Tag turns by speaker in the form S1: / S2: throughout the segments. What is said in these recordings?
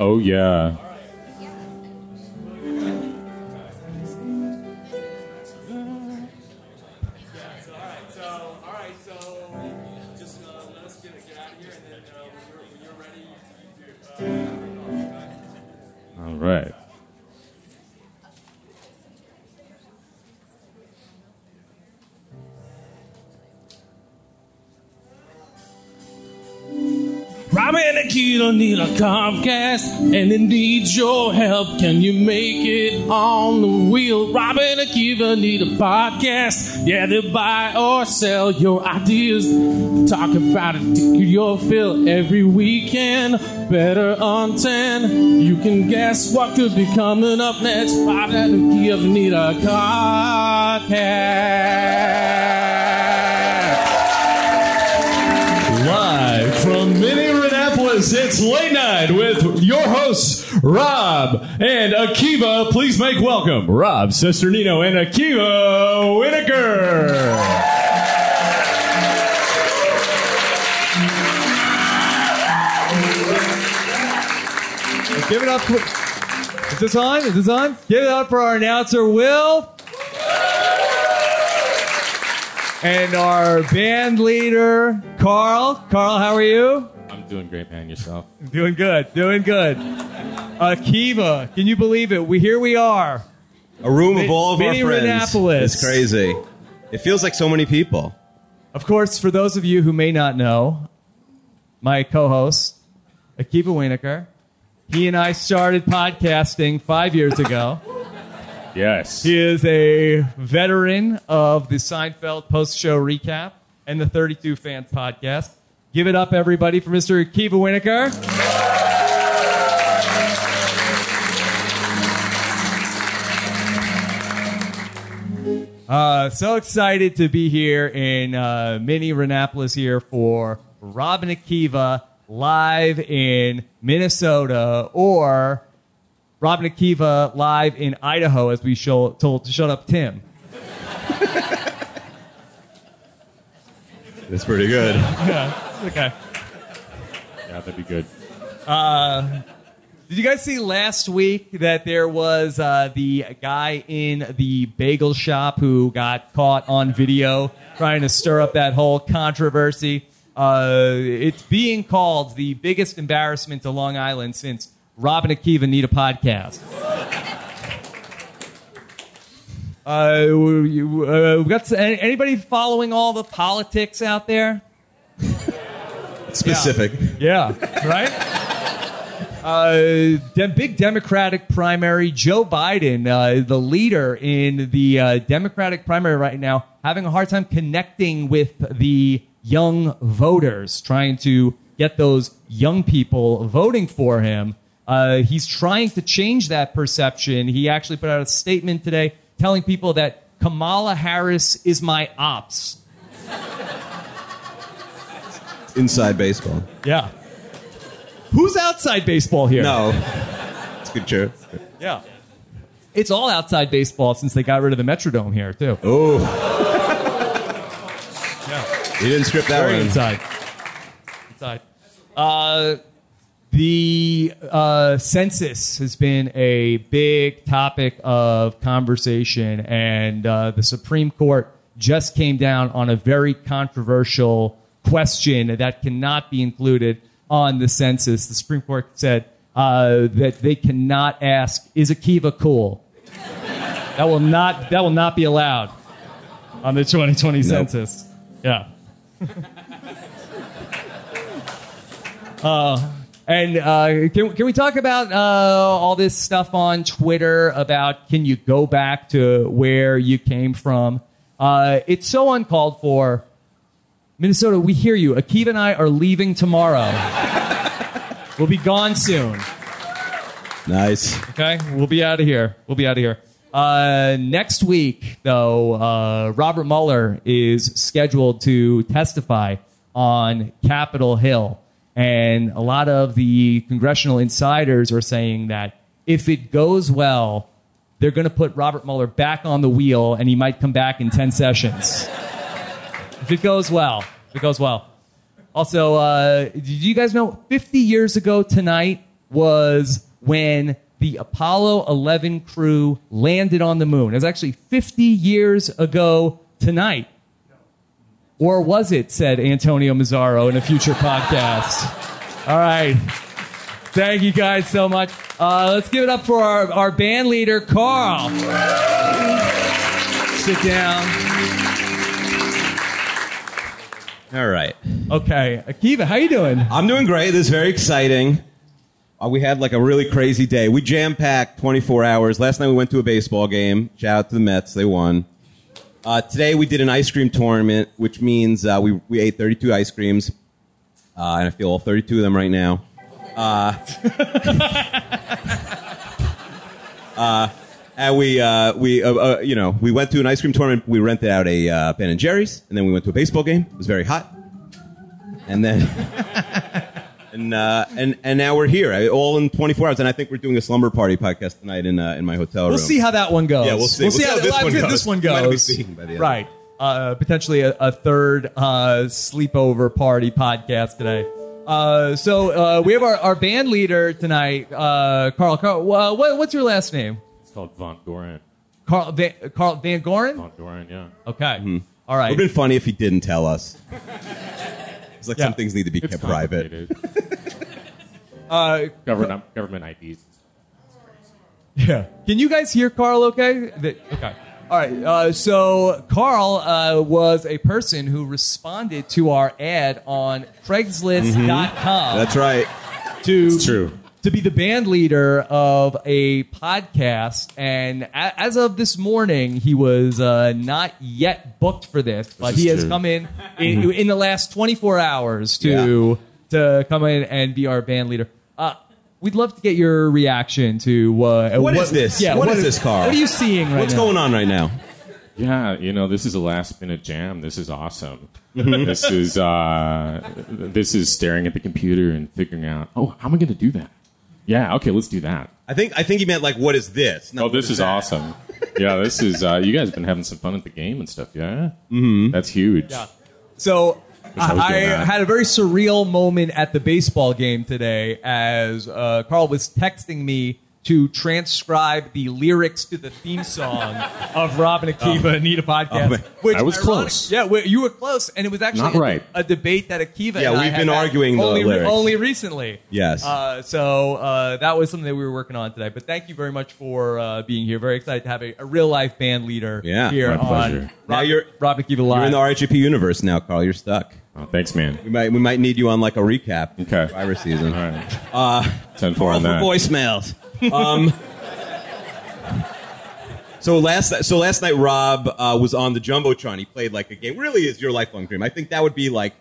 S1: Oh, yeah. All right.
S2: Robin and you don't need a Comcast, and it needs your help. Can you make it on the wheel? Robin and Akiva need a podcast. Yeah, they'll buy or sell your ideas. Talk about it, to get your fill every weekend. Better on 10. You can guess what could be coming up next. Robin and Akiva need a podcast.
S3: Live from Minneapolis, it's Late Night with your hosts, Rob and Akiva. Please make welcome Rob Sesternino and Akiva Whitaker.
S4: Give it up. For, is this on? Is this on? Give it up for our announcer, Will. And our band leader, Carl. Carl, how are you?
S2: I'm doing great, man. Yourself.
S4: Doing good. Doing good. Akiva, can you believe it? We here we are.
S5: A room of all of our
S4: Mini
S5: friends.
S4: Minneapolis.
S5: It's crazy. It feels like so many people.
S4: Of course, for those of you who may not know, my co-host Akiva Winokur, he and I started podcasting five years ago.
S1: Yes.
S4: He is a veteran of the Seinfeld post show recap and the 32 Fans podcast. Give it up, everybody, for Mr. Akiva Winokur. Uh, so excited to be here in uh, mini Renapolis here for Robin Akiva live in Minnesota or Robin Akiva live in Idaho as we show, told to shut up Tim.
S5: It's pretty good.
S4: Okay.
S1: Yeah, that'd be good.
S4: Uh, Did you guys see last week that there was uh, the guy in the bagel shop who got caught on video trying to stir up that whole controversy? Uh, it's being called the biggest embarrassment to Long Island since Robin Akiva need a podcast. Uh, we- you- uh, we got any- anybody following all the politics out there?
S5: Specific.
S4: Yeah, right? Uh, dem- big Democratic primary. Joe Biden, uh, the leader in the uh, Democratic primary right now, having a hard time connecting with the young voters, trying to get those young people voting for him. Uh, he's trying to change that perception. He actually put out a statement today telling people that Kamala Harris is my ops.
S5: Inside baseball.
S4: Yeah. Who's outside baseball here?
S5: No. It's good true.
S4: Yeah. It's all outside baseball since they got rid of the Metrodome here, too.
S5: Oh. You didn't script that
S4: Very
S5: one.
S4: inside. Inside. Uh, the uh, census has been a big topic of conversation, and uh, the Supreme Court just came down on a very controversial question that cannot be included on the census. The Supreme Court said uh, that they cannot ask, "Is Akiva cool?" that will not. That will not be allowed on the 2020 census. Yeah. And uh, can, can we talk about uh, all this stuff on Twitter about can you go back to where you came from? Uh, it's so uncalled for. Minnesota, we hear you. Akiva and I are leaving tomorrow. we'll be gone soon.
S5: Nice.
S4: Okay, we'll be out of here. We'll be out of here. Uh, next week, though, uh, Robert Mueller is scheduled to testify on Capitol Hill. And a lot of the congressional insiders are saying that if it goes well, they're going to put Robert Mueller back on the wheel and he might come back in 10 sessions. if it goes well, if it goes well. Also, uh, did you guys know 50 years ago tonight was when the Apollo 11 crew landed on the moon. It was actually 50 years ago tonight. Or was it, said Antonio Mazzaro in a future podcast. All right. Thank you guys so much. Uh, let's give it up for our, our band leader, Carl. Sit down.
S5: All right.
S4: Okay. Akiva, how you doing?
S5: I'm doing great. This is very exciting. Uh, we had like a really crazy day. We jam packed 24 hours. Last night we went to a baseball game. Shout out to the Mets. They won. Uh, today we did an ice cream tournament, which means uh, we, we ate 32 ice creams. Uh, and I feel all 32 of them right now. Uh, And we, uh, we, uh, uh, you know, we went to an ice cream tournament. We rented out a uh, Ben and Jerry's, and then we went to a baseball game. It was very hot, and then, and uh, and and now we're here, I- all in 24 hours. And I think we're doing a slumber party podcast tonight in uh, in my hotel
S4: We'll
S5: room.
S4: see how that one goes.
S5: Yeah, we'll see.
S4: We'll
S5: We'll
S4: see
S5: see
S4: how,
S5: how this
S4: well,
S5: one
S4: this
S5: goes.
S4: one
S5: We might not be
S4: goes.
S5: speaking by the end.
S4: Right. Uh, potentially a, a third uh, sleepover party podcast today. Uh, so uh, we have our, our band leader tonight, uh, Carl. Carl uh, what, what's your last name?
S1: It's called Von Doren.
S4: Carl Van, Carl Van Goren?
S1: Von Doren, yeah.
S4: Okay. All right.
S5: Mm-hmm. It would have been funny if he didn't tell us. It's like
S4: Yeah.
S5: some things need to be kept private.
S1: complicated.
S4: Uh,
S1: government, government IDs.
S4: Yeah. Can you guys hear Carl okay? The- okay. All right. Uh, so, Carl uh, was a person who responded to our ad on Mm-hmm. Craigslist.com
S5: Mm-hmm. That's right.
S4: to,
S1: true.
S4: to be the band leader of a podcast. And a- as of this morning, he was uh, not yet booked for this, but
S1: is
S4: he has
S1: true.
S4: come in,
S5: Mm-hmm.
S4: in in the last 24 hours to to come in and be our band leader. Uh, we'd love to get your reaction to uh,
S5: What is this? What is this, Carl?
S4: What are you seeing right
S5: What's
S4: now?
S5: going on right now?
S1: Yeah, you know, this is a last minute jam. This is awesome. this is uh, this is staring at the computer and figuring out, oh, how am I going to do that? Yeah, okay, let's do that.
S5: I think I think he meant like, what is this? Not
S1: Oh,
S5: what
S1: this is
S5: that.
S1: awesome. Yeah, this is. Uh, you guys have been having some fun at the game and stuff. Yeah, mm-hmm. that's huge.
S4: So
S1: how we
S4: I, I
S1: do that.
S4: had a very surreal moment at the baseball game today as uh, Carl was texting me to transcribe the lyrics to the theme song of Robin Akiva Need a
S5: Oh,
S4: Podcast.
S5: man.
S4: which
S1: I was
S4: ironic-
S1: close.
S4: Yeah, well, you were close, and it was actually
S1: Not
S4: a-
S1: right.
S4: a, debate that Akiva.
S5: Yeah,
S4: and I
S5: we've
S4: had
S5: been
S4: had
S5: arguing the
S4: only,
S5: lyrics.
S4: only recently.
S5: Yes.
S4: Uh, so uh, that was something that we were working on today. But thank you very much for uh, being here. Very excited to have a, a real life band leader
S5: Yeah,
S4: here
S1: my
S4: on
S1: pleasure.
S5: Now
S4: Rob,
S5: you're-
S4: Rob Akiva Live.
S5: You're in the RHAP universe now, Carl. You're stuck.
S1: Oh, thanks, man.
S5: We might we might need you on like a recap.
S1: Okay.
S5: Virus season.
S1: All right, ten four
S5: Call
S1: on
S5: for
S1: that.
S5: voicemails. Um, so last so last night Rob uh, was on the jumbotron. He played like a game. Really, is your lifelong dream? I think that would be like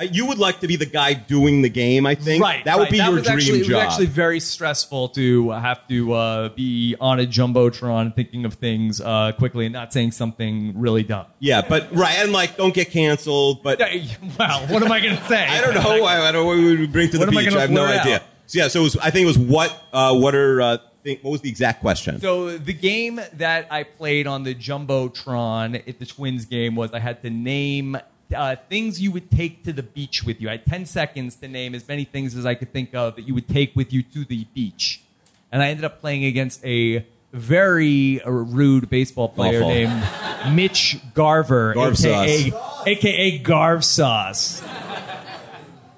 S5: uh, you would like to be the guy doing the game. I think
S4: Right.
S5: That would
S4: right.
S5: be your
S4: was
S5: dream
S4: actually, It
S5: job.
S4: was actually very stressful to have to uh, be on a jumbotron, thinking of things uh, quickly and not saying something really dumb.
S5: yeah, but right and like don't get canceled. But
S4: Hey, Wow, what am I going to say?
S5: I don't know. I, I don't know what we would bring to the
S4: What am I
S5: beach.
S4: gonna
S5: I have no
S4: blur out?
S5: idea. So yeah, so it was, I think it was what uh, what are uh, think, what was the exact question?
S4: So the game that I played on the jumbotron at the Twins game was I had to name uh, things you would take to the beach with you. I had ten seconds to name as many things as I could think of that you would take with you to the beach, and I ended up playing against a very uh, rude baseball player
S5: Awful.
S4: named Mitch Garver,
S5: Garv
S4: aka, aka Garv Sauce.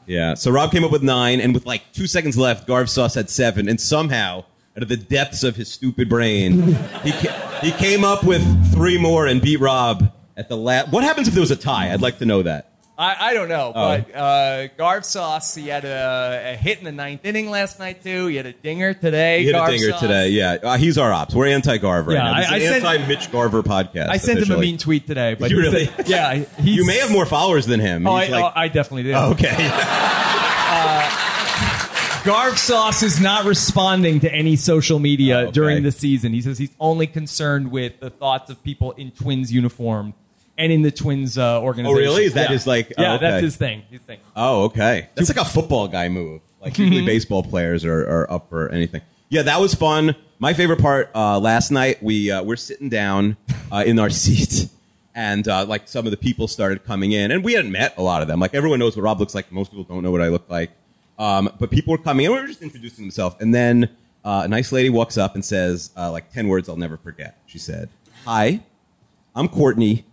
S5: Yeah. So Rob came up with nine, and with like two seconds left, Garv Sauce had seven, and somehow, out of the depths of his stupid brain, he ca- he came up with three more and beat Rob at the last. What happens if there was a tie? I'd like to know that.
S4: I, I don't know,
S5: Oh.
S4: but uh, Garv Sauce, he had a, a hit in the ninth inning last night too. He had a dinger today.
S5: He hit
S4: Garv
S5: a dinger
S4: Sauce.
S5: today. Yeah, uh, he's our ops. We're anti-Garv right
S4: Yeah,
S5: now. This
S4: I-
S5: is
S4: I
S5: an
S4: sent-
S5: anti-Mitch Garver podcast.
S4: I sent him a
S5: officially.
S4: mean tweet today, but
S5: You
S4: he
S5: really?
S4: said- yeah, he's,
S5: You may have more followers than him.
S4: Oh, I,
S5: He's like,
S4: oh, I definitely did.
S5: okay.
S4: Garv Sauce is not responding to any social media
S5: Oh, okay.
S4: during the season. He says he's only concerned with the thoughts of people in Twins uniform and in the Twins uh, organization.
S5: Oh, really? Is that
S4: Yeah.
S5: his, like- oh,
S4: yeah, that's
S5: okay.
S4: his thing. His thing.
S5: Oh, okay. That's like a football guy move. Like usually baseball players are, are up for anything. Yeah, that was fun. My favorite part uh, last night we uh, we're sitting down uh, in our seats, and uh, like some of the people started coming in, and we hadn't met a lot of them. Like everyone knows what Rob looks like. Most people don't know what I look like. Um, but people were coming and we were just introducing themselves. And then uh, a nice lady walks up and says, uh, like 10 words I'll never forget. She said, Hi, I'm Courtney.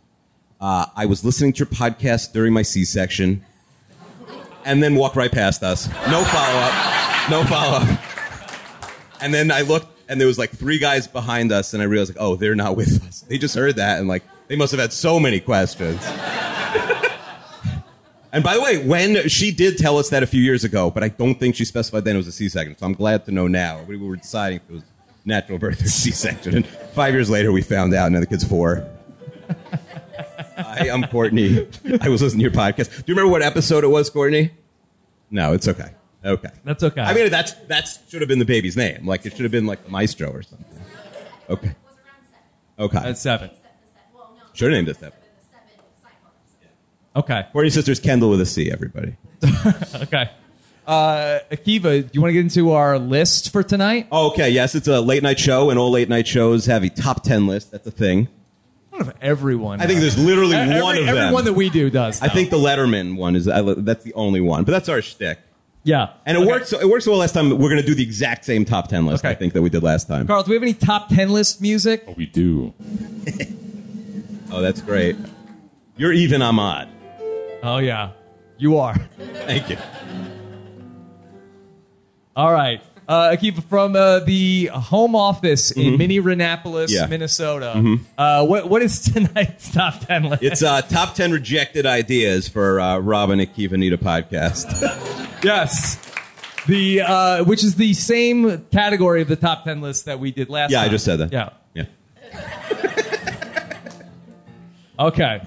S5: Uh, I was listening to your podcast during my C section. And then walked right past us. No follow up. No follow up. And then I looked, and there was like three guys behind us, and I realized, like, oh, they're not with us. They just heard that, and like they must have had so many questions. and by the way, when she did tell us that a few years ago, but I don't think she specified then it was a C-section. So I'm glad to know now. We were deciding if it was natural birth or C-section, and five years later we found out, and now the kid's four. Hi, I'm Courtney. I was listening to your podcast. Do you remember what episode it was, Courtney? No, it's okay. Okay.
S4: That's okay.
S5: I mean, that's that's should have been the baby's name. Like it should have been like the maestro or something. Okay. Okay.
S4: That's seven.
S5: Should have named it that.
S4: Okay.
S5: Courtney Sisters Kendall with a C. Everybody.
S4: Okay. Uh, Akiva, do you want to get into our list for tonight?
S5: Oh, okay. Yes, it's a late night show, and all late night shows have a top ten list. That's a thing.
S4: One of everyone.
S5: I think there's literally
S4: every,
S5: one of them.
S4: Everyone that we do does.
S5: I
S4: though.
S5: think the Letterman one is I, that's the only one, but that's our shtick.
S4: Yeah.
S5: And it
S4: Okay.
S5: works. It works well last time. We're going to do the exact same top ten list.
S4: Okay.
S5: I think that we did last time.
S4: Carl, do we have any top ten list music?
S1: We do.
S5: Oh, that's great. You're even. I'm odd.
S4: Oh yeah, you are.
S5: Thank you.
S4: All right, uh, Akiva from uh, the home office in Minneapolis,
S5: Mm-hmm. Yeah. Mm-hmm.
S4: Minnesota. Uh, what what is tonight's top ten list?
S5: It's uh, top 10 rejected ideas for uh, Robin and Kivanita podcast.
S4: yes. The uh, which is the same category of the top ten list that we did last.
S5: yeah, I
S4: time.
S5: just said that.
S4: Yeah.
S5: Yeah.
S4: Okay.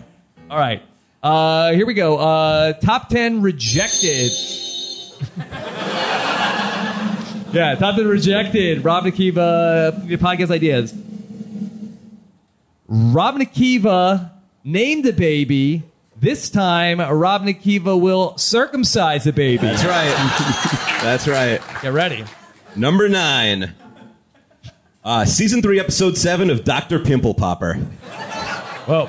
S4: All right. Uh, here we go. Uh, top 10 rejected. yeah, top 10 rejected. Rob Akiva, your podcast ideas. Rob Akiva named a baby. This time, Rob Akiva will circumcise a baby.
S5: That's right. That's right.
S4: Get ready.
S5: Number nine. Uh, season three, episode seven of Dr. Pimple Popper.
S4: Whoa.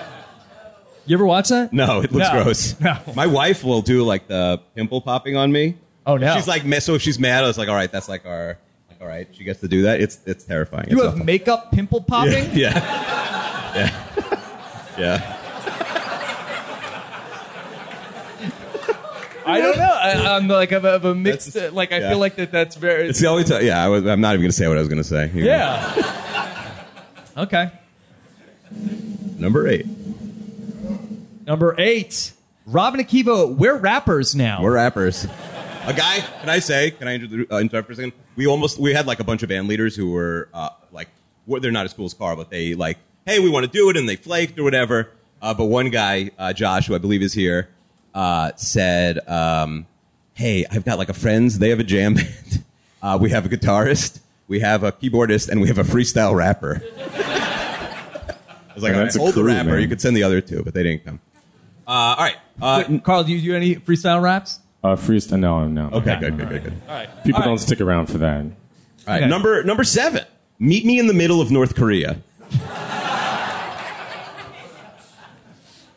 S4: You ever watch that?
S5: No, it looks
S4: No.
S5: gross.
S4: No.
S5: My wife will do like the pimple popping on me.
S4: Oh, no.
S5: She's like, ma- so if she's mad, I was like, all right, that's like our, like, all right, she gets to do that. It's it's terrifying.
S4: You
S5: It's
S4: have
S5: awful.
S4: makeup pimple popping?
S5: Yeah. Yeah. yeah. yeah.
S4: I don't know. I, I'm like I'm of a mixed.
S5: That's-
S4: like I
S5: yeah.
S4: feel like that. That's very.
S5: It's the only time. Yeah, I was, I'm not even going to say what I was going to say. Here we go.
S4: Yeah. okay.
S5: Number eight.
S4: Number eight. Robin Akiva, we're rappers now.
S5: We're rappers. A guy, can I say? Can I inter- uh, interrupt for a second? We almost we had like a bunch of band leaders who were uh, like, were, they're not as cool as Carl, but they like, hey, we want to do it, and they flaked or whatever. Uh, but one guy, uh, Josh, who I believe is here, uh, said, um, hey, I've got like a friends. They have a jam band. Uh, we have a guitarist, we have a keyboardist, and we have a freestyle rapper. I was like,
S1: Man,
S5: all right,
S1: that's a
S5: hold the
S1: crew,
S5: rapper.
S1: man.
S5: You could send the other two, but they didn't come. Uh, all right. Uh,
S4: Wait, Carl, do you do any freestyle raps?
S1: Uh, freestyle? No, no.
S5: okay, good, good, good, good.
S1: People don't stick around for that.
S5: All right,
S4: Okay.
S5: number number seven. Meet me in the middle of North Korea.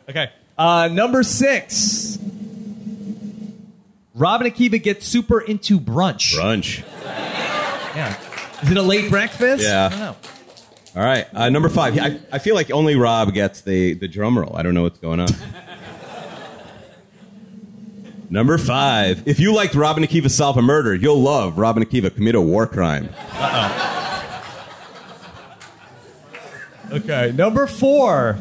S4: Okay. Uh, number six. Robin Akiva gets super into brunch.
S5: Brunch.
S4: Yeah. Is it a late breakfast?
S5: Yeah.
S4: I don't know.
S5: All right, uh, number five. I, I feel like only Rob gets the the drum roll. I don't know what's going on. number five. If you liked Robin Akiva solve a murder, you'll love Robin Akiva commit a war crime.
S4: Okay. Number four.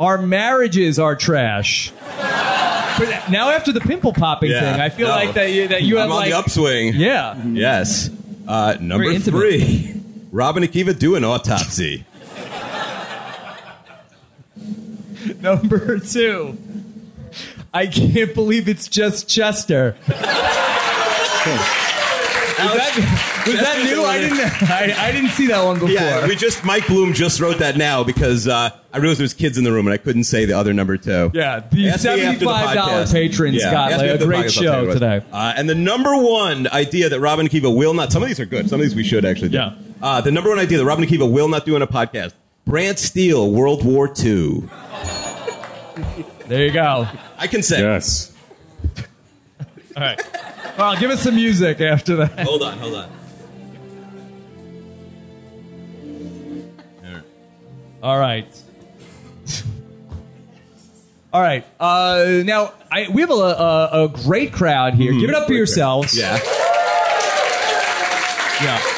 S4: Our marriages are trash. But now after the pimple popping
S5: Yeah,
S4: thing, I feel
S5: no.
S4: like that you that you
S5: I'm
S4: have
S5: on
S4: like
S5: the upswing.
S4: yeah.
S5: Yes. Uh, number
S4: Very intimate.
S5: three. Robin Akiva do an autopsy.
S4: Number two. I can't believe it's just Chester. Was that, was that new?
S5: Chester's the
S4: I
S5: one-
S4: didn't. I, I didn't see that one before.
S5: Yeah, we just Mike Bloom just wrote that now because uh, I realized there was kids in the room and I couldn't say the other number two.
S4: Yeah, the
S5: Ask me after the
S4: seventy-five dollar
S5: podcast.
S4: patrons
S5: Yeah,
S4: got
S5: ask
S4: like,
S5: me
S4: a
S5: after the
S4: great
S5: podcast, I'll tell
S4: show
S5: you what.
S4: today.
S5: Uh, and the number one idea that Robin Akiva will not. Some of these are good. Some of these we should actually do.
S4: Yeah.
S5: Uh, the number one idea that Robin Akiva will not do in a podcast: Brant Steele, World War II.
S4: There you go.
S5: I can say.
S1: Yes.
S4: All right. Well, give us some music after that.
S5: Hold on, hold on. There.
S4: All right. All right. Uh, now I, we have a, a, a great crowd here. give it up for yourselves.
S5: Mm-hmm. Yeah.
S4: Yeah.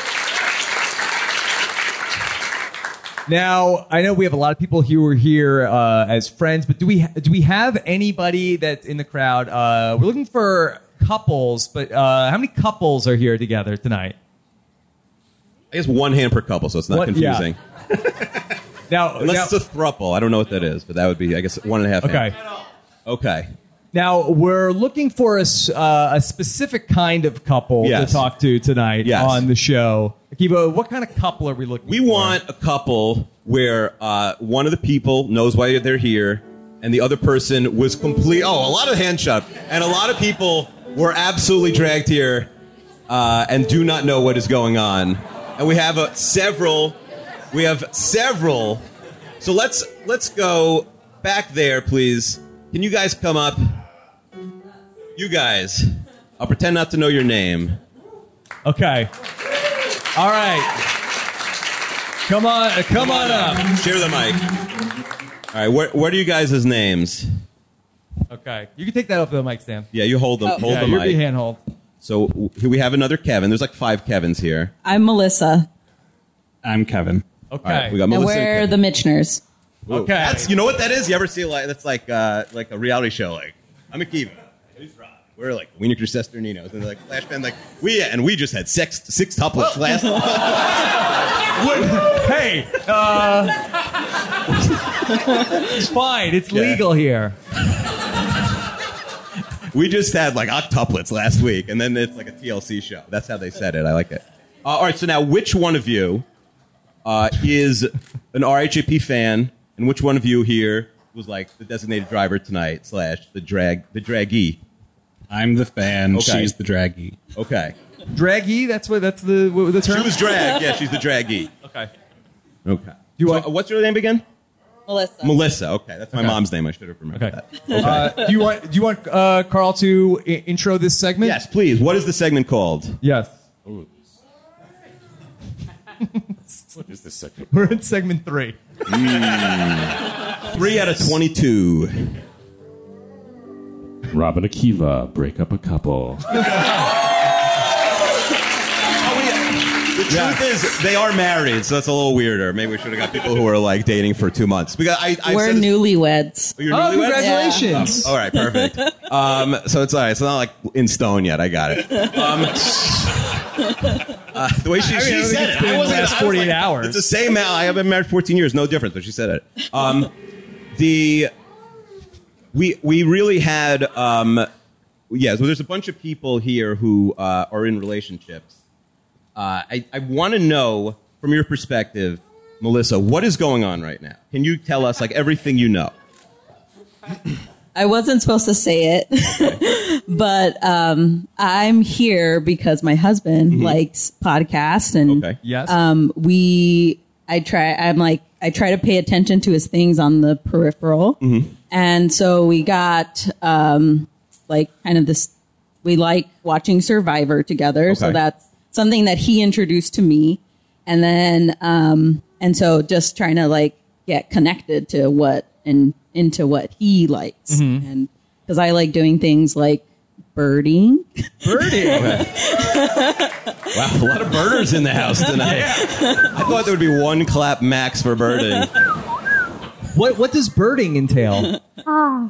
S4: Now I know we have a lot of people who are here uh, as friends, but do we do we have anybody that's in the crowd? Uh, we're looking for couples, but uh, how many couples are here together tonight?
S5: I guess one hand per couple, so it's not
S4: What- yeah.
S5: confusing.
S4: Now, now-
S5: Unless it's a thruple. I don't know what that is, but that would be, I guess, one and a half.
S4: okay.
S5: hand. Okay.
S4: Now we're looking for a, s- uh, a specific kind of couple
S5: Yes.
S4: to talk to tonight
S5: Yes.
S4: on the show. Akiva, what kind of couple are we looking?
S5: We
S4: for?
S5: want a couple where uh, one of the people knows why they're here, and the other person was complete. Oh, a lot of hand shot, and a lot of people were absolutely dragged here uh, and do not know what is going on. And we have uh, several. We have several. So let's let's go back there, please. Can you guys come up? You guys, I'll pretend not to know your name.
S4: Okay. All right. Come on, uh, come on up.
S5: Share the mic. All right, where, what are you guys' names?
S4: Okay, you can take that off the mic, Sam.
S5: Yeah, you hold them.
S6: Oh.
S5: hold
S4: yeah,
S5: the
S4: you're
S5: mic.
S4: being handhold.
S5: So w- here we have another Kevin. There's like five Kevins here.
S6: I'm Melissa,
S7: I'm Kevin.
S4: Okay.
S5: All right, we got
S6: and
S5: Melissa.
S6: we're
S5: and
S6: the
S5: Kevin.
S6: Mitchners.
S5: Whoa.
S4: Okay.
S5: that's you know what that is. You ever see like that's like uh, like a reality show? Like I'm a Kevin. Who's Rob? We're like Wiener Crucester Ninos, and they're like flash band, like we and we just had sex six tuplets last.
S4: hey, uh, it's fine. It's
S5: Yeah.
S4: legal here.
S5: we just had like octuplets last week, and then it's like a TLC show. That's how they said it. I like it. Uh, all right, so now which one of you uh, is an RHAP fan, and which one of you here was like the designated driver tonight slash the drag the draggy?
S7: I'm the fan.
S5: Okay.
S7: She's the draggy.
S5: Okay,
S4: Draggy. That's what. That's the what, the
S5: she
S4: term.
S5: was drag. Yeah, she's the draggy.
S4: okay.
S5: Okay.
S4: You
S5: So,
S4: want-
S5: uh, what's your name again?
S6: Melissa.
S5: Melissa. Okay, that's my
S4: Okay.
S5: mom's name. I should have remembered
S4: Okay.
S5: that.
S4: Uh, do you want do you want uh, Carl to I- intro this segment?
S5: Yes, please. What is the segment called?
S4: Yes.
S1: What is this second?
S4: We're in segment three.
S5: Hmm. Three out of twenty-two.
S1: Rob and Akiva break up a couple.
S5: The truth is, they are married, so that's a little weirder. Maybe we should have got people who are like dating for two months. Because I, I
S6: we're
S5: said this-
S6: newlyweds.
S5: Oh, you're
S4: Oh,
S5: newlyweds?
S4: congratulations!
S5: All right, perfect. Um, so it's all right. It's not like in stone yet. I got it. Um, uh, the way she, she
S4: I don't think
S5: said
S4: it's
S5: it,
S4: been
S5: I wasn't-
S4: the last
S5: I was
S4: 48
S5: like,
S4: hours.
S5: It's the same. Al. I have been married 14 years. No difference, but she said it. Um, the we we really had um, yeah. So there's a bunch of people here who uh, are in relationships. Uh, I, I want to know from your perspective, Melissa, what is going on right now? Can you tell us like everything you know?
S6: I wasn't supposed to say it, but um, I'm here because my husband likes podcasts, and
S5: Mm-hmm. Okay.
S4: Yes.
S6: um, we. I try. I'm like I try to pay attention to his things on the peripheral,
S5: Mm-hmm.
S6: and so we got um, like kind of this. We like watching Survivor together, so
S5: Okay.
S6: that's something that he introduced to me, and then um, and so just trying to like get connected to what and into what he likes,
S8: Mm-hmm.
S6: and because I like doing things like birding.
S5: Wow, a lot of birders in the house tonight. I thought there would be one clap max for birding.
S4: what what does birding entail?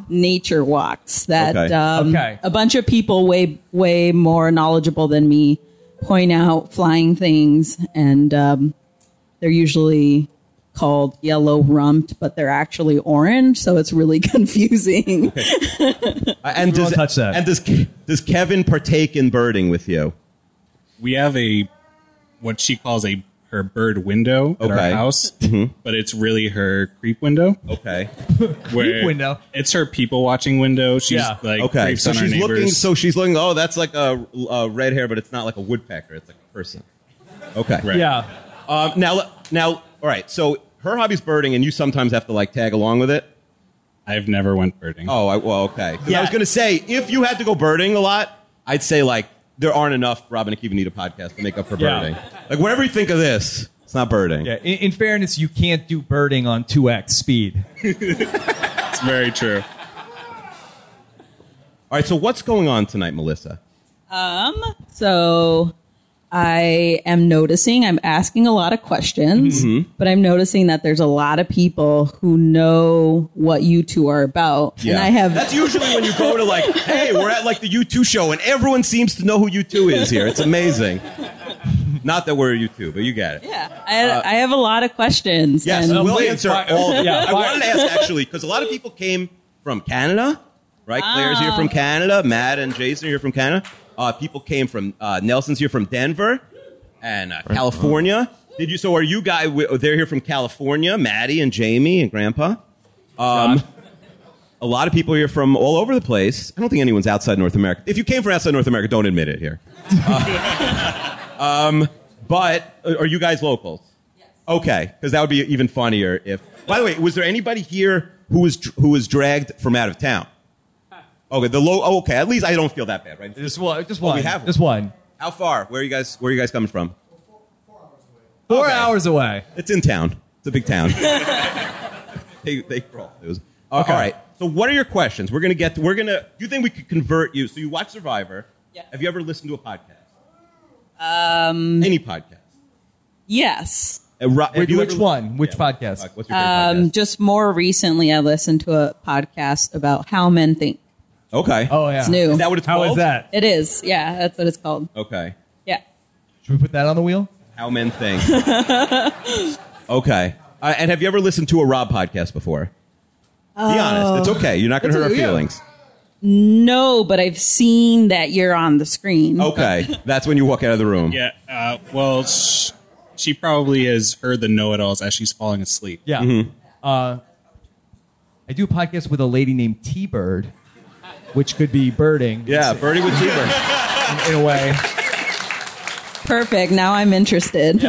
S6: nature walks that
S5: Okay.
S6: Um,
S4: Okay.
S6: a bunch of people way way more knowledgeable than me point out flying things and um, they're usually called yellow rumped but they're actually orange so it's really confusing
S5: Uh, And
S4: won't touch that.
S5: And does does Kevin partake in birding with you?
S7: We have a what she calls a her bird window at
S5: Okay.
S7: our house,
S5: Mm-hmm.
S7: but it's really her creep window.
S5: Okay.
S7: where
S4: Creep window?
S7: It's her people watching window. She's
S4: Yeah.
S7: like
S5: Okay.
S7: creeps
S5: So
S7: on our
S5: she's
S7: neighbors.
S5: looking. So she's looking. Oh, that's like a, a red hair, but it's not like a woodpecker. It's like a person. Okay.
S7: Right.
S4: yeah.
S5: Um, now, now, all right. So her hobby's birding, and you sometimes have to like tag along with it.
S7: I've never went birding.
S5: Oh, I, well, okay. 'Cause I
S4: Yeah.
S5: was going to say, if you had to go birding a lot, I'd say like there aren't enough Robin and Akiva Nita podcasts to make up for
S4: Yeah.
S5: birding. Like whatever you think of this, it's not birding.
S4: Yeah, in, in fairness, you can't do birding on 2x speed.
S7: It's very true.
S5: All right, so what's going on tonight, Melissa?
S6: Um, So I am noticing, I'm asking a lot of questions, but I'm noticing that there's a lot of people who know what you two are about. And I have
S5: That's usually when you go to like, hey, we're at like the U2 show, and everyone seems to know who U2 is here. It's amazing. Not that we're U2, but you got it.
S6: yeah, I, I have a lot of questions.
S5: Yes, Uh,
S6: and-
S5: we'll
S4: please,
S5: answer
S4: fire-
S5: all. Of them.
S4: yeah,
S5: I
S4: fire-
S5: wanted to ask actually because a lot of people came from Canada, right? Claire's here from Canada. Matt and Jason are here from Canada. Uh, people came from uh, Nelson's here from Denver and uh, California. Did you? So are you guys? They're here from California. Maddie and Jamie and Grandpa. Um, a lot of people here from all over the place. I don't think anyone's outside North America. If you came from outside North America, don't admit it here. Uh, um, but uh, are you guys locals? Okay, because that would be even funnier if. By the way, was there anybody here who was who was dragged from out of town? Okay, the low. Oh, okay, at least I don't feel that bad, right?
S4: Just one. Just
S5: Oh, we
S4: one.
S5: have one.
S4: just one.
S5: How far? Where are you guys? Where are you guys coming from?
S4: Four
S5: Okay.
S4: hours away.
S5: It's in town. It's a big town. they they crawl. It was- all- All right. So what are your questions? We're gonna get. To, we're gonna. Do you think we could convert you? So you watch Survivor.
S6: Yeah.
S5: Have you ever listened to a podcast? Um. Any podcast?
S6: Yes.
S5: Uh, Ro- have
S4: Which-
S5: you
S4: which
S5: ever-
S4: one? Which
S5: Yeah,
S4: podcast?
S5: What's your favorite
S6: Um,
S5: podcast?
S6: just more recently, I listened to a podcast about how men think.
S5: Okay.
S4: Oh yeah.
S6: It's new.
S5: Is that what it's
S4: How
S5: called?
S4: is that?
S6: It is. Yeah, that's what it's called.
S5: Okay.
S6: Yeah.
S4: Should we put that on the wheel?
S5: How men think. okay. Uh, and have you ever listened to a Rob podcast before?
S6: Oh.
S5: Be honest. It's okay. You're not going to hurt our
S4: yeah.
S5: feelings.
S6: No, but I've seen that you're on the screen.
S5: Okay. That's when you walk out of the room.
S7: Yeah. Uh, well, sh- she probably has heard the know-it-alls as she's falling asleep.
S4: Yeah.
S5: Mm-hmm.
S4: Uh, I do a podcast with a lady named T Bird, which could be birding.
S5: Yeah. Birdie with T-Bird.
S4: in a way.
S6: Perfect. Now I'm interested.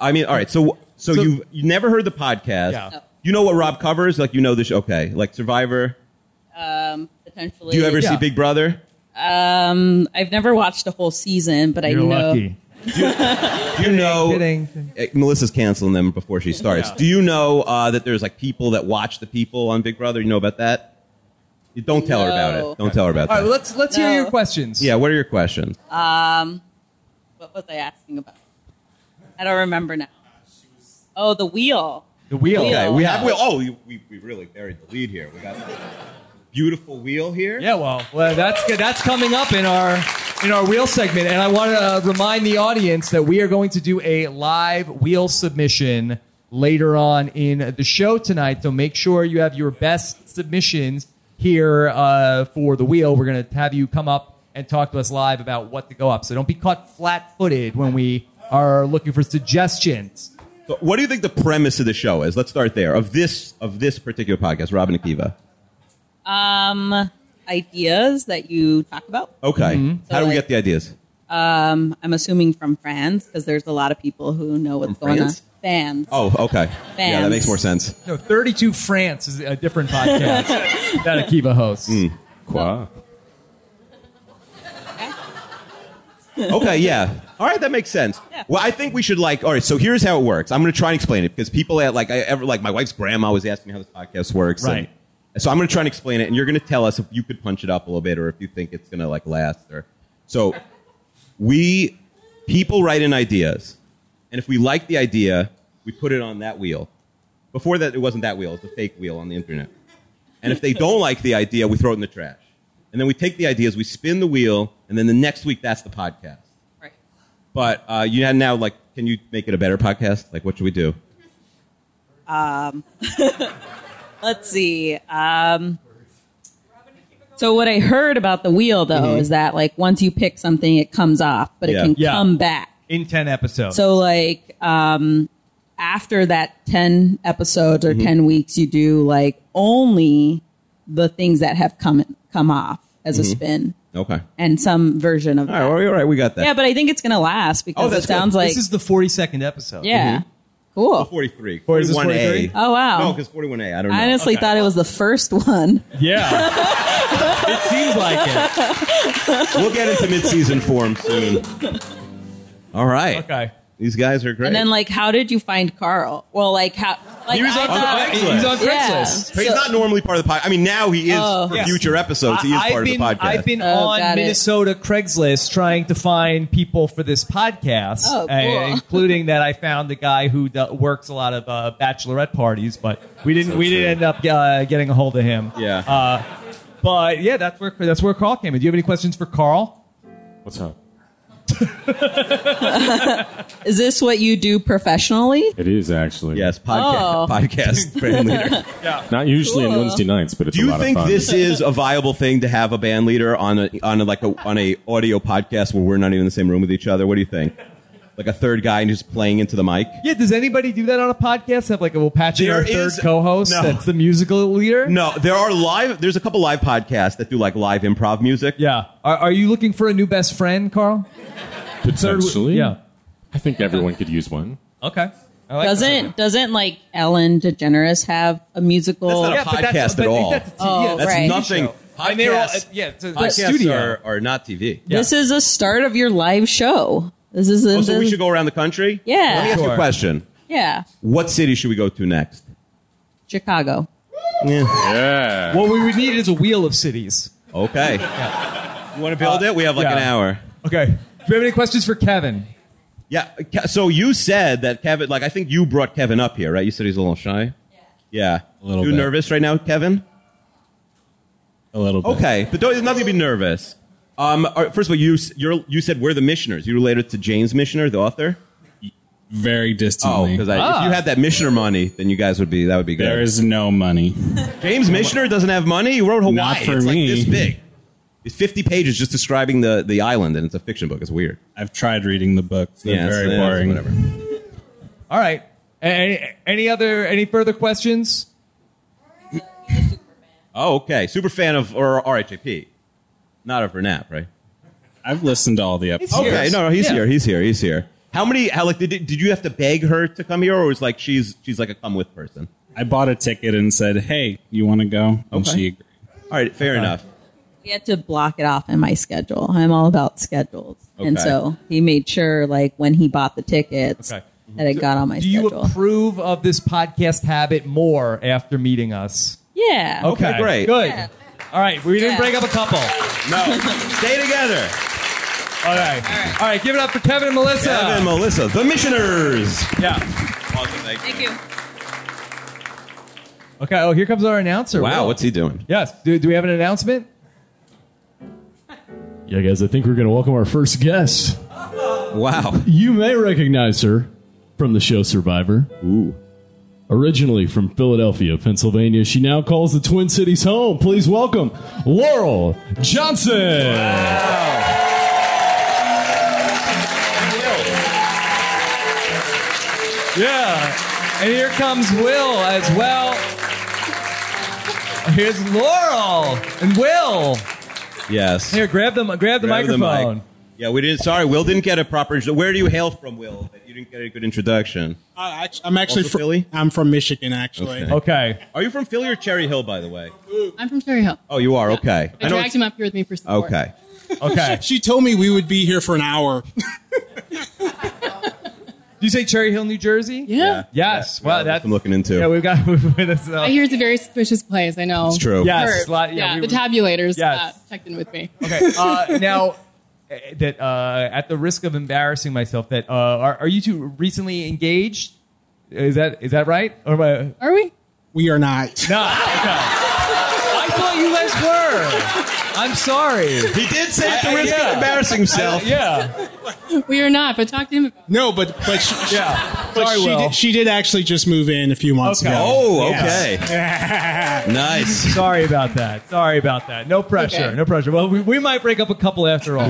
S5: I mean, all right. So, so,
S4: So-
S5: you you never heard the podcast?
S4: Yeah. No.
S5: You know what Rob covers? Like you know the show. Okay. Like Survivor.
S6: Um, Potentially. Um,
S5: Do you ever see
S4: Yeah.
S5: Big Brother?
S6: I've never watched a whole season, but I
S4: You're
S6: know.
S4: lucky.
S5: Do you know?
S4: Kidding.
S5: Eh, Melissa's canceling them before she starts. Do you know uh, that there's like people that watch the people on Big Brother? You know about that? You don't tell her about
S6: No.
S5: it. Don't tell her about
S4: All right,
S5: that.
S4: well, let's let's hear
S6: No.
S4: your questions.
S5: yeah. What are your questions?
S6: Um, What was I asking about? I don't remember now. Oh, the wheel.
S4: The wheel.
S6: Wheel.
S5: Okay, we
S6: Yeah.
S5: have wheel. Oh, you- we, we really buried the lead here. We got a beautiful wheel here.
S4: Yeah, well, well, that's good. That's coming up in our in our wheel segment, and I want to uh, remind the audience that we are going to do a live wheel submission later on in the show tonight. So make sure you have your best submissions here uh, for the wheel. We're going to have you come up and talk to us live about what to go up. So don't be caught flat-footed when we are looking for suggestions.
S5: So what do you think the premise of the show is? Let's start there. Of this of this particular podcast, Robin and Akiva. Oh.
S6: Um, ideas that you talk about.
S5: Okay.
S4: Mm-hmm.
S5: How do we
S6: like-
S5: get the ideas?
S6: I'm assuming from fans because there's a lot of people who know what's
S5: From
S6: going
S5: France?
S6: on. Fans.
S5: Oh, okay. Yeah, that
S6: Fans.
S5: makes more sense.
S4: No, 32 France is a different podcast that Akiva hosts.
S5: Hmm.
S1: Qua.
S5: Okay, yeah. All right, that makes sense.
S6: Yeah.
S5: Well, I think we should like. All right, so here's how it works. I'm going to try and explain it because people at like I ever like my wife's grandma was asking me how this podcast works. and-
S4: Right.
S5: so I'm going to try and explain it, and you're going to tell us if you could punch it up a little bit or if you think it's going to like last. Or so we people write in ideas, and if we like the idea, we put it on that wheel. Before that, it wasn't that wheel; it's a fake wheel on the internet. And if they don't like the idea, we throw it in the trash. And then we take the ideas, we spin the wheel, and then the next week, that's the podcast.
S6: Right.
S5: But uh, you had now like, can you make it a better podcast? Like, what should we do?
S6: Um, Let's see. Um, so what I heard about the wheel though is that like once you pick something, it comes off, but
S5: Mm-hmm. Yeah.
S6: it can
S4: Yeah.
S6: come back.
S4: In 10 episodes.
S6: So like um after that 10 episodes or 10 weeks you do like only the things that have come come off as a spin
S5: Okay. All
S6: and some version of
S5: right, all
S6: that.
S5: right, all right, we got that.
S6: Yeah, but I think it's going to last because
S5: Oh,
S6: it
S5: that's good. Mm-hmm.
S6: sounds like
S4: this is the 42nd episode.
S6: yeah. Cool.
S5: 43.
S4: Or is this
S5: 41A.
S4: 43?
S6: Oh wow.
S5: No, because 41A, I don't know.
S6: I honestly thought it was the first one.
S4: Yeah. it seems like it.
S5: we'll get into mid-season form soon. All right.
S4: Okay.
S5: These guys are great.
S6: And then like, how did you find Carl? Well, like how like,
S4: He was
S6: I
S4: on,
S6: thought-
S5: Craigslist.
S4: he's on Craigslist.
S6: Yeah.
S5: But he's
S6: So-
S5: not normally part of the podcast. I mean, now he is
S6: Oh.
S5: for
S4: Yes.
S5: future episodes. He is
S4: I-
S5: part
S4: I've been,
S5: of the podcast.
S4: I've been
S6: Oh,
S4: on
S6: got it.
S4: Minnesota Craigslist trying to find people for this podcast,
S6: Oh, cool.
S4: uh, including that I found the guy who do- works a lot of uh, bachelorette parties, but we didn't we didn't end up uh, getting a hold of him.
S5: Yeah.
S4: Uh, but yeah, that's where that's where Carl came in. Do you have any questions for Carl?
S1: What's up?
S6: Is this what you do professionally?
S1: It is actually.
S5: yes, podcast,
S6: Oh.
S5: podcast band leader.
S1: Not usually on
S6: Cool.
S1: Wednesday nights, but it's
S5: Do
S1: a
S5: you
S1: lot
S5: think
S1: of fun.
S5: this is a viable thing to have a band leader on a on a, like a, on a audio podcast where we're not even in the same room with each other? What do you think? Like a third guy who's playing into the mic?
S4: Yeah, does anybody do that on a podcast? Have like a little patch in
S5: There
S4: our third
S5: is-
S4: co-host
S5: no.
S4: that's the musical leader?
S5: No, there are live. There's a couple live podcasts that do like live improv music.
S4: Yeah. Are, are you looking for a new best friend, Carl?
S1: potentially?
S4: Yeah.
S1: I think everyone could use one.
S4: Okay. I like that.
S6: Doesn't doesn't like Ellen DeGeneres have a musical?
S5: That's not a
S4: but that's-
S5: podcast
S4: but
S5: at all.
S4: That's, a t-
S6: Oh,
S4: yeah,
S5: That's
S6: Right.
S5: nothing.
S4: And they were all-
S5: Podcasts-
S4: yeah, it's a-
S5: podcasts
S4: studio.
S5: Are, are not TV.
S6: This is a start of your live show. This is a,
S5: Oh, so we should go around the country.
S6: Yeah.
S5: Let me ask you
S4: Sure.
S5: a question.
S6: yeah,
S5: What city should we go to next?
S6: Chicago.
S1: Yeah.
S4: What we would need is a wheel of cities. Uh,
S5: Okay. You want to build it? We have like
S4: yeah.
S5: an hour.
S4: Okay. Do you have any questions for Kevin?
S5: Yeah. Ke- So you said that Kevin, like I think you brought Kevin up here, right? You said he's a little shy. Yeah.
S7: A little
S5: You
S7: bit.
S5: nervous right now, Kevin?
S7: A little bit.
S5: Okay, but don't, there's nothing to be nervous. Um, all right, first of all, you s- you're, you said we're the missioners. You related to James Missioner, the author.
S7: Very
S5: Oh,
S7: distantly.
S5: because if you had that missioner money, then you guys would be that would be good.
S7: there is no money.
S5: James Missioner doesn't have money. He wrote Hawaii.
S7: Not for
S5: it's
S7: me.
S5: like this big. It's 50 pages just describing the, the island, and it's a fiction book. It's weird.
S7: I've tried reading the books. They're
S5: it's-
S7: very
S5: it's
S7: boring.
S5: Whatever.
S4: All right. A- Any, any other any further questions?
S5: Oh, okay. Super fan of or RHAP, not of Renap, right?
S7: I've listened to all the episodes.
S5: Okay, no, no, he's
S4: Yeah.
S5: here. He's here. He's here. How many? How like did, did you have to beg her to come here, or was like she's she's like a come with person?
S7: I bought a ticket and said, "Hey, you want to go?" And
S5: Okay.
S7: she agreed.
S5: All right, fair enough.
S6: We had to block it off in my schedule. I'm all about schedules, and
S5: Okay.
S6: so he made sure like when he bought the tickets
S4: Okay.
S6: that it got on my
S4: Do you
S6: schedule.
S4: approve of this podcast habit more after meeting us?
S6: yeah.
S5: Okay, great.
S4: Good.
S6: Yeah.
S4: All right. We didn't
S6: Yeah.
S4: break up a couple.
S5: No, stay together.
S4: All right. All right. Give it up for Kevin and Melissa.
S5: Evan, Melissa, the missioners.
S4: Yeah.
S6: Thank you.
S4: Okay. Oh, here comes our announcer.
S5: Wow,
S4: Will.
S5: what's he doing?
S4: Yes. Do, do we have an announcement?
S3: Yeah, guys, I think we're going to welcome our first guest.
S5: Wow.
S3: You may recognize her from the show Survivor.
S5: Ooh.
S3: Originally from Philadelphia, Pennsylvania, she now calls the Twin Cities home. Please welcome Laurel Johnson.
S4: Yeah. And here comes Will as well. Here's Laurel and Will.
S5: Yes.
S4: Here, grab the grab the
S5: Grab the mic.
S4: microphone.
S5: Yeah, we didn't. Sorry, Will didn't get a proper. intro- Where do you hail from, Will? That you didn't get a good introduction.
S7: I, Uh, act- I'm actually
S5: Also
S7: from
S5: Philly?
S7: I'm from Michigan, actually.
S5: Okay.
S4: Okay.
S5: Are you from Philly or Cherry Hill, by the way?
S9: I'm from Cherry Hill.
S5: Oh, you are. Okay.
S9: I, dragged him up here with me for support.
S5: Okay.
S4: Okay.
S7: She told me we would be here for an hour.
S4: Do you say Cherry Hill, New Jersey?
S9: Yeah.
S4: Yes.
S5: Yeah,
S4: well,
S5: that's
S4: that's
S5: what I'm looking into.
S4: Yeah, we've got. this, uh,
S9: I hear it's a very suspicious place. I know.
S5: It's true.
S4: Yes.
S9: Or-
S4: it's a lot- yeah,
S9: yeah,
S4: we-
S9: the tabulators
S4: Yes.
S9: uh, checked in with me.
S4: okay. Uh, now, uh, that uh, at the risk of embarrassing myself, that uh, are, are you two recently engaged? Is that is that right? Or am I? No.
S9: Are we?
S7: We are not.
S4: Okay. I thought you guys were. I'm sorry.
S5: He did say at the risk
S4: yeah.
S5: of embarrassing himself.
S4: Yeah.
S9: We are not. But talk to him. About
S7: No, but but she,
S4: Yeah.
S7: but
S4: Sorry,
S7: she,
S4: Will.
S7: did, she did actually just move in a few months
S4: Okay.
S7: ago.
S5: Oh, okay. nice.
S4: Sorry about that. Sorry about that. No pressure.
S9: Okay.
S4: No pressure. Well, we, we might break up a couple after all.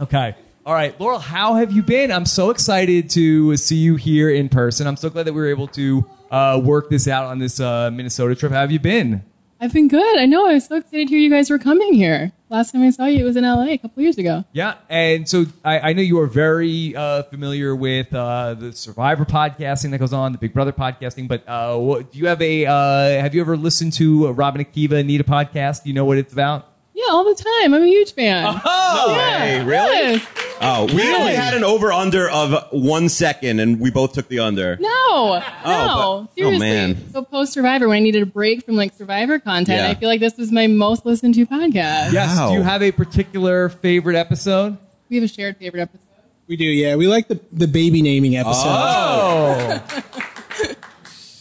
S4: okay. All right, Laurel. How have you been? I'm so excited to see you here in person. I'm so glad that we were able to uh, work this out on this uh, Minnesota trip. How have you been?
S9: I've been good. I know. I was so excited to hear you guys were coming here. Last time I saw you, it was in LA a couple years ago.
S4: Yeah, and so I, I know you are very uh, familiar with uh, the Survivor podcasting that goes on, the Big Brother podcasting. But uh, what, do you have a? Uh, have you ever listened to a Robin Akiva Anita podcast? Do you know what it's about?
S9: Yeah, all the time. I'm a huge fan.
S5: Oh,
S9: Yeah,
S5: hey, really?
S9: yes.
S5: Oh, we only had an over under of one second, and we both took the under.
S9: No, no,
S5: but- oh,
S9: seriously.
S5: man.
S9: So post Survivor, when I needed a break from like Survivor content,
S5: Yeah.
S9: I feel like this was my most listened to podcast.
S4: Yes.
S5: Wow.
S4: Do you have a particular favorite episode?
S9: We have a shared favorite episode.
S10: We do, yeah. We like the, the baby naming episode.
S4: Oh.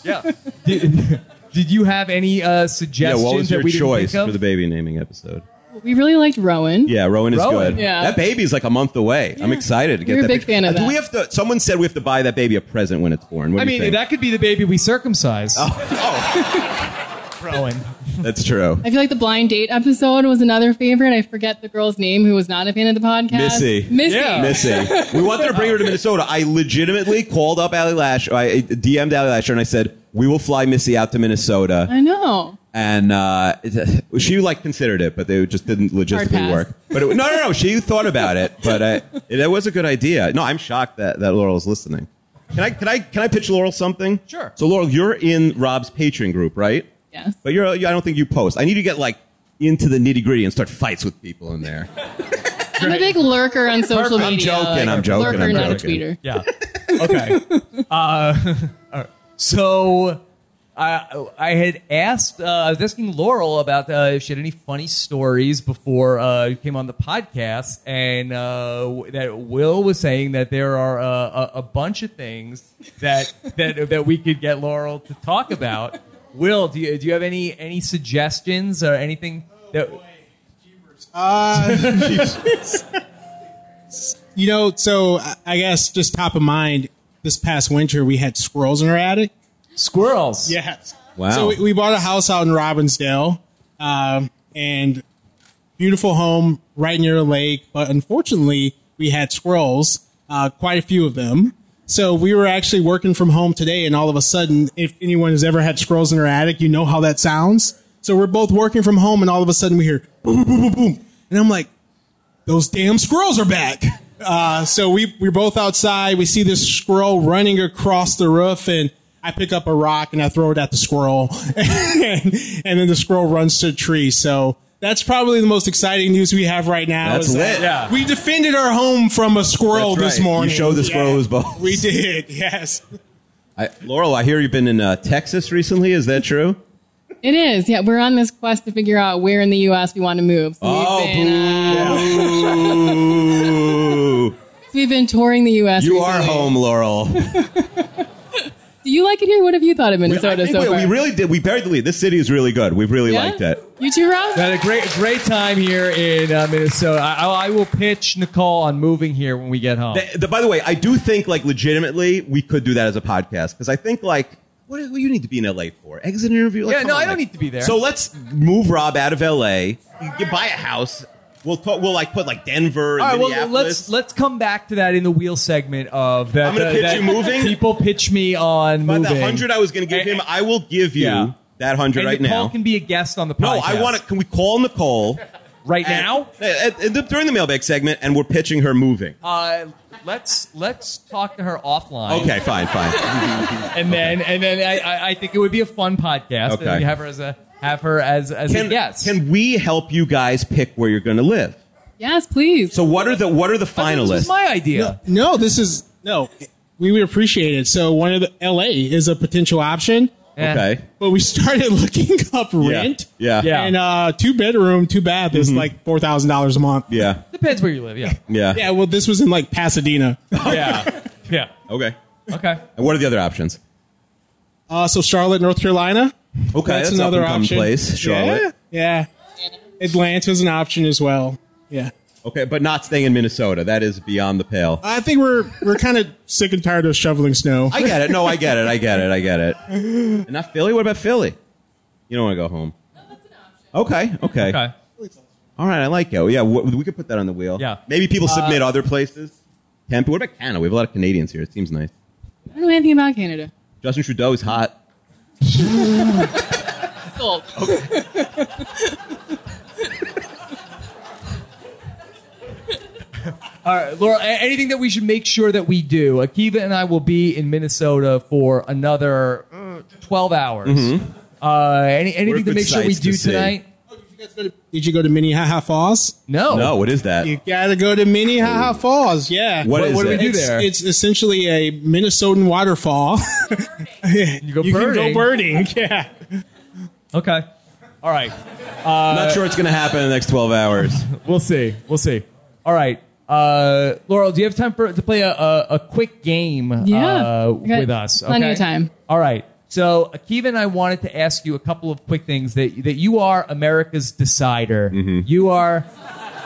S4: yeah. Did, did you have any uh,
S5: Yeah,
S4: suggestions
S5: what was your
S4: that we
S5: choice
S4: didn't
S5: for the
S4: think of?
S5: baby naming episode?
S9: We really liked Rowan.
S5: Yeah, Rowan is
S4: Rowan.
S5: good.
S9: Yeah.
S5: That baby's like a month away. I'm excited to get
S9: You're a
S5: that
S9: big
S5: picture.
S9: fan of
S5: Uh, Do
S9: that.
S5: we have to? Someone said we have to buy that baby a present when it's born. What
S4: I
S5: do you
S4: mean,
S5: think?
S4: that could be the baby we circumcised. Rowan.
S5: Oh. That's true.
S9: I feel like the blind date episode was another favorite. I forget the girl's name who was not a fan of the podcast.
S5: Missy.
S9: Missy.
S4: Yeah.
S5: Missy, we wanted to bring her to Minnesota. I legitimately called up Allie Lash. I DM'd Allie Lasher and I said, "We will fly Missy out to Minnesota."
S9: I know.
S5: and uh, she like considered it, but they just didn't logistically
S9: pass.
S5: work. But it, no, no, no, she thought about it, but uh, it, it was a good idea. No, I'm shocked that that Laurel is listening. Can I can I can I pitch Laurel something?
S4: Sure.
S5: So Laurel, you're in Rob's Patreon group, right?
S9: Yes.
S5: But you're I don't think you post. I need to get like into the nitty gritty and start fights with people in there.
S9: I'm a big lurker on social
S5: I'm
S9: media.
S5: joking, I'm joking,
S9: Lurker,
S5: I'm
S9: not
S5: joking.
S9: a tweeter.
S4: Yeah. Okay. uh, all right. So I I had asked uh, I was asking Laurel about uh, if she had any funny stories before uh, you came on the podcast, and uh, w- that Will was saying that there are uh, a, a bunch of things that that that we could get Laurel to talk about. Will, do you do you have any any suggestions or anything that?
S10: Uh, You know, so I- I guess just top of mind, this past winter we had squirrels in our attic.
S4: Squirrels.
S10: Yeah.
S5: Wow.
S10: So we, we bought a house out in Robbinsdale, um, and beautiful home right near a lake. But unfortunately, we had squirrels, uh, quite a few of them. So we were actually working from home today, and all of a sudden, if anyone has ever had squirrels in their attic, you know how that sounds. So we're both working from home, and all of a sudden we hear boom, boom, boom, boom, boom, and I'm like, those damn squirrels are back. Uh, so we, we're both outside. We see this squirrel running across the roof and I pick up a rock and I throw it at the squirrel and, and then the squirrel runs to a tree. So that's probably the most exciting news we have right now.
S5: That's
S10: is
S5: lit.
S10: that We defended our home from a squirrel
S5: That's right.
S10: this morning.
S5: You showed the squirrel
S10: Yeah.
S5: his bones.
S10: We did. Yes.
S5: I, Laurel, I hear you've been in uh, Texas recently. Is that true?
S9: It is. Yeah, we're on this quest to figure out where in the U.S. we want to move. So
S5: Oh,
S9: we've been, uh,
S5: boo!
S9: we've been touring the U.S.
S5: you are
S9: recently.
S5: home, Laurel.
S9: Do you like it here? What have you thought of
S5: We- I
S9: Minnesota
S5: think
S9: so
S5: we,
S9: far?
S5: we really did. We buried the lead. This city is really good. We've really
S9: Yeah?
S5: liked it.
S9: You too, Rob?
S4: had a great great time here in uh, Minnesota. I, I I will pitch Nicole on moving here when we get home.
S5: The- the- by the way, I do think like legitimately we could do that as a podcast because I think like what do you need to be in LA for? Exit interview? Like,
S4: Yeah,
S5: come
S4: no,
S5: on,
S4: I don't
S5: like-
S4: need to be there.
S5: So let's move Rob out of LA. You can buy a house. We'll talk, we'll like put like Denver and
S4: All right, well,
S5: Minneapolis.
S4: let's let's come back to that in the wheel segment of that.
S5: I'm gonna
S4: that-
S5: pitch
S4: that
S5: you moving.
S4: People pitch me on
S5: By
S4: moving.
S5: the hundred I was going to give him, I will give you
S4: Yeah.
S5: that hundred
S4: and
S5: right
S4: Nicole
S5: now.
S4: can be a guest on the podcast.
S5: no, I want to. Can we call Nicole
S4: right
S5: and-
S4: now.
S5: at- at the- during the mailbag segment, and we're pitching her moving.
S4: Uh, let's let's talk to her offline.
S5: Okay, fine, fine.
S4: and then and then I, I, I think it would be a fun podcast.
S5: Okay.
S4: and we have her as a have her as as a
S5: Can,
S4: guest.
S5: can we help you guys pick where you're going to live?
S9: Yes, please.
S5: So what are the what are the
S4: I thought this was
S5: finalists?
S4: my idea.
S10: No, this is no. We would appreciate it. So one of the LA is a potential option,
S4: Eh.
S5: okay.
S10: but we started looking up rent.
S5: Yeah. Mm-hmm.
S4: Yeah.
S10: And uh, two bedroom, two bath is like four thousand dollars a month.
S5: Yeah.
S4: Depends where you live. Yeah.
S5: Yeah.
S10: Yeah, well, this was in like Pasadena.
S4: yeah. Yeah.
S5: Okay.
S4: Okay.
S5: And what are the other options?
S10: Uh, so Charlotte, North Carolina.
S5: Okay,
S10: That's,
S5: that's,
S10: another
S5: up and coming
S10: option.
S5: place. Charlotte.
S10: Yeah. yeah. Atlanta's an option as well. Yeah.
S5: Okay, but not staying in Minnesota. That is beyond the pale.
S10: I think we're we're kind of sick and tired of shoveling snow.
S5: I get it. No, I get it. I get it. I get it. And not Philly. What about Philly? You don't want to go home. Okay. Okay.
S4: Okay.
S5: All right. I like it. Yeah. wh- We could put that on the wheel.
S4: Yeah.
S5: Maybe people submit other places. Tempe. What about Canada? We have a lot of Canadians here. It seems nice.
S9: I don't know anything about Canada.
S5: Justin Trudeau is hot.
S9: Sold.
S4: All right, Laura, a- anything that we should make sure that we do? Akiva and I will be in Minnesota for another uh, 12 hours. Uh, any, anything
S5: good
S4: to make sure we
S5: sights Mm-hmm. to
S4: do
S5: see.
S4: tonight?
S2: Did you go to Minnehaha Falls?
S4: No.
S5: No, what is that?
S2: You gotta go to Minnehaha Falls. Yeah.
S5: What
S4: What,
S5: is
S4: what do we
S5: it?
S4: do
S2: It's,
S4: there?
S2: it's essentially a Minnesotan waterfall.
S4: you go
S2: you can go birding. Yeah.
S4: Okay. All right.
S5: I'm not sure it's going to happen in the next 12 hours.
S4: We'll see. We'll see. All right. Uh, Laurel, do you have time for to play a, a, a quick game
S9: Yeah.
S4: uh,
S9: I got
S4: with us?
S9: plenty of time.
S4: All right. So, Akiva and I wanted to ask you a couple of quick things that that you are America's decider. You are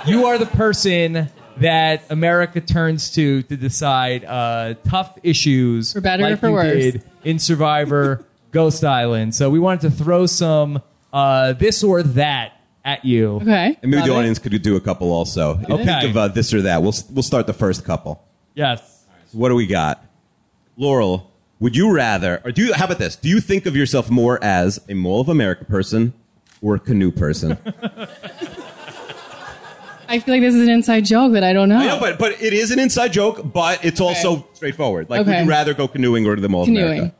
S4: you are the person that America turns to to decide uh, tough issues
S9: For better or
S4: like
S9: for
S4: you
S9: worse.
S4: did in Survivor Ghost Island. So, we wanted to throw some uh, this or that at you.
S9: Okay.
S5: And maybe
S9: Love
S5: the
S9: it.
S5: audience could do a couple also.
S4: Okay.
S5: Think of uh, this or that. We'll, we'll start the first couple.
S4: Yes.
S5: What do we got? Laurel, would you rather, or do you, how about this? Do you think of yourself more as a Mall of America person or a canoe person?
S9: I feel like this is an inside joke that I don't know.
S5: I know, but, but it is an inside joke, but it's also straightforward. Like, would
S9: Okay.
S5: you rather go canoeing or to the Mall of
S9: Canoeing.
S5: America?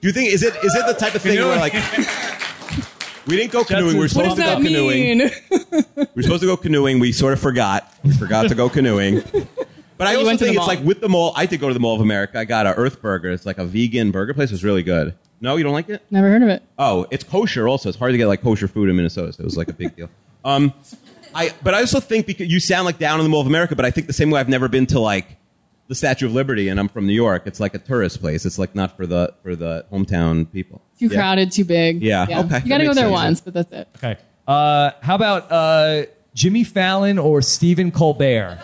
S5: Do you think, is it, is it the type of thing where like, we didn't go canoeing, we were
S4: what
S5: supposed
S9: What does
S5: to go
S9: that
S5: canoeing.
S9: mean?
S5: We were supposed to go canoeing. We sort of forgot. We forgot to go canoeing. But I also
S9: went to the
S5: think it's
S9: mall.
S5: like with the mall. I did go to the Mall of America. I got a Earth Burger. It's like a vegan burger place. It was really good. No, you don't like it?
S9: Never heard of it.
S5: Oh, it's kosher. Also, it's hard to get like kosher food in Minnesota. So it was like a big deal. Um, I but I also think because you sound like down in the Mall of America, but I think the same way I've never been to like the Statue of Liberty, and I'm from New York. It's like a tourist place. It's like not for the for the hometown people.
S9: Too
S5: Yeah.
S9: crowded, too big.
S5: Yeah. Okay.
S9: You got
S5: That
S9: to go
S5: makes
S9: there
S5: sense.
S9: once, but that's it.
S4: Okay. Uh, how about uh, Jimmy Fallon or Stephen Colbert?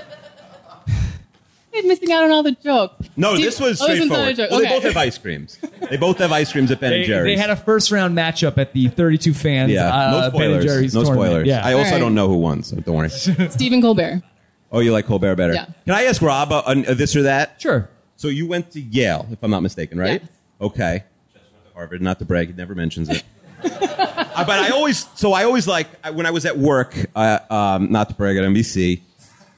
S9: I'm missing out on all the jokes.
S5: No,
S9: Steve-
S5: this was
S9: oh, this one's not
S5: straightforward.
S9: a joke.
S5: Well, they
S9: Okay.
S5: both have ice creams. They both have ice creams at Ben
S4: They,
S5: and Jerry's.
S4: they had a first round matchup at the 32 fans.
S5: Yeah,
S4: uh,
S5: no spoilers.
S4: Ben and Jerry's
S5: no
S4: tournament.
S5: spoilers.
S4: Yeah.
S5: I also
S9: All right.
S5: don't know who won, so don't worry.
S9: Stephen Colbert.
S5: oh, you like Colbert better?
S9: Yeah.
S5: Can I ask Rob a, a this or that?
S4: sure.
S5: So you went to Yale, if I'm not mistaken, right?
S9: Yes.
S5: Okay. Harvard, not to brag, he never mentions it. Uh, but I always, so I always like I, when I was at work, uh, um, not to brag at NBC,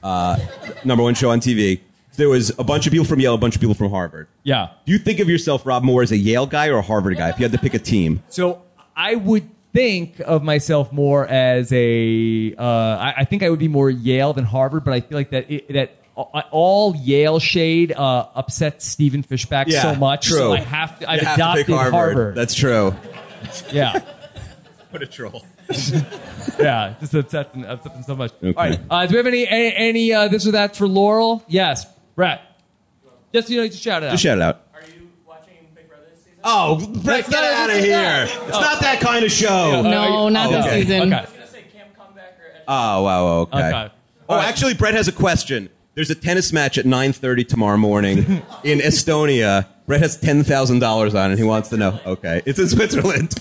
S5: uh, number one show on TV. There was a bunch of people from Yale, a bunch of people from Harvard.
S4: Yeah.
S5: Do you think of yourself, Rob, more as a Yale guy or a Harvard guy? If you had to pick a team,
S4: So I would think of myself more as a. Uh, I, I think I would be more Yale than Harvard, but I feel like that it, that all Yale shade uh, upsets Stephen Fishback
S5: Yeah,
S4: so much.
S5: true.
S4: So I have to. I've
S5: You have to
S4: adopted
S5: pick Harvard. That's true.
S4: yeah.
S5: What a troll.
S4: yeah, just upset and
S11: uh,
S4: upset them so much.
S5: Okay.
S4: All right, uh, do we have any any, any uh, this or that for Laurel? Yes, Brett. Just you know, just shout it out.
S5: Just shout it out.
S10: Are you watching Big Brother this season?
S5: Oh, Brett,
S4: That's
S5: get
S4: not-
S5: out of
S4: that's
S5: here.
S4: not-
S5: It's not that kind of show.
S9: No, not this
S5: okay.
S9: season.
S4: Uh, Okay.
S10: I was gonna say Cam comeback or Ed-
S5: Oh, wow, okay.
S4: Okay.
S5: Oh, actually, Brett has a question. There's a tennis match at 9.30 tomorrow morning in Estonia. Brett has $10,000 on it. He wants to know. Okay. It's in Switzerland.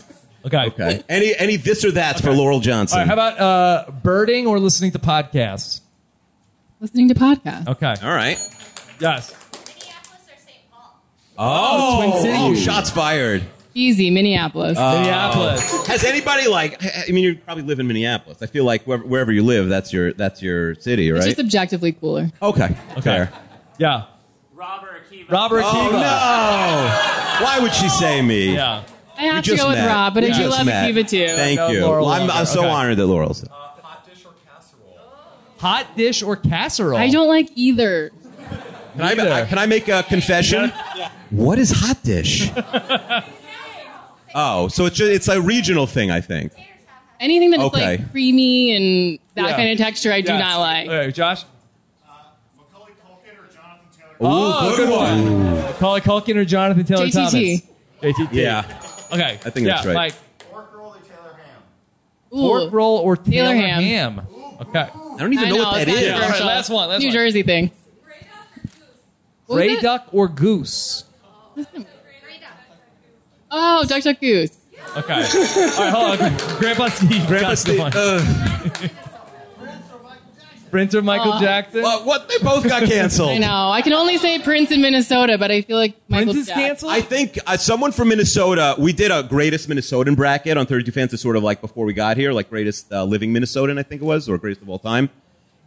S4: Okay.
S5: Okay. Any, any this or that's for Laurel Johnson.
S4: All right. How about uh, birding or listening to podcasts?
S9: Listening to podcasts.
S4: Okay.
S5: All right.
S4: Yes.
S12: Minneapolis or St. Paul?
S5: Oh,
S4: Twin Cities.
S5: oh, shots fired.
S9: Easy, Minneapolis.
S5: Uh,
S4: Minneapolis.
S5: Has anybody like? I mean, you probably live in Minneapolis. I feel like wherever, wherever you live, that's your that's your city,
S9: It's
S5: right?
S9: just objectively cooler.
S5: okay. Fair.
S4: Yeah.
S10: Robert Akiva.
S4: Robert
S5: Oh
S4: Akiva.
S5: no! Why would she say me?
S4: Yeah.
S9: I have
S5: We
S9: to
S5: just
S9: go with
S5: met.
S9: Rob, but
S5: We
S9: I do
S5: just
S9: love
S5: met.
S9: Akiva too.
S5: Thank
S4: No,
S5: you.
S4: Laurel
S5: Well, I'm,
S4: Walker.
S5: I'm so
S4: Okay.
S5: honored that Laurel's.
S10: Hot dish or casserole?
S4: Hot dish or casserole?
S9: I don't like either.
S5: Can I, can I make a confession? What is hot dish? oh, so it's just, it's a regional thing, I think.
S9: Anything that's
S5: Okay.
S9: like creamy and that
S4: Yeah.
S9: kind of texture, I do
S4: Yes.
S9: not like.
S4: All right, Josh.
S5: Uh,
S10: Macaulay Culkin or Jonathan Taylor?
S4: Oh, good one. Macaulay Culkin or Jonathan Taylor
S9: JTT.
S4: Thomas? JTT.
S5: Yeah.
S4: Okay.
S5: I think
S4: yeah,
S5: that's right.
S4: Mike,
S10: Pork roll or Taylor Ham?
S9: Ooh.
S4: pork roll or Taylor,
S9: Taylor ham.
S4: ham. Okay.
S5: I don't even
S9: I
S5: know,
S9: know,
S5: what that
S9: it's
S5: is.
S9: not
S4: All right,
S9: controversial.
S4: last one, last
S9: New
S4: one.
S9: Jersey thing. What was
S4: Gray
S9: it?
S4: duck or goose?
S9: Oh, Duck Duck Goose.
S4: Okay. All right, hold on. Grandpa Steve. Grandpa
S5: That's the- uh,
S4: Prince or Michael
S9: Aw.
S4: Jackson?
S5: what- what? They both got canceled.
S9: I know. I can only say Prince in Minnesota, but I feel like Michael
S4: Prince is
S9: Jack-
S4: canceled?
S5: I think uh, someone from Minnesota. We did a greatest Minnesotan bracket on 32 fans. It's sort of like before we got here, like greatest uh, living Minnesotan, I think it was, or greatest of all time.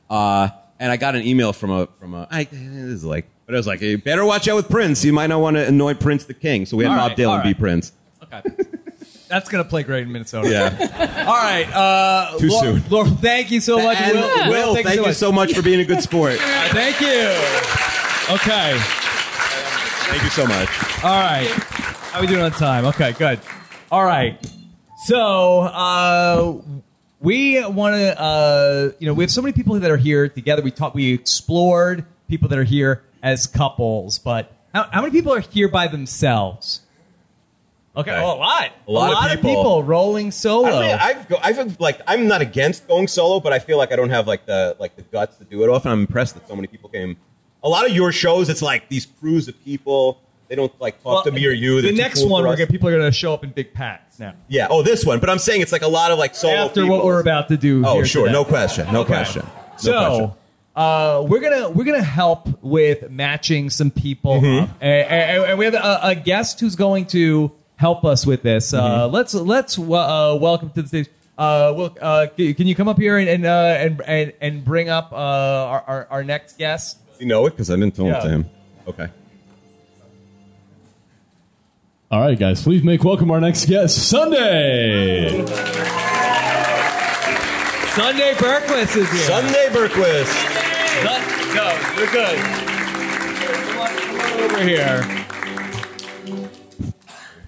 S5: Uh, and I got an email from a from a I, this is like, but I was like, you better watch out with Prince. You might not want to annoy Prince the King. So we had
S4: All
S5: Bob
S4: right, all
S5: Dylan be
S4: right.
S5: Prince.
S4: That's gonna play great in Minnesota.
S5: Yeah.
S4: All right. Uh,
S5: Too
S4: Laurel-
S5: soon.
S4: Laurel, thank you so much.
S5: And
S4: Will,
S5: Will, thank you so much for being a good sport.
S4: Uh, thank you. Okay.
S5: Thank you so much.
S4: All right. How we doing on time? Okay, good. All right. So uh, we want to, uh, you know, we have so many people that are here together. We talked, we explored people that are here as couples, but how, how many people are here by themselves? Okay,
S5: Okay.
S4: well, Oh, a lot.
S5: A lot of people.
S4: rolling solo.
S5: I don't know, I've, go- I've like I'm not against going solo, but I feel like I don't have like the like the guts to do it. Often I'm impressed that so many people came. A lot of your shows, it's like these crews of people. They don't like talk to me or you. They're
S4: The
S5: too
S4: next
S5: cool
S4: one,
S5: for
S4: we're
S5: us.
S4: gonna, people are going to show up in big packs now.
S5: Yeah. Oh, this one. But I'm saying it's like a lot of like solo.
S4: After
S5: people.
S4: what we're about to do.
S5: Oh,
S4: here
S5: sure.
S4: today.
S5: No question. No
S4: Okay.
S5: question. No question.
S4: so uh, we're gonna we're gonna help with matching some people,
S5: Mm-hmm.
S4: up. And, and- and we have a, a guest who's going to help us with this.
S5: Mm-hmm.
S4: Uh, let's let's uh, welcome to the stage. Uh, Will, uh, c- can you come up here and and uh, and, and and bring up uh, our, our our next guest?
S5: Does he know it? Because I didn't tell
S4: Yeah.
S5: it to him. Okay.
S3: All right, guys, please make welcome our next guest, Sunday.
S4: Sunday Berquist is here.
S5: Sunday Berquist.
S4: Sun- no, you're good. Over here.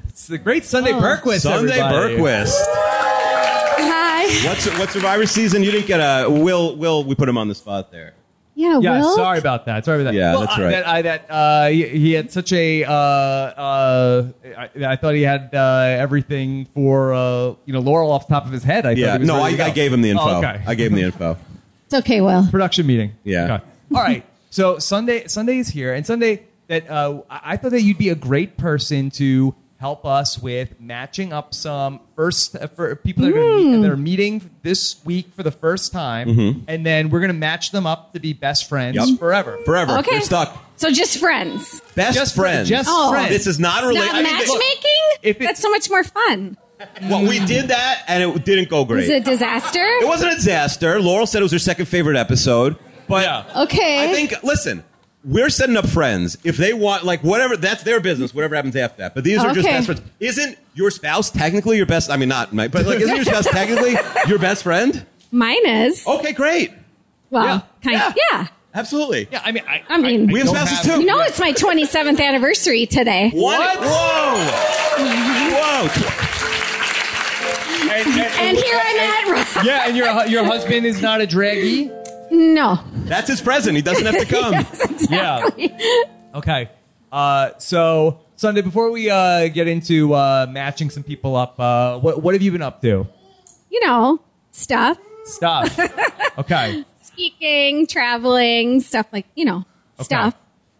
S4: It's the great Sunday Berquist.
S5: Sunday
S4: everybody.
S5: Berquist.
S13: Hi.
S5: What's what Survivor season? You didn't get a Will. Will we put him on the spot there?
S13: Yeah,
S4: Yeah,
S13: Will.
S4: sorry about that. Sorry about that.
S5: Yeah,
S4: Well,
S5: that's
S4: I-
S5: right.
S4: that, I, that uh, he, he had such a. Uh, uh, I, I thought he had uh, everything for uh, you know Laurel off the top of his head. I thought
S5: yeah.
S4: he was
S5: No,
S4: ready to
S5: I, I
S4: go.
S5: gave him the info.
S4: Oh, okay.
S5: I gave him the info.
S13: It's okay, Will.
S4: Production meeting.
S5: Yeah.
S4: All right. So Sunday, Sunday is here, and Sunday that uh, I I thought that you'd be a great person to help us with matching up some first uh, for people that are, gonna meet, that are meeting this week for the first time,
S5: Mhm.
S4: and then we're going to match them up to be best friends
S5: Yep.
S4: forever.
S5: Forever.
S13: Okay.
S5: You're stuck.
S13: So just friends.
S5: Best
S4: Just
S5: friends.
S4: just Oh. friends.
S5: This is not
S13: It's
S5: related.
S13: not matchmaking.
S4: if it-
S13: That's so much more fun.
S5: well, we did that and it didn't go
S13: Is
S5: great.
S13: it a disaster?
S5: It wasn't a disaster. Laurel said it was her second favorite episode, but
S13: Okay.
S5: I think listen, we're setting up friends. If they want, like whatever, that's their business. Whatever happens after that, but these are just
S13: Okay.
S5: best friends. Isn't your spouse technically your best? I mean, not my, but like, isn't your spouse technically your best friend?
S13: Mine is.
S5: Okay, great,
S13: Well,
S5: yeah.
S13: kind of. Yeah.
S5: absolutely.
S4: Yeah, I mean, I,
S13: I mean,
S5: We have spouses too.
S13: you know, it's my 27th anniversary today.
S5: One- Whoa! Whoa!
S4: and,
S13: And here I'm at. Rob.
S4: Yeah, and your hu- your husband is not a draggy.
S13: No.
S5: That's his present. He doesn't have to come.
S4: Yeah. Okay. Uh, so Sunday, before we uh, get into uh, matching some people up, uh, what what have you been up to?
S13: You know, stuff.
S4: Stuff. okay.
S13: Speaking, traveling, stuff like, you know,
S4: Okay.
S13: stuff.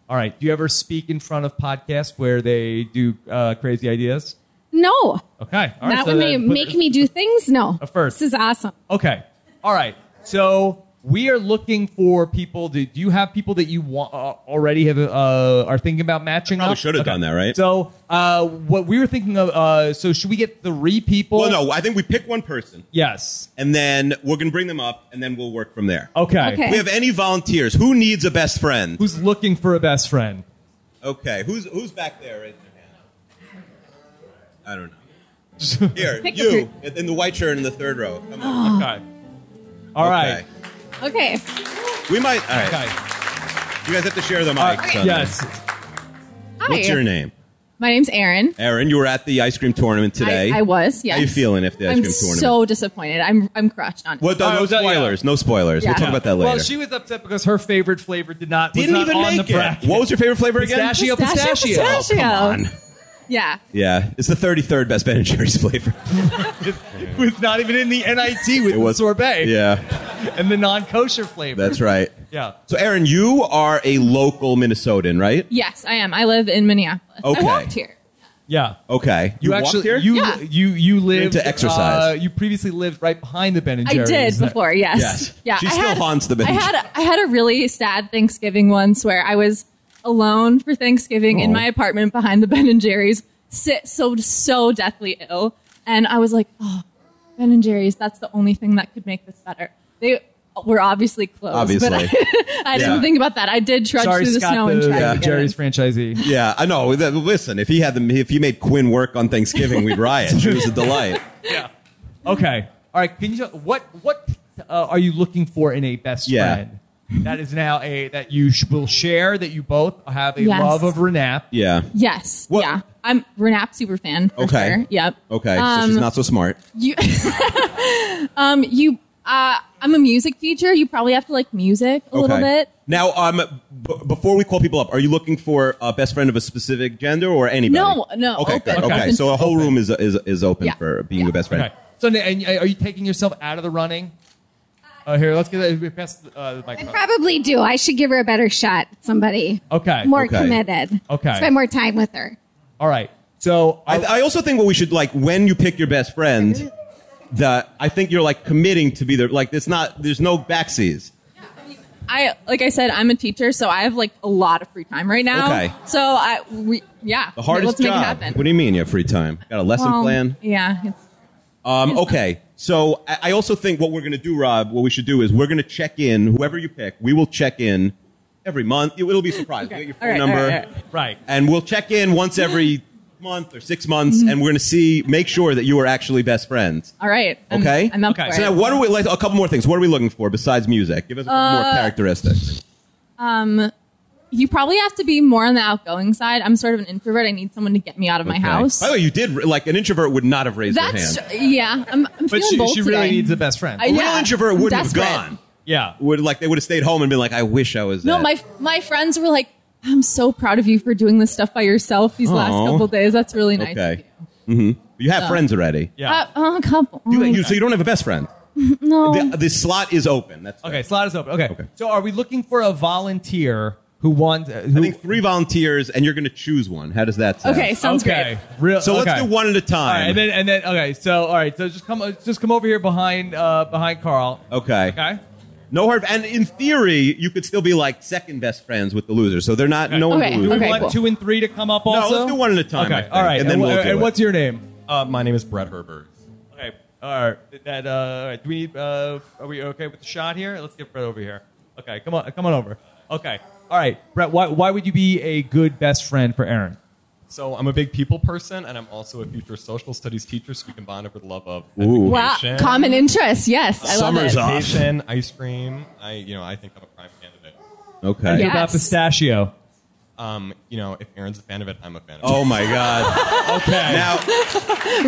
S4: All right. Do you ever speak in front of podcasts where they do uh, crazy ideas?
S13: No.
S4: Okay. All right.
S13: Not
S4: so
S13: when they
S4: then put-
S13: make me do things. No.
S4: A first.
S13: This is awesome.
S4: Okay. All right. So we are looking for people. To, do you have people that you want, uh, already have uh, are thinking about matching?
S5: probably
S4: up?
S5: should have done that, right?
S4: So uh, what we were thinking of. Uh, so should we get three people?
S5: Well, no, I think we pick one person,
S4: Yes.
S5: and then we're gonna bring them up, and then we'll work from there.
S4: Okay.
S13: Okay.
S5: We have any volunteers? Who needs a best friend?
S4: Who's looking for a best friend?
S5: Okay, who's who's back there? Raise your hand. I don't know. Here,
S13: Pick a
S5: you in in the white shirt in the third row. Come on.
S4: Okay. All right.
S5: Okay.
S13: Okay.
S5: We might. All right.
S4: Okay.
S5: You guys have to share the mic.
S4: Uh,
S5: Sunday.
S4: yes.
S13: Hi.
S5: What's your name?
S13: My name's Erin.
S5: Aaron, you were at the ice cream tournament today.
S13: I, I was, yes.
S5: How you feeling after the ice
S13: I'm
S5: cream tournament?
S13: so disappointed. I'm, I'm crushed on it.
S5: Well, no,
S4: I
S5: no
S4: was at- yeah.
S5: spoilers. No spoilers. We'll
S13: Yeah.
S5: talk about that later.
S4: Well, she was upset because her favorite flavor did not was
S5: didn't
S4: not
S5: even
S4: on
S5: make
S4: the bracket.
S5: it. What was your favorite flavor again? Oh,
S4: Pistachio, pistachio.
S13: Pistachio.
S5: Come on.
S13: Yeah.
S5: Yeah, it's the 33rd best Ben and Jerry's flavor.
S4: It was not even in the NIT with
S5: It was
S4: the sorbet
S5: Yeah,
S4: and the non-kosher flavor.
S5: that's right.
S4: yeah.
S5: So, Aaron, you are a local Minnesotan, right?
S13: Yes, I am. I live in Minneapolis.
S5: Okay.
S13: I walked here.
S4: Yeah.
S5: Okay.
S4: You,
S5: walked
S4: actually
S5: here?
S4: you
S13: Yeah.
S4: you you lived
S5: Into exercise.
S4: Uh, you previously lived right behind the Ben and
S13: I
S4: Jerry's.
S13: did
S4: isn't it?
S13: before, yes.
S5: Yes.
S13: Yeah.
S5: She
S13: I
S5: still
S13: had-
S5: haunts the bench.
S13: I had I had a really sad Thanksgiving once where I was alone for Thanksgiving
S5: Oh.
S13: in my apartment behind the Ben and Jerry's, sit so so deathly ill, and I was like, oh, Ben and Jerry's. That's the only thing that could make this better. They were obviously closed.
S5: Obviously.
S13: But I, I didn't
S5: Yeah.
S13: think about that. I did trudge through the snow and try to get
S4: Jerry's franchisee.
S5: Yeah, I know. That- Listen, if he had them, if he made Quinn work on Thanksgiving, we'd riot. She was a delight.
S4: Okay. All right. Can you what what uh, are you looking for in a best
S5: Yeah.
S4: friend? That is now a that you sh- will share that you both have a
S13: Yes.
S4: love of Renap.
S5: Yeah.
S13: Yes. Yeah. I'm Renap super fan. For
S5: Okay.
S13: Sure. Yep.
S5: Okay, so
S13: Um,
S5: she's not so smart.
S13: You, um, you, uh, I'm a music teacher. You probably have to like music a little
S5: Okay.
S13: bit.
S5: Now, um, b- before we call people up, are you looking for a best friend of a specific gender or anybody?
S13: No, no,
S5: Okay,
S13: open,
S5: good. Okay,
S13: open.
S5: so a whole room is is, is open
S13: Yeah.
S5: for being the best friend.
S4: Okay. So n- and uh, are you taking yourself out of the running? Uh, here, let's get that. Pass uh, the microphone.
S14: Probably do. I should give her a better shot. Somebody.
S4: Okay.
S14: More
S5: Okay.
S14: committed.
S5: Okay.
S14: Spend more time with her.
S4: All right. So
S5: I, I also think what we should like when you pick your best friend, the I think you're like committing to be there. Like it's not there's no backseas.
S13: I, like I said, I'm a teacher, so I have like a lot of free time right now.
S5: Okay.
S13: So I, we, yeah.
S5: The hardest
S13: Let's
S5: job.
S13: make it happen. Um,
S5: What do you mean you have free time? Got a lesson
S13: Well,
S5: plan?
S13: Yeah. It's,
S5: Um, okay. So I, I also think what we're going to do, Rob, what we should do is we're going to check in, whoever you pick, we will check in every month. It, will be a surprise. We'll get your phone
S15: All right,
S5: number.
S15: all right, all
S4: right.
S5: And we'll check in once every month or six months, and we're going to see, make sure that you are actually best friends.
S13: all right. I'm-
S5: Okay.
S13: I'm up for
S5: So
S13: it.
S5: now, what are we? Like, a couple more things. What are we looking for besides music? Give us a couple more
S13: Uh,
S5: characteristics.
S13: Um, you probably have to be more on the outgoing side. I'm sort of an introvert. I need someone to get me out of my
S5: Okay.
S13: house.
S5: By the way, you did like an introvert would not have raised
S13: That's
S5: their hand.
S13: yeah. I'm, I'm feeling bold today.
S4: a best friend.
S13: Uh,
S5: a real
S13: yeah.
S5: introvert
S13: I'm
S5: wouldn't have
S13: desperate.
S5: gone.
S4: Yeah,
S5: would like they would have stayed home and been like, "I wish I was."
S13: No,
S5: that.
S13: my my friends were like, "I'm so proud of you for doing this stuff by yourself these last
S5: Aw.
S13: couple days. That's really nice."
S5: Okay. hmm You have
S13: So-
S5: friends already.
S13: Uh, uh, a couple.
S5: You, you- so you don't have a best friend.
S13: no.
S5: The, the slot is open. That's
S4: Okay, slot is open. Okay. So are we looking for a volunteer who wants? Uh, who,
S5: I think three volunteers, and you're going to choose one. How does that sound?
S4: Okay, sounds Okay. great. Real-
S5: so let's
S4: okay.
S5: do one at a
S4: All right,
S5: time.
S4: and then and then okay. So all right. So just come uh, just come over here behind uh, behind Carl.
S5: okay.
S4: Okay.
S5: No hard. And in theory, you could still be like second best friends with the loser. So they're not. No one will
S4: Do
S5: lose.
S4: we want two and three to come up also?
S5: let's do one at a time, I
S4: Okay.
S5: think,
S4: All right.
S5: and then
S4: wh-
S5: we'll do it.
S4: what's your name?
S11: Uh, my name is Brett Herbert.
S4: Okay. All right. That, uh, all right. Do we need? Uh, are we okay with the shot here? Let's get Brett over here. Okay. Come on. Come on over. Okay. All right, Brett. Why why would you be a good best friend for Aaron?
S11: So I'm a big people person, and I'm also a future social studies teacher, so we can bond over the love of
S5: Ooh.
S13: Wow.
S11: education,
S13: Common interest. Yes, I love it.
S11: education, ice cream. I, you know, I think I'm a prime candidate.
S5: Okay.
S4: What About
S11: Yes.
S4: pistachio.
S11: Um, you know, if Aaron's a fan of it, I'm a fan. of it.
S5: Oh my god. okay. Now,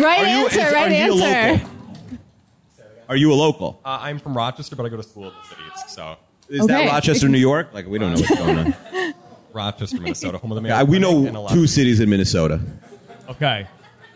S14: Right
S11: Are you-
S14: answer.
S11: is-
S14: right
S11: are you a
S14: answer.
S5: are you a local?
S11: uh, I'm from Rochester, but I go to school in the cities. So
S5: Is that Rochester, New York? Like we don't know what's going on.
S11: Rochester, Minnesota, home of the man.
S5: Yeah, we know two cities in Minnesota.
S4: Okay.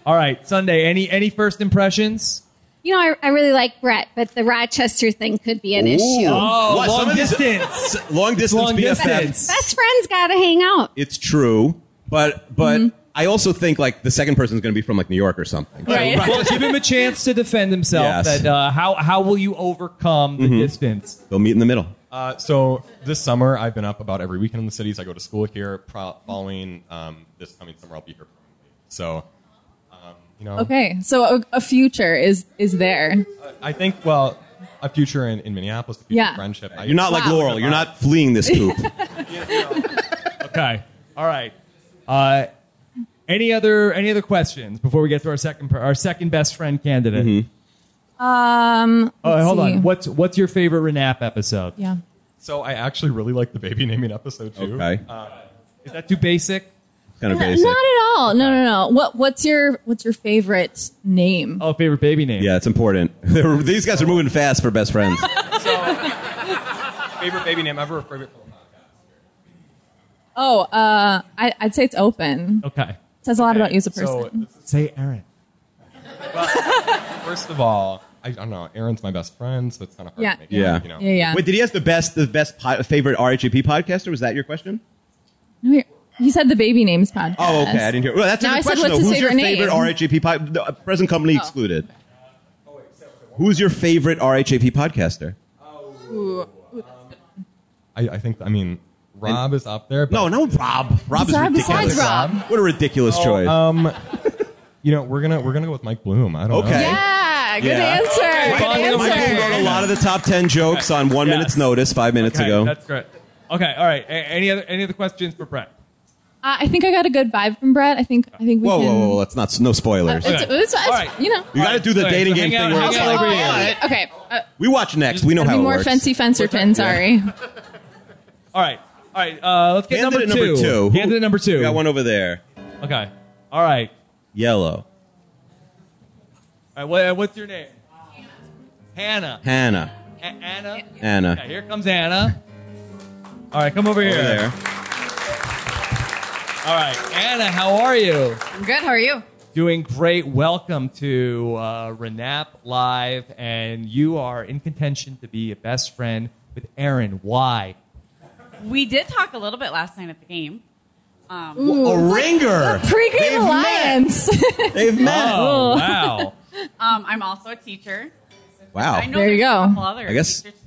S4: All right. Sunday. Any any first impressions?
S14: You know, I, I really like Brett, but the Rochester thing could be an
S4: Ooh.
S14: issue.
S4: Oh,
S5: What, some
S4: long
S5: of these-
S4: distance.
S5: long
S4: It's
S5: distance
S4: long
S5: BFF.
S4: distance.
S14: Best friends gotta hang out.
S5: It's true, but but
S4: Mm-hmm.
S5: I also think like the second person is going to be from like New York or something.
S14: Right.
S4: Well, give him a chance to defend himself. um,
S5: Yes.
S4: That uh, how how will you overcome the
S11: Mhm.
S4: distance?
S5: They'll meet in the middle.
S11: Uh, so this summer, I've been up about every weekend in the cities. I go to school here. Pro- following um, this coming summer, I'll be here. permanently. So, um, you know,
S13: Okay, so a, a future is is there.
S11: I think well, a future in, in Minneapolis, a future
S13: Yeah.
S11: friendship. I-
S5: You're not like
S11: Wow.
S5: Laurel. You're not fleeing this coop.
S4: Okay. All right. Uh, any other any other questions before we get to our second per- our second best friend candidate?
S5: Mm-hmm.
S13: Um.
S4: Oh,
S13: let's
S4: hold
S13: see.
S4: on. What's what's your favorite Renap episode?
S13: Yeah.
S11: So I actually really like the baby naming episode too.
S5: Okay.
S11: Uh,
S4: is that too basic?
S5: Kind
S13: N- Not at all. No, no, no. What What's your What's your favorite name?
S4: Oh, favorite baby name.
S5: Yeah, it's important. They're- These guys are moving fast for best friends.
S11: favorite baby name ever. Or favorite.
S13: Oh, uh, I, I'd say it's open.
S4: Okay.
S13: Says a lot about you as a person.
S11: So
S4: Say Aaron.
S11: first of all, I, I don't know. Aaron's my best friend, so it's kind of hard.
S13: Yeah.
S11: To make
S5: Yeah.
S11: You know.
S5: Wait, did he ask the best the best po- favorite RHAP podcaster? Was that your question?
S13: No, you're- he said the baby names podcast.
S5: Oh, okay. I didn't hear. Well, that's a
S13: Now
S5: good
S13: I said,
S5: question.
S13: what's
S5: though.
S13: his
S5: Who's your
S13: favorite
S5: favorite RHAP
S13: name?
S5: pod? no, uh, present company
S13: Oh.
S5: excluded. Who's your favorite RHAP podcaster?
S13: Ooh.
S11: I, I think. I mean, Rob is up there.
S5: No, no, Rob. Rob is
S13: Besides-
S5: ridiculous.
S13: besides Rob.
S5: What a ridiculous
S11: Oh,
S5: choice.
S11: Um, you know, we're gonna we're gonna go with Mike Bloom. I don't know.
S5: Okay.
S13: Yeah, good
S5: Yeah.
S13: answer.
S5: Michael wrote a lot of the top ten jokes on one minute's notice five minutes
S4: Okay,
S5: ago.
S4: That's great. Okay, all right. A- any other any other questions for Brett?
S13: Uh, I think I got a good vibe from Brett. I think I think we
S5: Whoa,
S13: can. Uh,
S5: whoa, whoa! Let's not no spoilers.
S13: It's, it's, it's, You know.
S5: You got to do the
S4: All right,
S5: dating
S4: so
S5: game
S4: hang
S5: thing
S4: out-
S5: where it's
S4: hang out
S5: like,
S4: over here.
S13: Okay. okay. Uh,
S5: we watch next. We know
S13: gotta
S5: how
S13: be
S5: it
S13: more
S5: works.
S13: fancy fencer pin. Sorry.
S4: All right, all right. Uh, let's get number
S5: Candidate
S4: two.
S5: number two.
S4: Candidate number two.
S5: We got one over there.
S4: Okay. All right.
S5: Yellow.
S4: All right, what, what's your name? Hannah.
S5: Hannah.
S4: A- Anna.
S5: Anna.
S4: Okay, here comes Anna. All right, come over here.
S5: there.
S4: All right, Anna, how are you?
S8: I'm good. How are you?
S4: Doing great. Welcome to uh, Renap Live, and you are in contention to be a best friend with Aaron. Why?
S8: We did talk a little bit last night at the game. Um,
S4: Ooh. A ringer.
S13: Pre-game They've alliance.
S5: They've met.
S4: Oh, wow.
S8: Um, I'm also a teacher.
S5: Wow.
S8: I know
S13: There you
S8: there's
S13: go.
S8: a couple other
S5: I guess-
S8: teachers,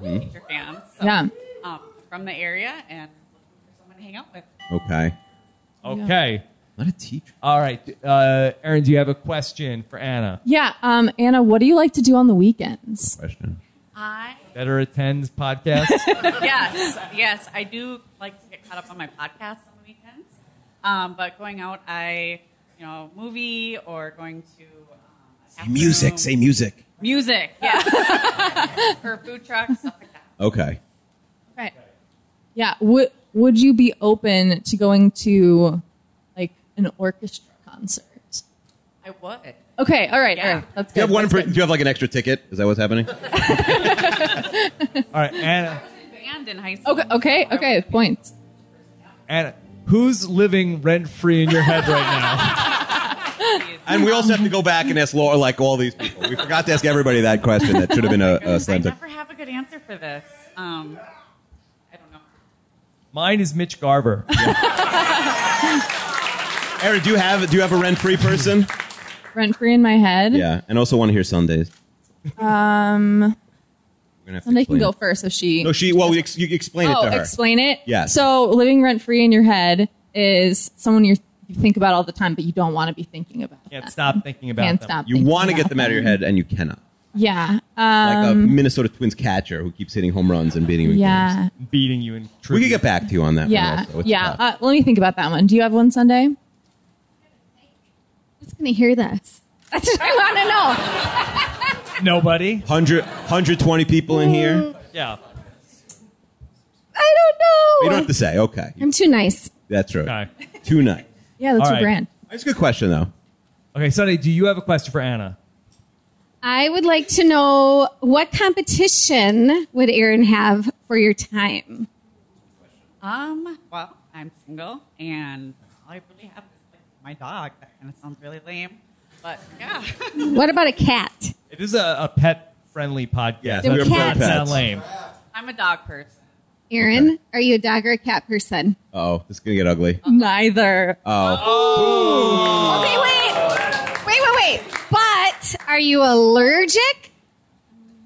S5: Mhm.
S8: teacher fans. So,
S13: Yeah.
S8: Um, from the area and looking for someone to hang out with.
S5: Okay.
S4: Okay.
S5: Not a teacher.
S4: All right, uh, Aaron, do you have a question for Anna?
S13: Yeah. Um, Anna, what do you like to do on the weekends?
S5: Question.
S8: I
S4: Better attends podcast.
S8: yes, yes, I do like to get caught up on my podcasts on the weekends. Um, but going out, I you know movie or going to um,
S5: Say music. Say music.
S8: music, yeah, or food trucks. stuff like that.
S5: Okay.
S13: Right. Yeah. Would Would you be open to going to like an orchestra concert?
S8: I would.
S13: Okay. All right. All right. That's
S5: Do you
S13: good.
S5: have one? Per, do you have like an extra ticket? Is that what's happening?
S4: All right, Anna.
S8: Band in high school.
S13: Okay. Okay. Okay. Points.
S4: Anna, who's living rent free in your head right
S5: And we also have to go back and ask Laura, like all these people. We forgot to ask everybody that question. That should have been a, a slam dunk.
S8: Never have a good answer for this. Um,
S4: now? Mine is Mitch Garver.
S5: Aaron, do you have do you have a rent free person?
S13: Rent free in my head.
S5: Yeah, and also want to hear Sundays.
S13: Um.
S5: We're gonna have to
S13: Sunday can
S5: explain
S13: go
S5: it.
S13: first if she.
S5: No, she. Well, we ex- you explain
S13: oh,
S5: it to her.
S13: explain it.
S5: Yes.
S13: So living rent free in your head is someone you're, you think about all the time, but you don't want to be thinking about.
S4: Can't stop thinking about
S13: Can't
S4: them.
S13: stop
S5: You
S13: thinking
S5: want to
S13: about
S5: get them out of your head, and you cannot.
S13: Yeah.
S5: Like a
S13: Um,
S5: Minnesota Twins catcher who keeps hitting home runs and beating you. in
S13: yeah.
S4: beating you in
S5: We could get back to you on that. One
S13: Yeah.
S5: also. It's
S13: Yeah.
S5: tough.
S13: Uh, let me think about that one. Do you have one Sunday?
S14: Who's going to hear this? That's what I want to know.
S4: Nobody.
S5: 100, 120 people in here.
S4: Yeah.
S14: I
S5: You
S14: don't
S5: don't
S14: know.
S5: have to say. Okay,
S14: I'm too nice.
S5: that's right. Two night.
S14: Yeah, that's
S4: All
S14: your
S4: right.
S14: brand.
S5: That's a good question though.
S4: Okay, Sunday, do you have a question for Anna?
S14: I would like to know what competition would Aaron have for your time?
S8: um, well, I'm single, and all I really have is like, my dog. That kind of sounds really lame, but yeah.
S14: What about a cat?
S4: This is a, a pet friendly podcast.
S5: Yes,
S4: That
S5: we are
S4: does
S5: pro
S4: not sound
S5: pets.
S4: lame.
S8: I'm a dog person.
S14: Aaron, are you a dog or a cat person?
S5: Oh, this is gonna get ugly.
S13: Neither.
S5: Oh,
S13: Oh.
S14: Okay, wait. Wait, wait, wait. But are you allergic?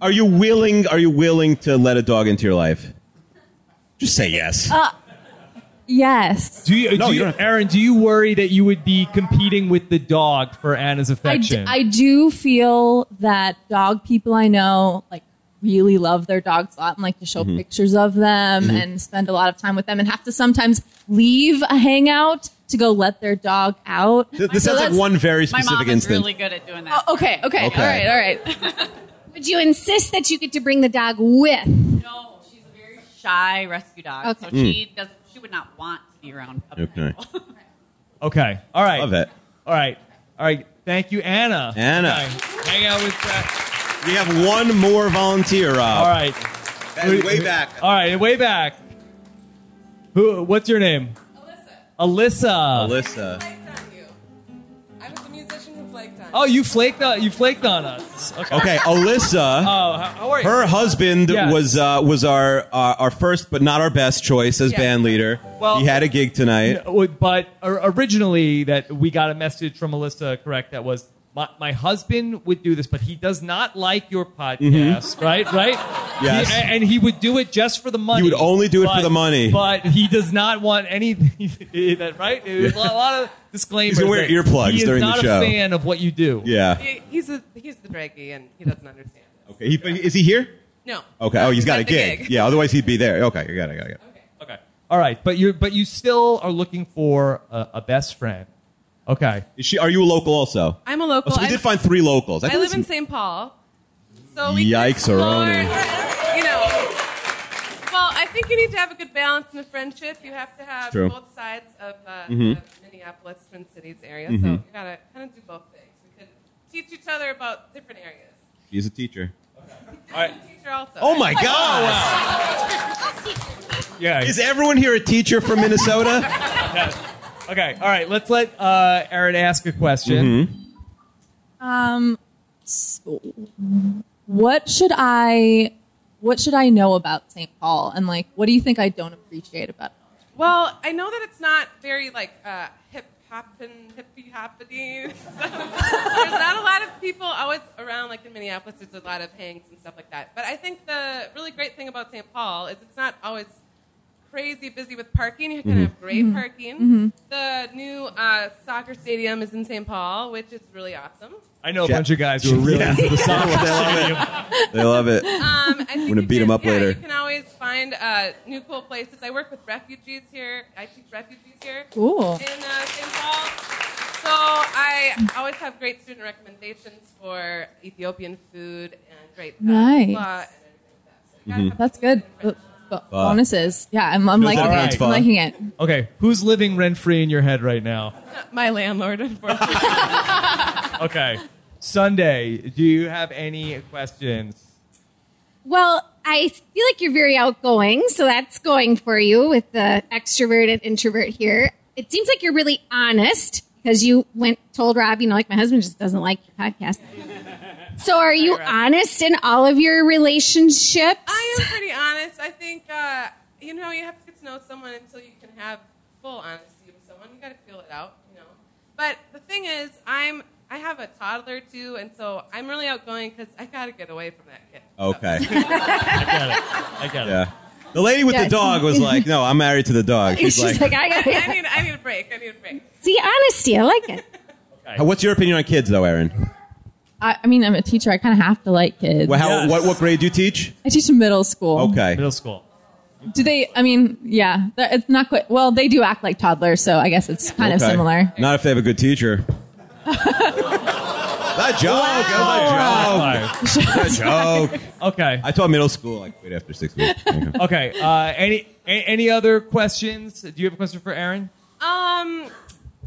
S5: are you willing? Are you willing to let a dog into your life? Just say yes.
S13: Uh, yes.
S4: Do you,
S5: No,
S4: do
S5: you
S4: you-
S5: don't have
S4: Aaron, do you worry that you would be competing with the dog for Anna's
S13: I d-
S4: affection?
S13: I do feel that dog people I know like really love their dogs a lot and like to show
S5: Mm-hmm.
S14: Mhm.
S13: pictures of them
S14: Mhm.
S13: and spend a lot of time with them and have to sometimes leave a hangout to go let their dog out.
S5: Th- this sounds like
S13: that's-
S5: one very My mom specific is instance. really
S8: good at doing
S14: that.
S13: Oh, okay, okay,
S5: Okay.
S13: all right, all right.
S14: Would you insist that you get to bring the dog with?
S8: No, she's a very shy rescue dog, so
S5: Okay.
S8: she does. She would not want to be around. other
S5: Okay.
S8: people.
S4: okay, all right.
S5: Love it.
S4: All right, all right. Thank you, Anna.
S5: Anna.
S4: Okay. Hang out with. Uh,
S5: We have one more volunteer. Rob.
S4: all right.
S5: That's way back.
S4: All right, way back. Who? What's your name? Alyssa. Alyssa.
S5: Alyssa.
S16: I was a musician who flaked on.
S4: Oh, you flaked on. You flaked on us.
S5: Okay, Alyssa.
S4: Oh, how- how are you?
S5: Her husband
S4: Yes.
S5: was uh, was our uh, our first, but not our best choice as
S4: Yeah.
S5: band leader.
S4: Well-
S5: he had a gig tonight.
S4: No, but or- originally, that we got a message from Alyssa, correct? That was My, my husband would do this, but he does not like your podcast,
S5: Mhm.
S4: right? Right?
S5: Yes.
S4: He- a- and he would do it just for the money.
S5: would only do it for
S4: but-
S5: the money.
S4: But he does not want anything. that, right? It was a lot- a lot of disclaimers.
S5: He's gonna wear
S4: there.
S5: earplugs
S4: He is
S5: during the
S4: not
S5: show.
S4: a fan of what you do.
S5: Yeah.
S16: He, he's a, he's the draggy, and he doesn't understand.
S5: Okay. He, Is he here?
S16: No.
S5: Okay. Oh, he's got a
S16: He's at the
S5: gig.
S16: gig.
S5: Yeah. Otherwise, he'd be there. Okay. I got it. I got it.
S4: Okay. All right, but you but you still are looking for a, a best friend. Okay.
S5: Is she? Are you a local also?
S16: I'm a local.
S5: Oh, so we
S16: I'm-
S5: did find three locals.
S16: I
S5: think
S16: live in
S5: that's-
S16: St. Paul, so we
S5: Yikes, Aroni.
S16: you know. Well, I think you need to have a good balance in a friendship. You have to have
S5: true.
S16: both sides of, uh,
S5: Mhm.
S16: of Minneapolis Twin Cities area, so
S5: Mhm.
S16: you gotta kind of do both things. We could teach each other about different areas.
S5: She's a teacher.
S16: All right. Teacher also.
S5: Oh my God.
S4: Yeah.
S5: Is everyone here a teacher from Minnesota?
S4: Okay. All right. Let's let uh, Aaron ask a question.
S5: Mm-hmm.
S13: Um, s- what should I, what should I know about St. Paul, and like, what do you think I don't appreciate about it?
S16: Well, I know that it's not very like uh, hip hopping, hippie hoppity. There's not a lot of people always around, like in Minneapolis. There's a lot of hangs and stuff like that. But I think the really great thing about St. Paul is it's not always crazy busy with parking. You can have great
S13: Mhm.
S16: parking.
S13: Mhm.
S16: The new uh, soccer stadium is in St. Paul, which is really awesome.
S4: I know a
S5: Yeah.
S4: bunch of guys who are really
S5: Yeah.
S4: into the soccer
S5: They love it. They love it.
S16: Um, I think
S5: I'm gonna
S16: you
S5: beat
S16: can-
S5: him up
S16: yeah,
S5: later.
S16: You can always find uh, new cool places. I work with refugees here. I teach refugees here.
S13: Cool.
S16: In uh, St. Paul. So I always have great student recommendations for Ethiopian food and great uh,
S13: Nice.
S16: pho and
S5: Mm-hmm.
S13: That's good. Uh, b- Bonuses. Yeah, I'm, I'm
S4: No,
S13: liking
S4: that's
S13: it.
S4: fun.
S13: I'm liking it.
S4: Okay. Who's living rent free in your head right now?
S16: My landlord, unfortunately.
S4: Okay. Sunday. Do you have any questions?
S14: Well, I feel like you're very outgoing, so that's going for you with the extrovert and introvert here. It seems like you're really honest because you went told Rob, you know, like my husband just doesn't like your podcast. So are you honest in all of your relationships?
S16: I am pretty honest. I think, uh, you know, you have to get to know someone until you can have full honesty with someone. You got to feel it out, you know. But the thing is, I'm I have a toddler too, and so I'm really outgoing because I got to get away from that kid.
S5: Okay.
S4: I got
S5: Yeah. The lady with
S16: Yeah.
S5: the dog was like, "No, I'm married to the dog." She's, like,
S14: I, gotta-
S16: I need, I need a break. I need a break.
S14: See, honesty, I like it.
S5: "What's your opinion on kids, though, Aaron?
S13: I, I mean, I'm a teacher. I kind of have to like kids.
S5: Well, how, what what grade do you teach?
S13: I teach in middle school.
S5: Okay,
S4: middle school.
S13: Do they? I mean, yeah, they're- it's not quite. Well, they do act like toddlers, so I guess it's kind of similar.
S5: Not if they have a good teacher. that joke. That was a joke. That joke.
S4: Okay.
S5: I taught middle school. I quit after six weeks.
S4: Okay. Uh, any a- any other questions? Do you have a question for Aaron?
S16: Um,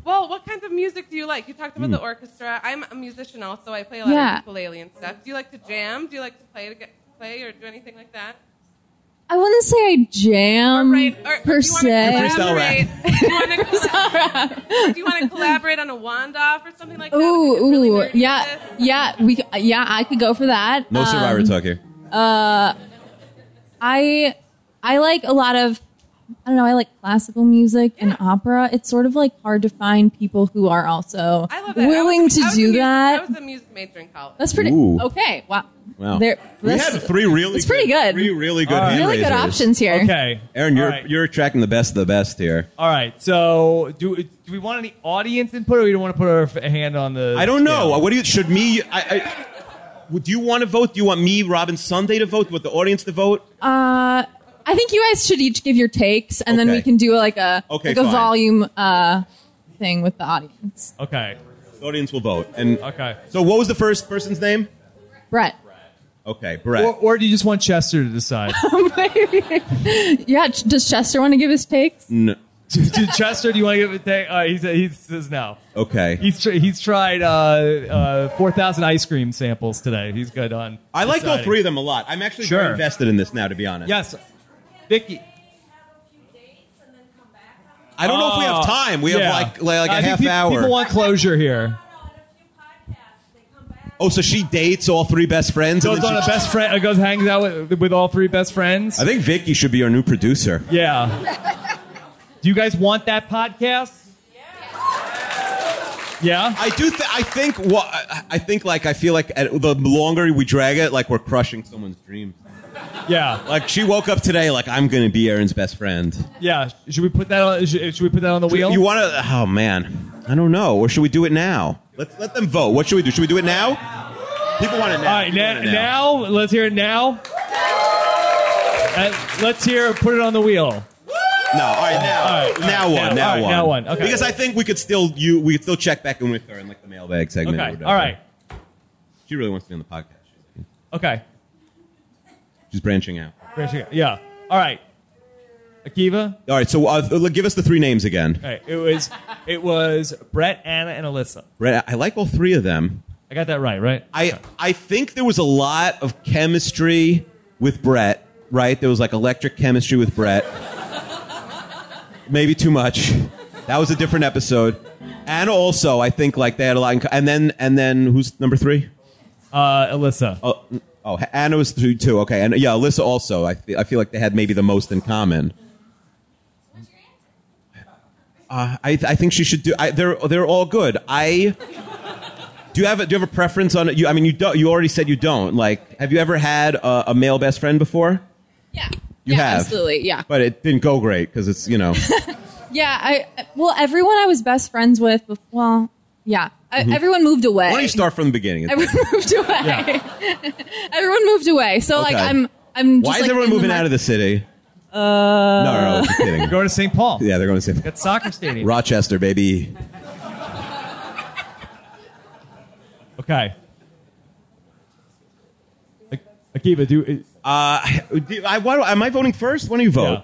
S16: well, what kind of music do you like? You talked about
S4: Hmm.
S16: the orchestra. I'm a musician also. I play a lot
S13: Yeah.
S16: of ukulele and stuff. Do you like to jam? Do you like to play to get, play or do anything like that?
S13: I wouldn't say I jam per se.
S16: Do you want to collaborate? do you want to collaborate on a wand off or something like that?
S13: Ooh, ooh, yeah, yeah, we, c- yeah, I could go for that.
S5: No survivor
S13: Um,
S5: talk here.
S13: Uh, I I like a lot of I don't know. I like classical music and opera. It's sort of like hard to find people who are also
S16: I love that.
S13: willing
S16: I was,
S13: to
S16: I was a
S13: do
S16: music,
S13: that.
S16: I was a music major in college.
S13: that's pretty
S5: Ooh.
S13: okay. Wow.
S5: Wow.
S13: There-
S5: we
S13: that's-
S5: had three really.
S13: It's pretty good.
S5: Three really good.
S13: All right.
S5: hand
S13: Really good
S5: raisers.
S13: options here.
S4: Okay.
S5: Aaron, you're
S4: All right.
S5: you're attracting the best of the best here.
S4: All right. So do do we want any audience input, or we don't want to put our f- hand on the?
S5: I don't know. What do you? Should me? I, I, would you want to vote? Do you want me, Robin Sunday, to vote? Do you want the audience to vote?
S13: Uh, I think you guys should each give your takes, and then
S5: Okay.
S13: we can do like a
S5: Okay,
S13: like a
S5: fine.
S13: volume uh, thing with the audience.
S4: Okay.
S5: The audience will vote. And
S4: okay.
S5: So what was the first person's name?
S13: Brett,
S5: Okay,
S4: Or,
S5: Brett.
S4: or do you just want Chester to decide?
S13: yeah, Ch- does Chester want to give his takes?
S5: No.
S4: Chester, do you want to give it? Take? Uh, he sa- he says no.
S5: Okay.
S4: He's tr- he's tried uh, uh, four thousand ice cream samples today. He's good on.
S5: I liked all
S4: deciding.
S5: three of them a lot. I'm actually
S4: Sure.
S5: very invested in this now, to be honest.
S4: Yes, Vicky.
S5: I don't know if we have
S4: Oh,
S5: time. We
S4: yeah.
S5: have like like, like
S4: I
S5: a
S4: think
S5: half
S4: peop-
S5: hour.
S4: People want closure here.
S5: oh, so she dates all three best friends. and
S4: Goes
S5: then
S4: on a
S5: she-
S4: best friend. uh, Goes hangs out with, with all three best friends.
S5: I think Vicky should be our new producer.
S4: Yeah. Do you guys want that podcast? Yeah,
S5: I do. Th- I think. What I I think, like, I feel like at, the longer we drag it, like we're crushing someone's dreams.
S4: Yeah,
S5: like she woke up today, like I'm gonna be Aaron's best friend.
S4: Yeah, should we put that on? Should, should we put that on the wheel?
S5: You want to? Oh man, I don't know. Or should we do it now? Let's let them vote. What should we do? Should we do it now? uh, People want it now.
S4: All right,
S5: People
S4: now,
S5: want it
S4: now let's hear it now. Uh, let's hear. Put it on the wheel.
S5: No, all right, now, now one, now,
S4: all right,
S5: one,
S4: now one. Okay.
S5: Because I think we could still you we could still check back in with her in like the mailbag segment. or
S4: Okay,
S5: whatever.
S4: all right.
S5: She really wants to be on the podcast.
S4: Okay.
S5: She's branching out.
S4: Yeah. All right. Akiva.
S5: All right, so uh, look, give us the three names again.
S4: All right. It was. It was Brett, Anna, and Alyssa.
S5: Right, I like all three of them.
S4: I got that right, right?
S5: I I think there was a lot of chemistry with Brett. Right, there was like electric chemistry with Brett. Maybe too much. That was a different episode. And also, I think like they had a lot. In, co- and then and then who's number three?
S4: Uh, Alyssa.
S5: Oh, n- oh, Anna was three too. Okay, and yeah, Alyssa also. I feel, I feel like they had maybe the most in common. Uh, I I think she should do. I, they're they're all good. I do you have a, do you have a preference on it? You I mean you don't. You already said you don't. Like, have you ever had a, a male best friend before?
S13: Yeah.
S5: You
S13: yeah,
S5: have
S13: absolutely. Yeah.
S5: but it didn't go great because it's you know.
S13: Yeah, I well, everyone I was best friends with, bef- well, yeah, I,
S5: Mhm.
S13: everyone moved away.
S5: Why don't you start from the beginning?
S13: Everyone moved away. everyone moved away. So like
S5: Okay.
S13: I'm I'm. Just,
S5: Why is
S13: like,
S5: everyone
S13: in the
S5: moving
S13: mi-
S5: out of the city?
S13: Uh,
S5: no, no, no, just kidding.
S4: Going to St. Paul.
S5: Yeah, they're going to St.
S4: Got soccer stadium.
S5: Rochester, baby.
S4: Okay. Akiva, do
S5: uh, do- I, why, do- am I voting first? When do you vote?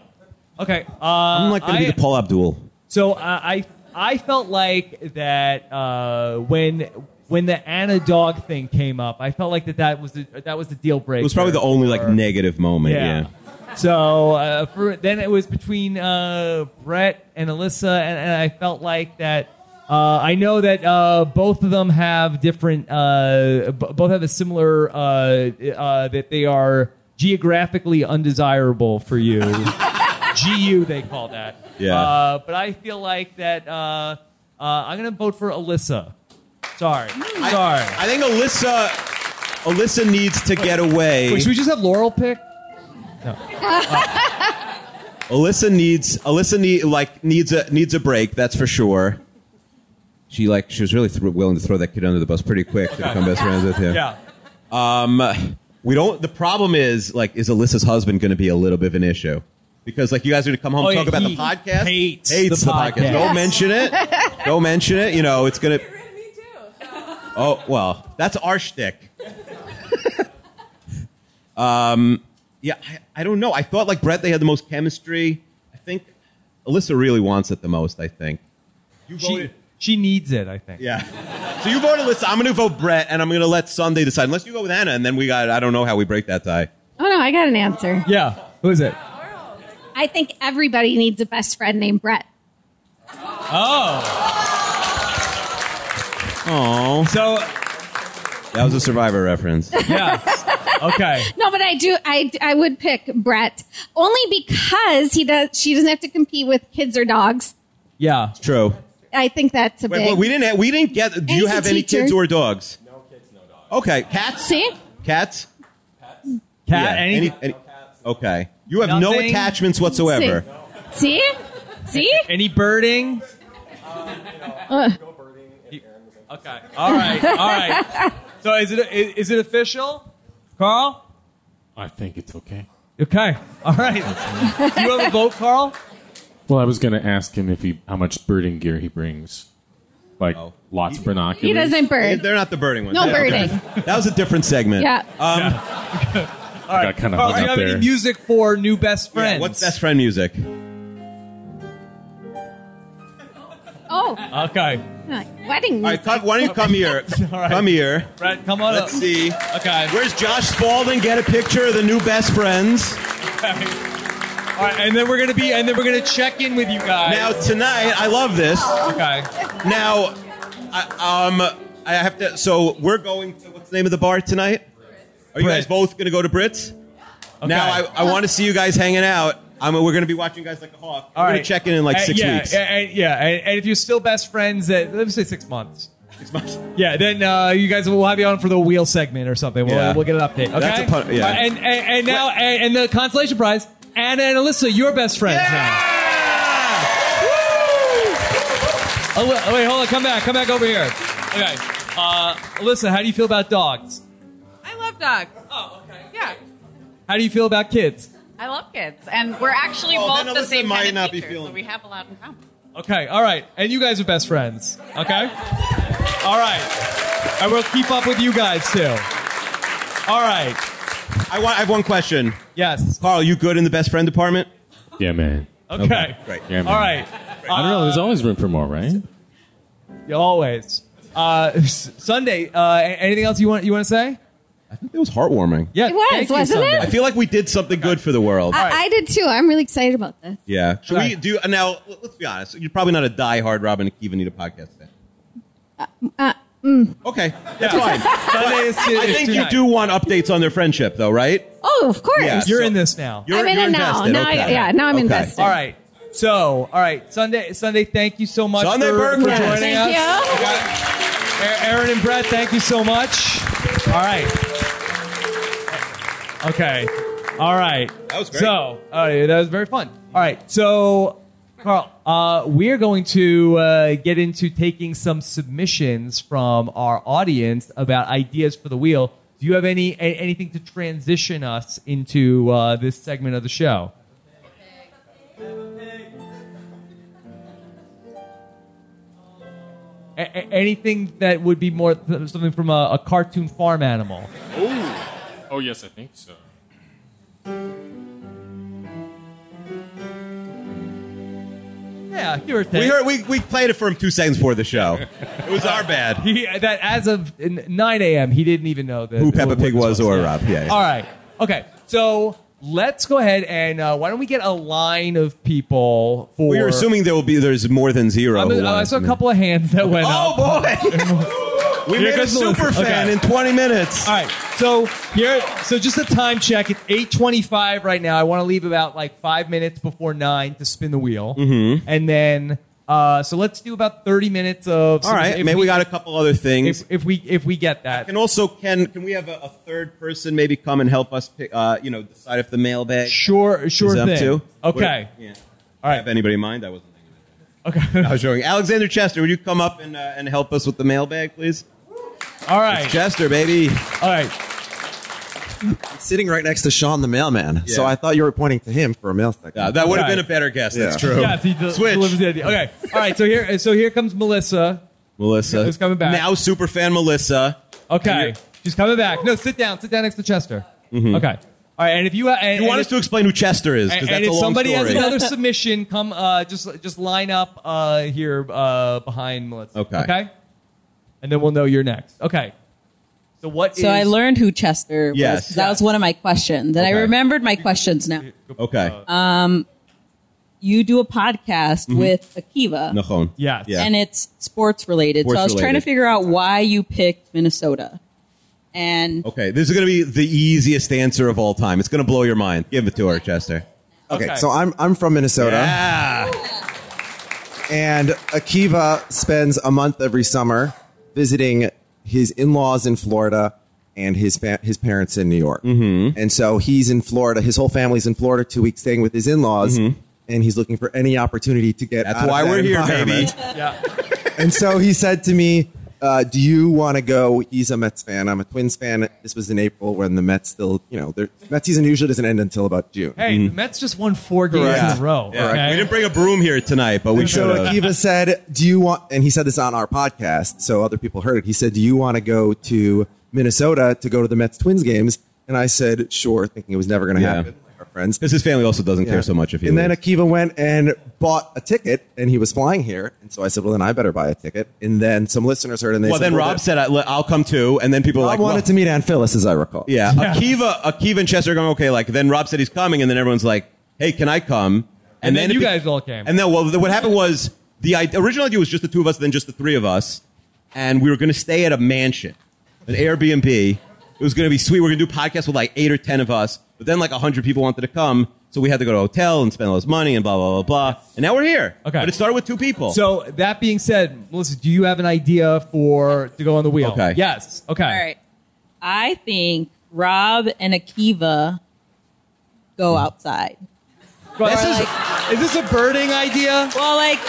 S4: Okay. Uh,
S5: I'm like going to be the Paul Abdul.
S4: So uh, I I felt like that uh, when when the Anna dog thing came up, I felt like that that was the, that was the deal breaker.
S5: It was probably the only like negative moment. Yeah.
S4: Yeah. So uh, for, then it was between uh, Brett and Alyssa, and, and I felt like that. Uh, I know that uh, both of them have different, uh, b- both have a similar uh, uh, that they are geographically undesirable for you. GU they call that.
S5: Yeah.
S4: Uh, but I feel like that. Uh, uh, I'm gonna vote for Alyssa. Sorry. Sorry.
S5: I think Alyssa Alyssa needs to get away.
S4: Wait, should we just have Laurel pick?
S5: Alyssa needs Alyssa need like needs a needs a break. That's for sure. She like she was really thr willing to throw that kid under the bus pretty quick to become best friends with him.
S4: Yeah.
S5: Um, we don't. The problem is like, is Alyssa's husband going to be a little bit of an issue? Because like you guys are going to come home
S4: Oh,
S5: talk
S4: yeah,
S5: about
S4: he
S5: the podcast.
S4: hates
S5: the, podcast. Don't mention it. Don't mention it. You know it's going to. Oh well, that's our shtick. um, yeah, I, I don't know. I thought like Brett, they had the most chemistry. I think Alyssa really wants it the most. I think. You
S4: voted. She needs it. I think.
S5: Yeah. So you voted Alyssa. I'm going to vote Brett, and I'm going to let Sunday decide. Unless you go with Anna, and then we got. I don't know how we break that tie.
S14: Oh no, I got an answer.
S4: Yeah. Who is it?
S14: I think everybody needs a best friend named Brett.
S4: Oh.
S5: Oh.
S4: So.
S5: That was a Survivor reference.
S4: Yeah. Okay.
S14: No, but I do. I, I would pick Brett only because he does. She doesn't have to compete with kids or dogs.
S4: Yeah. It's
S5: true.
S14: I think that's a
S5: Wait,
S14: big.
S5: wait, we didn't. We didn't get. Do you
S14: As a
S5: have any
S14: teacher.
S5: kids or dogs? No kids, no dogs. Okay, cats.
S14: See?
S5: Cats.
S4: Cat, any-
S5: okay. You have no
S4: Nothing?
S5: attachments whatsoever.
S14: See, see.
S4: Any birding?
S14: Uh,
S4: Okay. All right. All right. So is it is, is it official, Carl?
S1: I think it's okay.
S4: Okay. All right. Do you have a vote, Carl?
S1: Well, I was going to ask him if he how much birding gear he brings, like
S5: Oh.
S1: lots of binoculars.
S14: he doesn't bird.
S5: They're not the birding ones.
S14: No
S5: They're-
S14: birding.
S5: That was a different segment.
S14: Yeah.
S5: Um,
S1: I got kind of
S4: Carl, do you
S1: up
S4: have
S1: there.
S4: any music for new best friends?
S5: What's best friend music?
S14: oh,
S4: Okay.
S14: wedding.
S5: All right, come, why don't you come here? Come here.
S4: Brett, come on
S5: Let's
S4: up.
S5: see.
S4: Okay.
S5: Where's Josh Spalding? Get a picture of the new best friends.
S4: All right, and then we're gonna be, and then we're gonna check in with you guys.
S5: Now tonight, I love this.
S4: Okay.
S5: Now, I, um, I have to. So we're going to what's the name of the bar tonight? Are you guys both going to go to Brits? Now I, I want to see you guys hanging out. I'm, we're going to be watching guys like a hawk. I'm
S4: All
S5: going
S4: right.
S5: to check in in like
S4: Uh,
S5: six
S4: yeah,
S5: weeks.
S4: uh, uh, yeah, and, and if you're still best friends, uh, let's say six months. Six months. Yeah, then uh, you guys will have you on for the wheel segment or something. We'll,
S5: Yeah.
S4: we'll get an update. Okay.
S5: That's a pun- yeah.
S4: Uh, and, and and now and, and the consolation prize. Anna and Alyssa, you're best friends now. Woo! Oh, wait, hold on. Come back. Come back over here. Okay. Uh, Alyssa, how do you feel about dogs?
S8: I love dogs. Oh, okay. Yeah.
S4: How do you feel about kids?
S8: I love kids. And we're actually
S5: Oh, then
S8: both the
S5: Alyssa
S8: same
S5: might
S8: kind of
S5: not be
S8: teacher,
S5: feeling
S8: so we have a lot in common.
S4: Okay, all right. And you guys are best friends. Okay? All right. I will keep up with you guys too. All right.
S5: I, want, I have one question.
S4: Yes.
S5: Carl, you good in the best friend department?
S1: Yeah, man.
S4: Okay.
S5: Great.
S1: Yeah, man.
S4: All right.
S1: I don't know. There's always room for more, right?
S4: Always. Uh, S- Sunday, uh, a- anything else you want you want to say?
S5: It was heartwarming.
S4: Yeah.
S14: It was,
S4: thank you,
S14: wasn't
S4: Sunday.
S14: it?
S5: I feel like we did something good for the world.
S14: I, I did too. I'm really excited about this.
S5: Yeah. Should we
S14: Right.
S5: do uh, now? l- Let's be honest. You're probably not a diehard Robin and Kiva need a podcast fan.
S14: Uh, mm.
S5: Okay, that's
S14: Yeah.
S5: fine.
S14: Sunday is too-
S5: I
S14: is
S5: think
S14: too
S5: you
S14: nice.
S5: do want updates on their friendship, though, right?
S14: Oh, of course.
S5: Yeah,
S4: You're
S5: so-
S4: in this now.
S5: You're-
S14: I'm in
S5: you're
S14: it now.
S5: invested.
S14: Oh, Now I-
S5: Okay.
S14: yeah, now I'm
S5: Okay.
S14: invested.
S4: All right. So, all right. Sunday, Sunday, thank you so much
S5: Sunday
S4: for,
S5: Berg,
S4: for
S5: yes.
S4: joining us.
S5: Thank
S4: Okay.
S5: you.
S4: A- Aaron and Brett, thank you so much. All right. Okay. All right. That
S5: was great.
S4: So, uh, that was very fun. All right. So, Carl, uh, we're going to uh, get into taking some submissions from our audience about ideas for the wheel. Do you have any a- anything to transition us into uh, this segment of the show? A- a- anything that would be more th- something from a, a cartoon farm animal.
S1: Oh. Oh yes, I think so.
S4: Yeah, give or take.
S5: We heard we, we played it for him two seconds before the show. It was our bad.
S4: He, that as of n- 9 a.m., he didn't even know that
S5: Who Peppa Pig was or Rob? Yeah. yeah.
S4: All right. Okay. So let's go ahead and uh, why don't we get a line of people for?
S5: We were assuming there will be there's more than Mm-hmm. 0
S4: I'm-
S5: who
S4: I
S5: wants
S4: saw a
S5: to-
S4: couple of hands that went up.
S5: Oh boy! we
S4: Here
S5: made a
S4: comes
S5: super
S4: Melissa.
S5: fan
S4: Okay.
S5: in 20 minutes.
S4: All right. So here, so just a time check. It's eight twenty-five right now. I want to leave about like five minutes before nine to spin the wheel,
S5: Mhm.
S4: and then uh, so let's do about thirty minutes of.
S5: All right.
S4: if
S5: Maybe we got a couple other things.
S4: If, if we if we get that,
S5: And also, can can we have a, a third person maybe come and help us? Pick, uh, you know, decide if the mailbag.
S4: Sure, sure
S5: is up
S4: thing.
S5: to?
S4: Okay.
S5: What- yeah.
S4: All right.
S5: Have anybody in mind? I wasn't. Okay. I was joking. Alexander Chester, would you come up and uh, and help us with the mailbag, please?
S4: All right.
S5: It's Chester, baby.
S4: All right.
S17: Sitting right next to Sean the mailman,
S5: Yeah.
S17: so I thought you were pointing to him for a mail second.
S5: Yeah, that would have
S4: Right.
S5: been a better guess. That's
S17: Yeah.
S5: true.
S4: Yes, he del- delivers the idea. Okay. All right. So here, so here comes Melissa.
S5: Melissa.
S4: Who's coming back?
S5: Now, super fan Melissa.
S4: Okay. She's coming back. No, sit down. Sit down next to Chester.
S5: Mhm.
S4: Okay. All right. And if you uh, and,
S5: You want
S4: and
S5: us
S4: if-
S5: to explain who Chester is?
S4: and,
S5: Because
S4: and
S5: that's a
S4: if
S5: long
S4: somebody
S5: story.
S4: has another submission, come uh, just just line up uh, here uh, behind Melissa.
S5: Okay.
S4: Okay. And then we'll know you're next. Okay. So what?
S6: So I
S4: is-
S6: learned who Chester was.
S4: Yes.
S6: 'cause That was one of my questions. And
S4: Okay.
S6: I remembered my questions now.
S5: Okay.
S6: Um, you do a podcast
S5: Mhm.
S6: with Akiva.
S5: Nakhon.
S4: Yes.
S5: Yeah.
S6: Uh, And it's sports related. so I was
S5: Sports
S6: trying to
S5: related.
S6: figure out why you picked Minnesota. And
S5: Okay, this is going to be the easiest answer of all time. It's going to blow your mind. Give it to her, Chester.
S17: Okay, so I'm I'm from Minnesota.
S5: Yeah.
S17: And Akiva spends a month every summer visiting his in-laws in Florida and his fa- his parents in New York. Mm-hmm. And so he's in Florida. His whole family's in Florida. Two weeks staying with his in-laws, and he's looking for any opportunity to get.
S5: Mm-hmm. That's
S17: out of
S5: why
S17: that
S5: we're here, baby.
S17: environment. and so he said to me, uh, "Do you want to go?" He's a Mets fan. I'm a Twins fan. This was in April when the Mets still, you know, their Mets season usually doesn't end until about June.
S4: Hey, the Mets just won four games
S17: Correct.
S4: in a row.
S5: Yeah.
S4: Okay?
S5: We didn't bring a broom here tonight, but we
S17: And so
S5: should uh, have.
S17: Akiva said, "Do you want?" And he said this on our podcast, so other people heard it. He said, "Do you want to go to Minnesota to go to the Mets Twins games?" And I said, "Sure," thinking it was never going to
S5: Yeah.
S17: happen. Our friends,
S5: because his family also doesn't care so much if he.
S17: And
S5: leaves.
S17: then Akiva went and bought a ticket, and he was flying here. And so I said, "Well, then I better buy a ticket." And then some listeners heard, and they
S5: well,
S17: said,
S5: then Rob
S17: that-
S5: said, I, "I'll come too," and then people were
S17: Rob
S5: like,
S17: wanted to meet Ann Phyllis, as I recall."
S5: "Yeah." Akiva, Akiva, and Chester are going okay. Like then Rob said he's coming, and then everyone's like, "Hey, can I come?"
S4: And then
S5: it
S4: you
S5: be-
S4: guys all came.
S5: And then well, th- what happened was the I- original idea was just the two of us, then just the three of us, and we were going to stay at a mansion, an Airbnb. It was going to be sweet. We are going to do podcasts with like eight or ten of us, but then like hundred people wanted to come, So we had to go to a hotel and spend all this money and blah blah blah blah. And now we're here.
S4: Okay.
S5: But it started with two people.
S4: So that being said, Melissa, do you have an idea for to go on the wheel?
S5: Okay.
S4: Yes. Okay.
S6: All right. I think Rob and Akiva go outside.
S4: This is- is this a birding idea?
S6: Well, like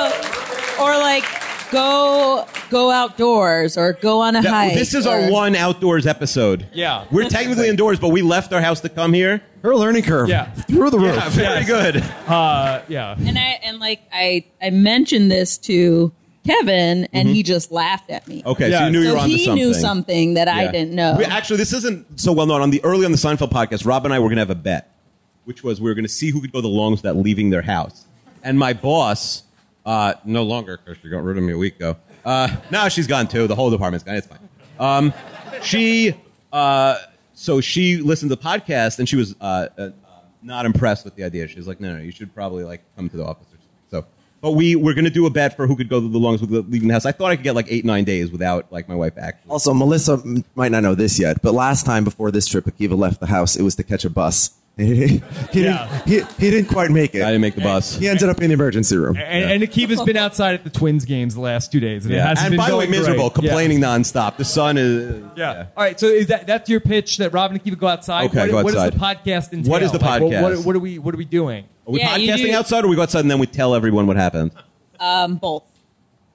S6: so, or like go go outdoors or go on a
S5: That-
S6: hike.
S5: this is our
S6: or-
S5: one outdoors episode.
S4: Yeah.
S5: We're technically indoors, but we left our house to come here.
S17: Her learning curve.
S4: Yeah.
S17: Through the roof.
S5: Yeah,
S4: Yes.
S5: very good.
S4: Uh, yeah.
S6: And I and like I I mentioned this to Kevin, and he just laughed at me.
S5: Mm-hmm. Okay, so you knew you were onto
S6: he knew something that I
S5: Yeah.
S6: didn't know.
S5: We- actually, this isn't so well known. On the early on the Seinfeld podcast, Rob and I were going to have a bet, which was we were going to see who could go the longest without leaving their house. And my boss, uh, no longer because she got rid of me a week ago. Uh, now she's gone too. The whole department's gone. It's fine. Um, she, uh, so she listened to the podcast and she was uh, uh, not impressed with the idea. She was like, no, no, you should probably like come to the office. Or something. So, but we were going to do a bet for who could go the longest without leaving the house. I thought I could get like eight, nine days without like my wife actually.
S17: Also, Melissa m- might not know this yet, but last time before this trip, Akiva left the house. It was to catch a bus. he, didn't, he, he didn't quite make it. I
S5: didn't make the bus.
S17: He ended up in the emergency room.
S4: And, and Akiva's been outside at the Twins games the last two days, and it hasn't
S5: and
S4: been
S5: by the way,
S4: going great.
S5: miserable,
S4: Yeah.
S5: complaining nonstop. The sun is.
S4: Yeah. All right. So is that that's your pitch that Rob and Akiva go outside? what,
S5: Okay, go
S4: what does
S5: outside.
S4: the podcast entail?
S5: What is the
S4: Like, what-
S5: podcast?
S4: What, what are we What are we doing?
S5: Are we podcasting outside, or we go outside and then we tell everyone what happened?
S6: um, both.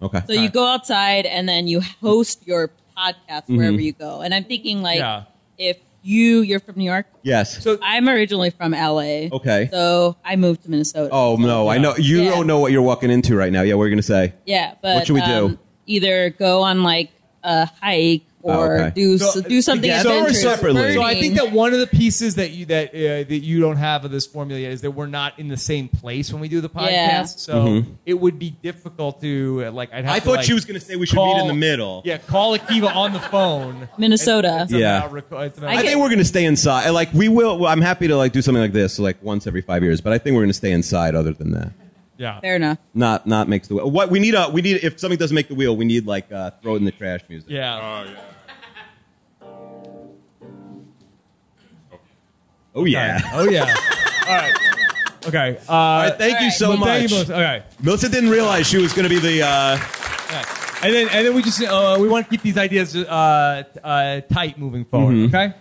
S5: Okay.
S6: So you go outside and then you host your podcast wherever
S5: Mhm.
S6: you go. And I'm thinking like
S5: Yeah.
S6: if you you're from New York.
S5: Yes.
S6: So I'm originally from LA.
S5: Okay.
S6: So I moved to Minnesota.
S5: Oh no, I know you
S6: Yeah.
S5: don't know what you're walking into right now. Yeah, what are you gonna say?
S6: Yeah, but
S5: What should we do?
S6: um, Either go on like a hike
S5: Oh,
S6: or
S5: okay.
S6: do
S5: So-
S6: do something
S5: together or
S6: adventurous.
S5: separately?
S4: So I
S6: birding.
S4: think that one of the pieces that you that uh, that you don't have of this formula yet is that we're not in the same place when we do the podcast.
S5: Yeah.
S4: So
S5: Mhm.
S4: it would be difficult to uh, like. I'd have
S5: I
S4: to,
S5: thought
S4: like,
S5: she was gonna say we should meet
S4: call-
S5: in the middle.
S4: Yeah, call Akiva on the phone.
S6: Minnesota.
S4: And, and somehow
S5: Yeah.
S4: reco- and somehow-
S5: I, think we're gonna stay inside. Like we will. well, I'm happy to like do something like this, like once every five years. But I think we're gonna stay inside. Other than that,
S4: Yeah.
S6: Fair enough.
S5: not not makes the wheel. What we need a we need if something doesn't make the wheel, we need like uh, throw it in the trash music.
S4: Yeah. Oh yeah.
S5: Oh yeah.
S4: Oh yeah. All right. Okay. Uh,
S5: All right, thank you so
S4: Well, thank
S5: much.
S4: you both. Okay.
S5: Melissa didn't realize she was going to be the. Uh,
S4: And then, and then we just uh, we want to keep these ideas uh, uh, tight moving forward.
S5: Mhm.
S4: Okay.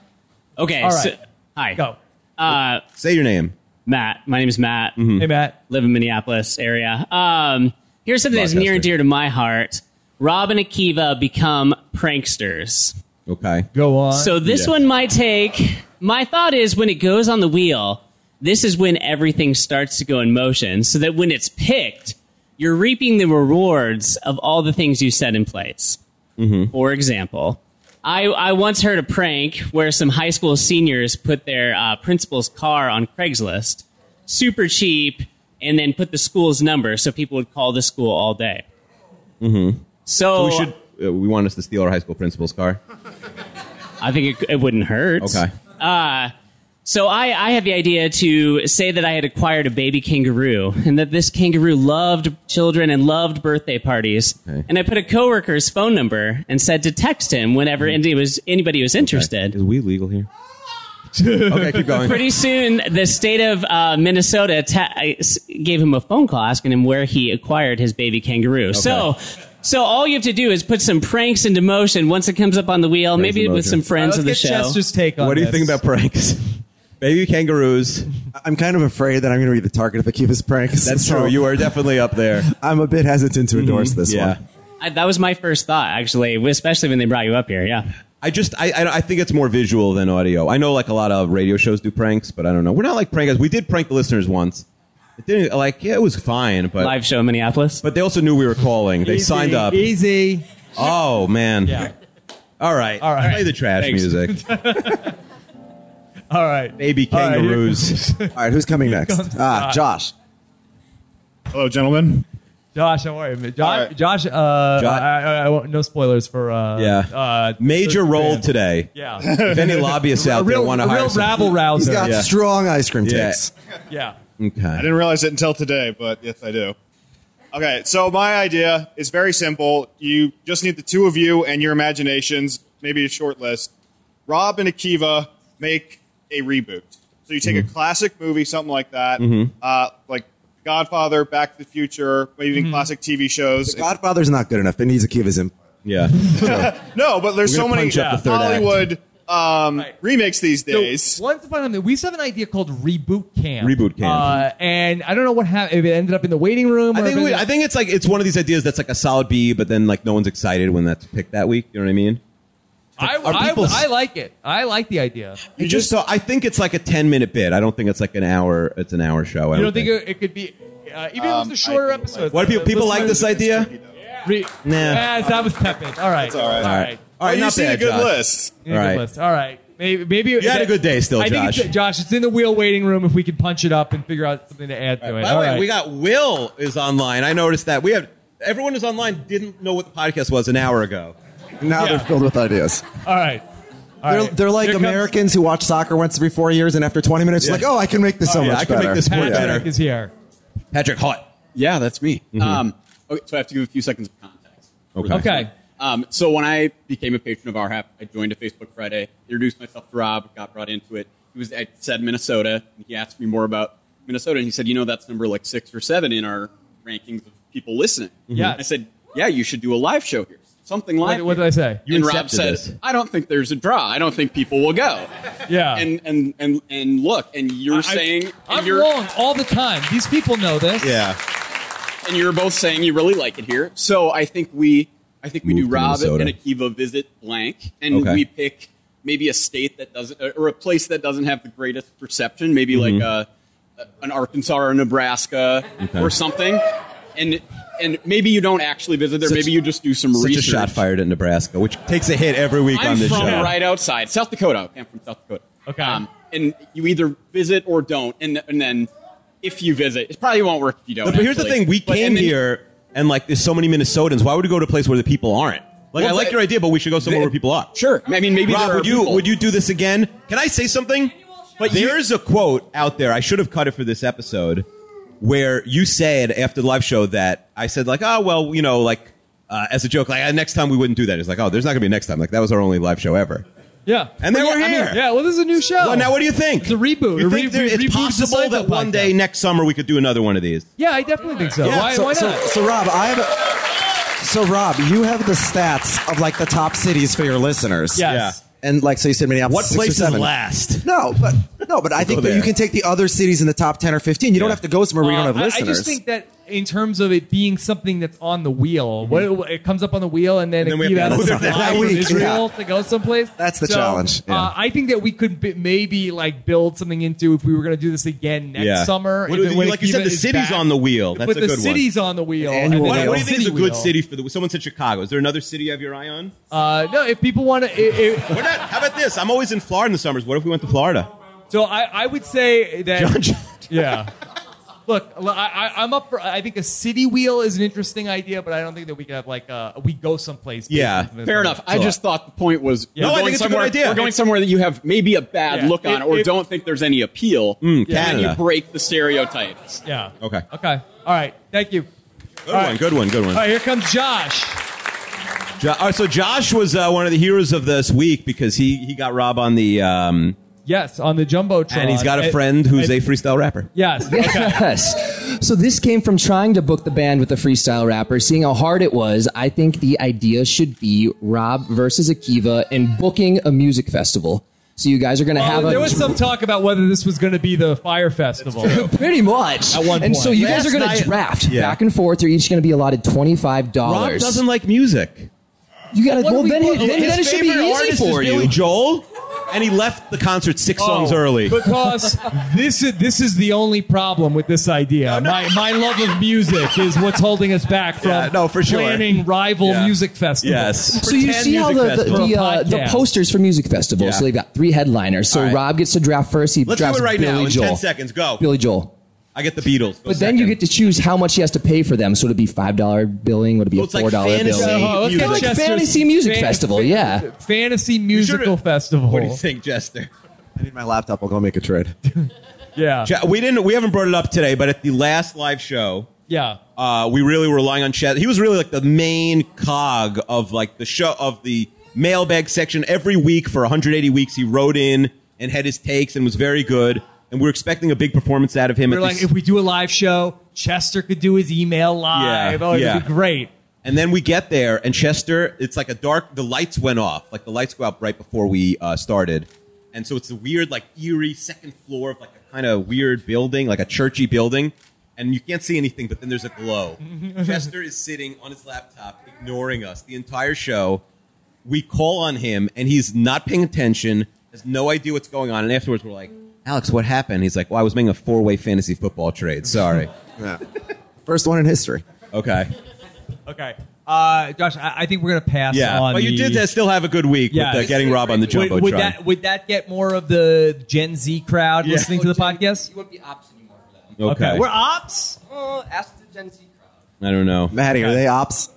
S18: Okay.
S4: All
S18: so-
S4: right.
S18: hi.
S4: Go.
S18: Uh,
S5: Say your name. Mm-hmm.
S18: Matt. My name is Matt.
S4: Hey, Matt.
S18: Live in Minneapolis area. Um, here's something that's near and dear to my heart. Rob and Akiva become pranksters.
S5: okay.
S4: Go on.
S18: So this
S5: Yeah.
S18: one might take. My thought is when it goes on the wheel, this is when everything starts to go in motion, so that when it's picked, you're reaping the rewards of all the things you set in place.
S5: Mm-hmm.
S18: For example, I, I once heard a prank where some high school seniors put their uh, principal's car on Craigslist, super cheap, and then put the school's number so people would call the school all day.
S5: Mm-hmm.
S18: So-
S5: we should. Uh, we want us to steal our high school principal's car.
S18: I think it, it wouldn't hurt.
S5: Okay.
S18: Uh, so I, I had the idea to say that I had acquired a baby kangaroo and that this kangaroo loved children and loved birthday parties. And I put a coworker's phone number and said to text him whenever
S5: Mm-hmm.
S18: anybody was, anybody was interested.
S5: Is we legal here? okay, keep going.
S18: Pretty soon, the state of uh, Minnesota ta- I s- gave him a phone call asking him where he acquired his baby kangaroo. So, so all you have to do is put some pranks into motion once it comes up on the wheel, maybe with some friends
S17: Uh,
S4: All
S18: of the
S4: right, let's
S18: show.
S4: get Chester's take on
S5: What do you
S4: this.
S5: think about pranks? Baby kangaroos.
S17: I'm kind of afraid that I'm going to be the target of Akiva's pranks.
S5: That's
S17: so
S5: true. You are definitely up there. Mm-hmm.
S17: I'm a bit hesitant to endorse this
S5: Yeah.
S17: one.
S18: I, that was my first thought, actually, especially when they brought you up here. Yeah.
S5: I just I, I I think it's more visual than audio. I know like a lot of radio shows do pranks, but I don't know. We're not like prank guys. We did prank the listeners once. It didn't like yeah, it was fine, but
S18: live show in Minneapolis.
S5: But they also knew we were calling. They
S4: Easy,
S5: signed up.
S4: Easy.
S5: Oh man.
S4: Yeah.
S5: All right. All right. Play the trash
S4: Thanks.
S5: music.
S4: All right.
S5: Baby
S4: All right, here
S5: kangaroos.
S17: All right, who's coming next? Ah, Josh.
S19: Hello, gentlemen.
S4: Josh, don't worry. Josh, Josh, uh, I, I, I won't, no spoilers for uh,
S5: Yeah.
S4: uh,
S5: Major
S4: the-
S5: role
S4: the-
S5: today.
S4: Yeah.
S5: If any lobbyists
S4: A
S5: out
S4: real-
S5: there want
S4: a
S5: to hire
S4: real
S5: some-
S4: rabble rouser.
S17: He's got
S5: Yeah.
S17: strong ice cream
S5: Yeah.
S17: takes.
S4: Yeah.
S5: Okay.
S19: I didn't realize it until today, but yes, I do. Okay, so my idea is very simple. You just need the two of you and your imaginations, maybe a short list. Rob and Akiva make a reboot. So you
S5: Mm-hmm.
S19: take a classic movie, something like that,
S17: Mhm.
S19: uh, like Godfather, Back to the Future, maybe
S4: Mm-hmm.
S19: even classic TV shows.
S17: The Godfather's not good enough. It needs Akivaism.
S5: Yeah.
S19: no, but there's
S17: We're
S19: so
S17: gonna
S19: many
S17: punch up the third act.
S19: Hollywood um, remakes these days.
S4: So once upon a time, we used to have an idea called reboot camp.
S5: Reboot camp.
S4: Uh, and I don't know what happened. If it ended up in the waiting room.
S5: I think we, I think it's like it's one of these ideas that's like a solid B, but then like no one's excited when that's picked that week. You know what I mean?
S4: I,
S5: Are
S4: I,
S5: people-
S4: I like it. I like the idea.
S5: You just so I think it's like a ten minute bit. I don't think it's like an hour. It's an hour show. I
S4: You
S5: don't
S4: don't think it, it could be uh, even if
S5: Um,
S4: it's a shorter episode?
S5: What do people people like this idea?
S4: Re-
S5: Nah.
S4: Ah, so that was tepid. All right. all right.
S5: All right. All right, not bad, Josh.
S4: You
S5: All
S4: had a
S5: right.
S4: good list. All right. Maybe, maybe
S5: You had a good day still,
S4: I think it's-
S5: Josh.
S4: Josh, it's in the wheel waiting room. If we could punch it up and figure out something to add to it.
S5: By the
S4: All
S5: way,
S4: right.
S5: we got Will is online. I noticed that we have everyone who's online didn't know what the podcast was an hour ago.
S17: Now they're filled with ideas.
S4: All right.
S17: they're, they're like Americans who watch soccer once every four years, and after 20 minutes,
S5: Yeah.
S17: like, oh, I can make this so
S5: Oh, yeah,
S17: much
S5: I can make
S17: better.
S5: this way better. Patrick
S4: is here.
S5: Patrick Hot.
S20: Yeah, that's me. Um, okay, so I have to give a few seconds of context.
S5: Okay.
S4: Okay.
S20: Um, so when I became a patron of RHAP, I joined a Facebook Friday, introduced myself to Rob, got brought into it. He was I said Minnesota, and he asked me more about Minnesota, and he said, you know, that's number like six or seven in our rankings of people listening.
S4: Mhm. Yes.
S20: I said, yeah, you should do a live show here, something
S4: What-
S20: live.
S4: what did I say? You
S20: and Rob
S4: accepted
S20: said,
S4: this.
S20: I don't think there's a draw. I don't think people will go.
S4: Yeah.
S20: And and and and look, and you're
S4: I-
S20: saying and
S4: I'm
S20: you're,
S4: wrong all the time. These people know this.
S5: Yeah.
S20: and you're both saying you really like it here. So I think we, I think we
S5: Move
S20: do
S5: to
S20: Rob
S5: Minnesota.
S20: and Akiva visit blank, and
S5: Okay.
S20: we pick maybe a state that doesn't, or a place that doesn't have the greatest perception, maybe
S5: Mhm.
S20: like uh, a, an Arkansas or Nebraska
S5: Okay.
S20: or something, and and maybe you don't actually visit there.
S5: Such-
S20: maybe you just do some
S5: Such
S20: research.
S5: a shot fired at Nebraska, which takes a hit every week
S20: I'm
S5: on this
S20: from
S5: show.
S20: right outside South Dakota. I'm from South Dakota. Okay. Um, and you either visit or don't, and and then if you visit, it probably won't work if you don't.
S5: No, but here's the
S20: actually.
S5: thing: we
S20: But-
S5: came
S20: and then-
S5: here, and like, there's so many Minnesotans. Why would we go to a place where the people aren't? Like,
S20: Well,
S5: I like
S20: but-
S5: your idea, but we should go somewhere where people are.
S20: Sure. I mean, maybe
S5: Rob,
S20: there are
S5: would you
S20: people-
S5: would you do this again? Can I say something? But there is a quote out there. I should have cut it for this episode, where you said after the live show that I said like, oh well, you know, like uh, as a joke, like "Ah, next time we wouldn't do that. It's like, oh, there's not gonna be a next time. Like that was our only live show ever.
S4: Yeah.
S5: And then
S4: yeah,
S5: we're
S4: I mean,
S5: here.
S4: yeah. Well, this is a new show.
S5: Well, now what do you think? It's
S4: a reboot.
S5: You
S4: A
S5: think
S4: reboot-
S5: there, it's
S4: reboot
S5: possible that
S4: Disciple
S5: one
S4: podcast.
S5: day next summer we could do another one of these?
S4: Yeah, I definitely think so.
S17: Yeah,
S4: why, why
S17: so,
S4: not?
S17: so, Rob, I have. A, so, Rob, you have the stats of like the top cities for your listeners.
S4: Yes.
S17: Yeah. And like, so you said Minneapolis.
S5: What
S17: six or
S5: places
S17: seven.
S5: last?
S17: No, but no, but I think that
S4: there.
S17: you can take the other cities in the top ten or fifteen. You don't have to go somewhere where you
S4: Uh,
S17: don't have
S4: I-
S17: listeners.
S4: I, just think that in terms of it being something that's on the wheel,
S17: Mm-hmm.
S4: what, it comes up on the wheel, and then,
S17: And then we
S4: you
S17: have to
S4: have
S17: go
S4: to
S17: there
S4: fly
S17: that
S4: from
S17: week,
S4: Israel to go someplace.
S17: That's the challenge, yeah.
S4: Uh, I think that we could b- maybe like build something into if we were going to do this again next
S5: Yeah.
S4: summer. if
S5: What do
S4: it-
S5: you-
S4: when
S5: like you said,
S4: Akiva
S5: the
S4: is
S5: city's
S4: back.
S5: on the wheel. That's
S4: Put
S5: a
S4: the
S5: good one.
S4: city's on the wheel. and then
S5: What,
S4: the
S5: what do you think is a
S4: city
S5: good
S4: wheel.
S5: city for the? Someone said Chicago. Is there another city you have your eye on?
S4: Uh, no, if people want to,
S5: We're not. How about this? I'm always in Florida in the summers. What if we went to Florida?
S4: so I, I would say that.
S5: John-
S4: yeah. Look, l- I, am up for. I think a city wheel is an interesting idea, but I don't think that we could have like uh, we go someplace. based
S20: Yeah.
S4: on this
S20: Fair
S4: summer.
S20: enough. I
S4: So,
S20: just thought the point was
S4: Yeah. No,
S20: we're
S4: I
S20: going
S4: think it's a good
S20: somewhere-
S4: idea.
S20: We're going
S4: It's-
S20: somewhere that you have maybe a bad
S4: Yeah.
S20: look on,
S4: It-
S20: or
S4: it- Mm,
S20: don't think there's any appeal.
S5: Hmm,
S20: and then
S5: Canada.
S20: you break the stereotypes.
S4: Yeah.
S5: Okay.
S4: Okay. All right. Thank you.
S5: Good one. Good one. Good
S4: All
S5: one.
S4: right. Here comes Josh.
S5: Jo- all right, so Josh was uh, one of the heroes of this week because he he got Rob on the um,
S4: Yes, on the jumbotron,
S5: and he's got a
S4: And-
S5: friend who's
S4: and-
S5: a freestyle rapper.
S4: Yes.
S21: Yes. So this came from trying to book the band with a freestyle rapper, seeing how hard it was. I think the idea should be Rob versus Akiva and booking a music festival. So you guys are
S5: Oh,
S21: going to have
S4: Well,
S21: a
S4: there was some talk about whether this was going to be the fire festival.
S21: Pretty much.
S4: At one
S21: and
S4: point.
S21: so you
S4: Last
S21: guys are going
S4: night-
S21: to draft
S4: Yeah.
S21: back and forth. They're each going to be allotted twenty five
S5: Rob
S21: dollars.
S5: doesn't like music.
S21: You got to.
S5: What
S21: Well,
S5: do we
S21: then,
S5: put-
S21: then,
S5: his
S21: then it should be
S5: favorite
S21: easy
S5: artist is
S21: for you.
S5: Billy Joel, and he left the concert six songs
S4: Oh,
S5: early.
S4: because this is this is the only problem with this idea. My my love of music is what's holding us back from
S5: Yeah, no, for sure.
S4: planning rival
S5: Yeah.
S4: music festivals.
S5: Yes.
S21: So you see how the the,
S4: For
S21: the,
S4: a
S21: uh, the
S4: podcast.
S21: posters for music festivals.
S5: Yeah.
S21: So they've got three headliners. So
S5: All right.
S21: Rob gets to draft first. He
S5: Let's do
S21: drafts
S5: it right
S21: Billy
S5: now in
S21: Joel.
S5: ten seconds. Go.
S21: Billy Joel.
S5: I get the Beatles. Go
S21: But then you get to choose how much he has to pay for them. So it'd be five dollar billing. Would it be a
S5: it's like
S21: four dollar
S5: fantasy
S21: billing?
S5: Yeah, Oh, let's
S21: It's
S5: get
S21: like
S5: Chester's
S21: fantasy music
S5: fan-
S21: festival. Yeah.
S4: Fantasy musical festival.
S5: What do you think, Jester?
S17: I need my laptop. I'll go make a trade.
S4: Yeah.
S5: Ja- We didn't. We haven't brought it up today, but at the last live show,
S4: Yeah.
S5: uh, we really were relying on Chad. He was really like the main cog of like the show of the mailbag section every week for 180 weeks. He wrote in and had his takes and was very good. and we're expecting a big performance out of him.
S4: We're
S5: at
S4: like,
S5: this-
S4: if we do a live show, Chester could do his email live. oh, it'd be great.
S5: And then we get there, and Chester, it's like a dark. The lights went off, like the lights go out right before we uh, started, and so it's a weird, like eerie second floor of like a kind of weird building, like a churchy building, and you can't see anything, but then there's a glow.
S4: Mm-hmm.
S5: Chester is sitting on his laptop, ignoring us the entire show. We call on him, and he's not paying attention, has no idea what's going on, and afterwards we're like, Alex, what happened? He's like, Well, I was making a four way fantasy football trade. Sorry.
S17: First one in history.
S5: Okay.
S4: Okay. Uh, Josh, I, I think we're going to pass
S5: Yeah,
S4: on
S5: but you
S4: the-
S5: did uh, still have a good week
S4: Yeah.
S5: with uh, getting Rob on the
S4: Would,
S5: jumbotron.
S4: would that would that get more of the Gen Z crowd
S5: Yeah.
S4: listening to the podcast? You won't be ops anymore for that.
S5: Okay.
S4: we're ops.
S7: Oh, ask the Gen Z crowd.
S5: I don't know.
S17: Maddie, are they ops?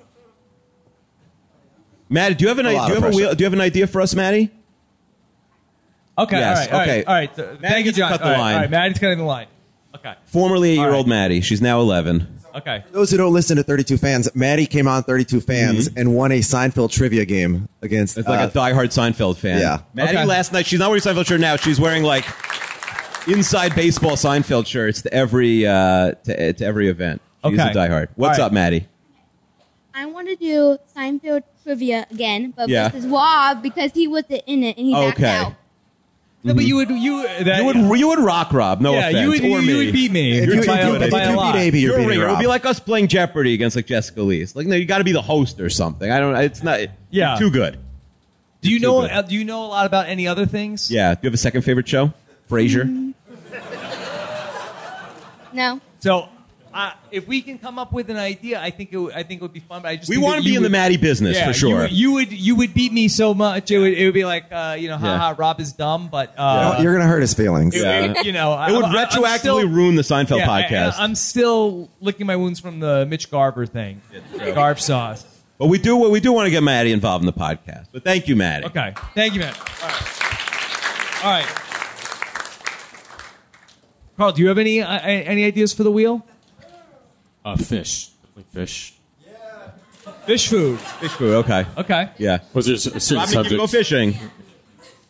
S5: Maddie, do you have an
S17: A
S5: do you
S17: lot of
S5: have, a
S17: pressure.
S5: wheel, do you have an idea for us, Maddie?
S4: Okay,
S5: Yes,
S4: all right,
S5: okay.
S4: all right, all right. Thank you, Josh.
S5: cut the
S4: all right,
S5: line.
S4: all right, Maddie's cutting the line. Okay,
S5: Formerly eight year old Maddie, she's now eleven.
S4: okay.
S17: Those who don't listen to 32 fans, Maddie came on 32 fans and won a Seinfeld trivia game against.
S5: Mm-hmm.
S17: uh,
S5: It's like a
S4: Uh,
S5: diehard Seinfeld fan.
S17: Yeah.
S5: Maddie
S17: Okay.
S5: last night she's not wearing a Seinfeld shirt now. She's wearing like inside baseball Seinfeld shirts to every uh, to, to every event. She's
S4: Okay.
S5: a diehard. What's
S4: All right.
S5: up, Maddie?
S22: I want to do Seinfeld trivia again, but
S5: Yeah.
S22: this is Wob because he wasn't in it and he backed
S5: Oh, okay.
S22: out.
S4: No, but you would you
S5: you would you would rock Rob. No
S4: Yeah,
S5: offense,
S4: you would-
S5: or
S4: you
S5: me.
S4: would beat me. If
S5: You're
S4: you
S5: too
S4: beat-
S5: good.
S4: if you
S5: By a
S4: beat
S5: lot.
S4: Davey, you're
S5: You're a
S4: beating
S5: ringer. It would be
S4: Rob.
S5: like us playing Jeopardy against like Jessica Lee. It's Like no, you got to be the host or something. I don't. It's not.
S4: Yeah.
S5: you're too good.
S4: Do you
S5: Too
S4: know
S5: good.
S4: uh, do you know a lot about any other things?
S5: Yeah. Do you have a second favorite show? Frasier.
S22: No.
S4: So uh, if we can come up with an idea, I think it would, I think it would be fun. But I just
S5: We
S4: think
S5: wanna
S4: that
S5: be
S4: you
S5: in the
S4: would-
S5: Maddie business,
S4: Yeah,
S5: for sure.
S4: You, you would you would beat me so much. It would, it would be like uh, you know,
S17: Yeah.
S4: haha, Rob is dumb, but uh,
S17: No, you're going to hurt his feelings.
S4: it- it- you know, I-
S5: it would
S4: I'm- I'm
S5: retroactively
S4: still-
S5: ruin the Seinfeld
S4: Yeah, I-
S5: podcast.
S4: I, am still licking my wounds from the Mitch Garver thing,
S5: true.
S4: Garv sauce.
S5: but we do. We do want to get Maddie involved in the podcast. But thank you, Maddie.
S4: Okay, thank you, man. All right. All right. Carl, do you have any uh, any ideas for the wheel?
S1: Uh, fish. Like fish.
S4: Fish food.
S5: Fish food. Okay.
S4: Okay.
S5: Yeah.
S1: Was there a certain
S5: Rob, you can
S1: subject?
S5: go fishing.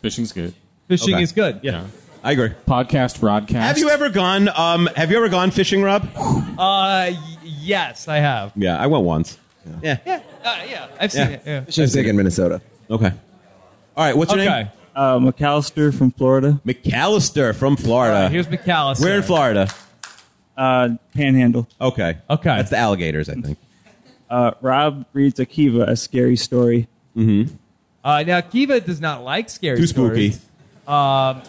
S1: Fishing's good.
S4: Fishing is good.
S5: Yeah. I agree.
S1: Podcast broadcast.
S5: Have you ever gone? Um, have you ever gone fishing, Rob?
S4: Uh, y- yes, I have.
S5: Yeah, I went once. Yeah.
S4: Yeah, uh, yeah, I've seen it. Yeah.
S17: Fishing's big in Minnesota.
S5: Okay. All right. What's your
S4: Okay.
S5: name?
S23: Uh, McAllister from Florida.
S5: McAllister from Florida.
S23: All right,
S4: here's McAllister.
S5: Where in Florida?
S23: Uh, Panhandle.
S5: Okay.
S4: Okay.
S5: That's the alligators, I think.
S23: Uh, Rob reads Akiva, a scary story.
S5: Mm-hmm.
S4: Uh, now Kiva does not like scary
S23: Too spooky.
S4: stories. Um,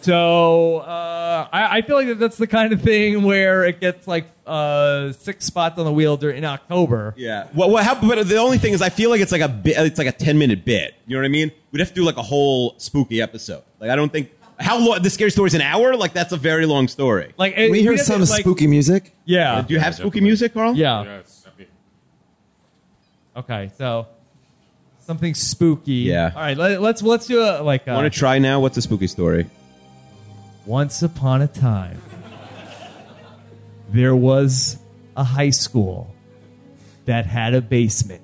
S4: so uh, I, I feel like that that's the kind of thing where it gets like uh, six spots on the wheel during in October.
S5: Yeah. Well, what happened? But the only thing is, I feel like it's like a bit, it's like a ten minute bit. You know what I mean? We'd have to do like a whole spooky episode. Like I don't think how long the scary story's an hour. Like that's a very long story.
S4: Like
S17: we hear some spooky music.
S4: Yeah.
S5: Do you have spooky music, Carl?
S4: Yeah. Okay, so something spooky.
S5: Yeah.
S4: All right, let, let's let's do a like.
S5: Want
S4: A,
S5: to try now? What's a spooky story?
S4: Once upon a time, there was a high school that had a basement.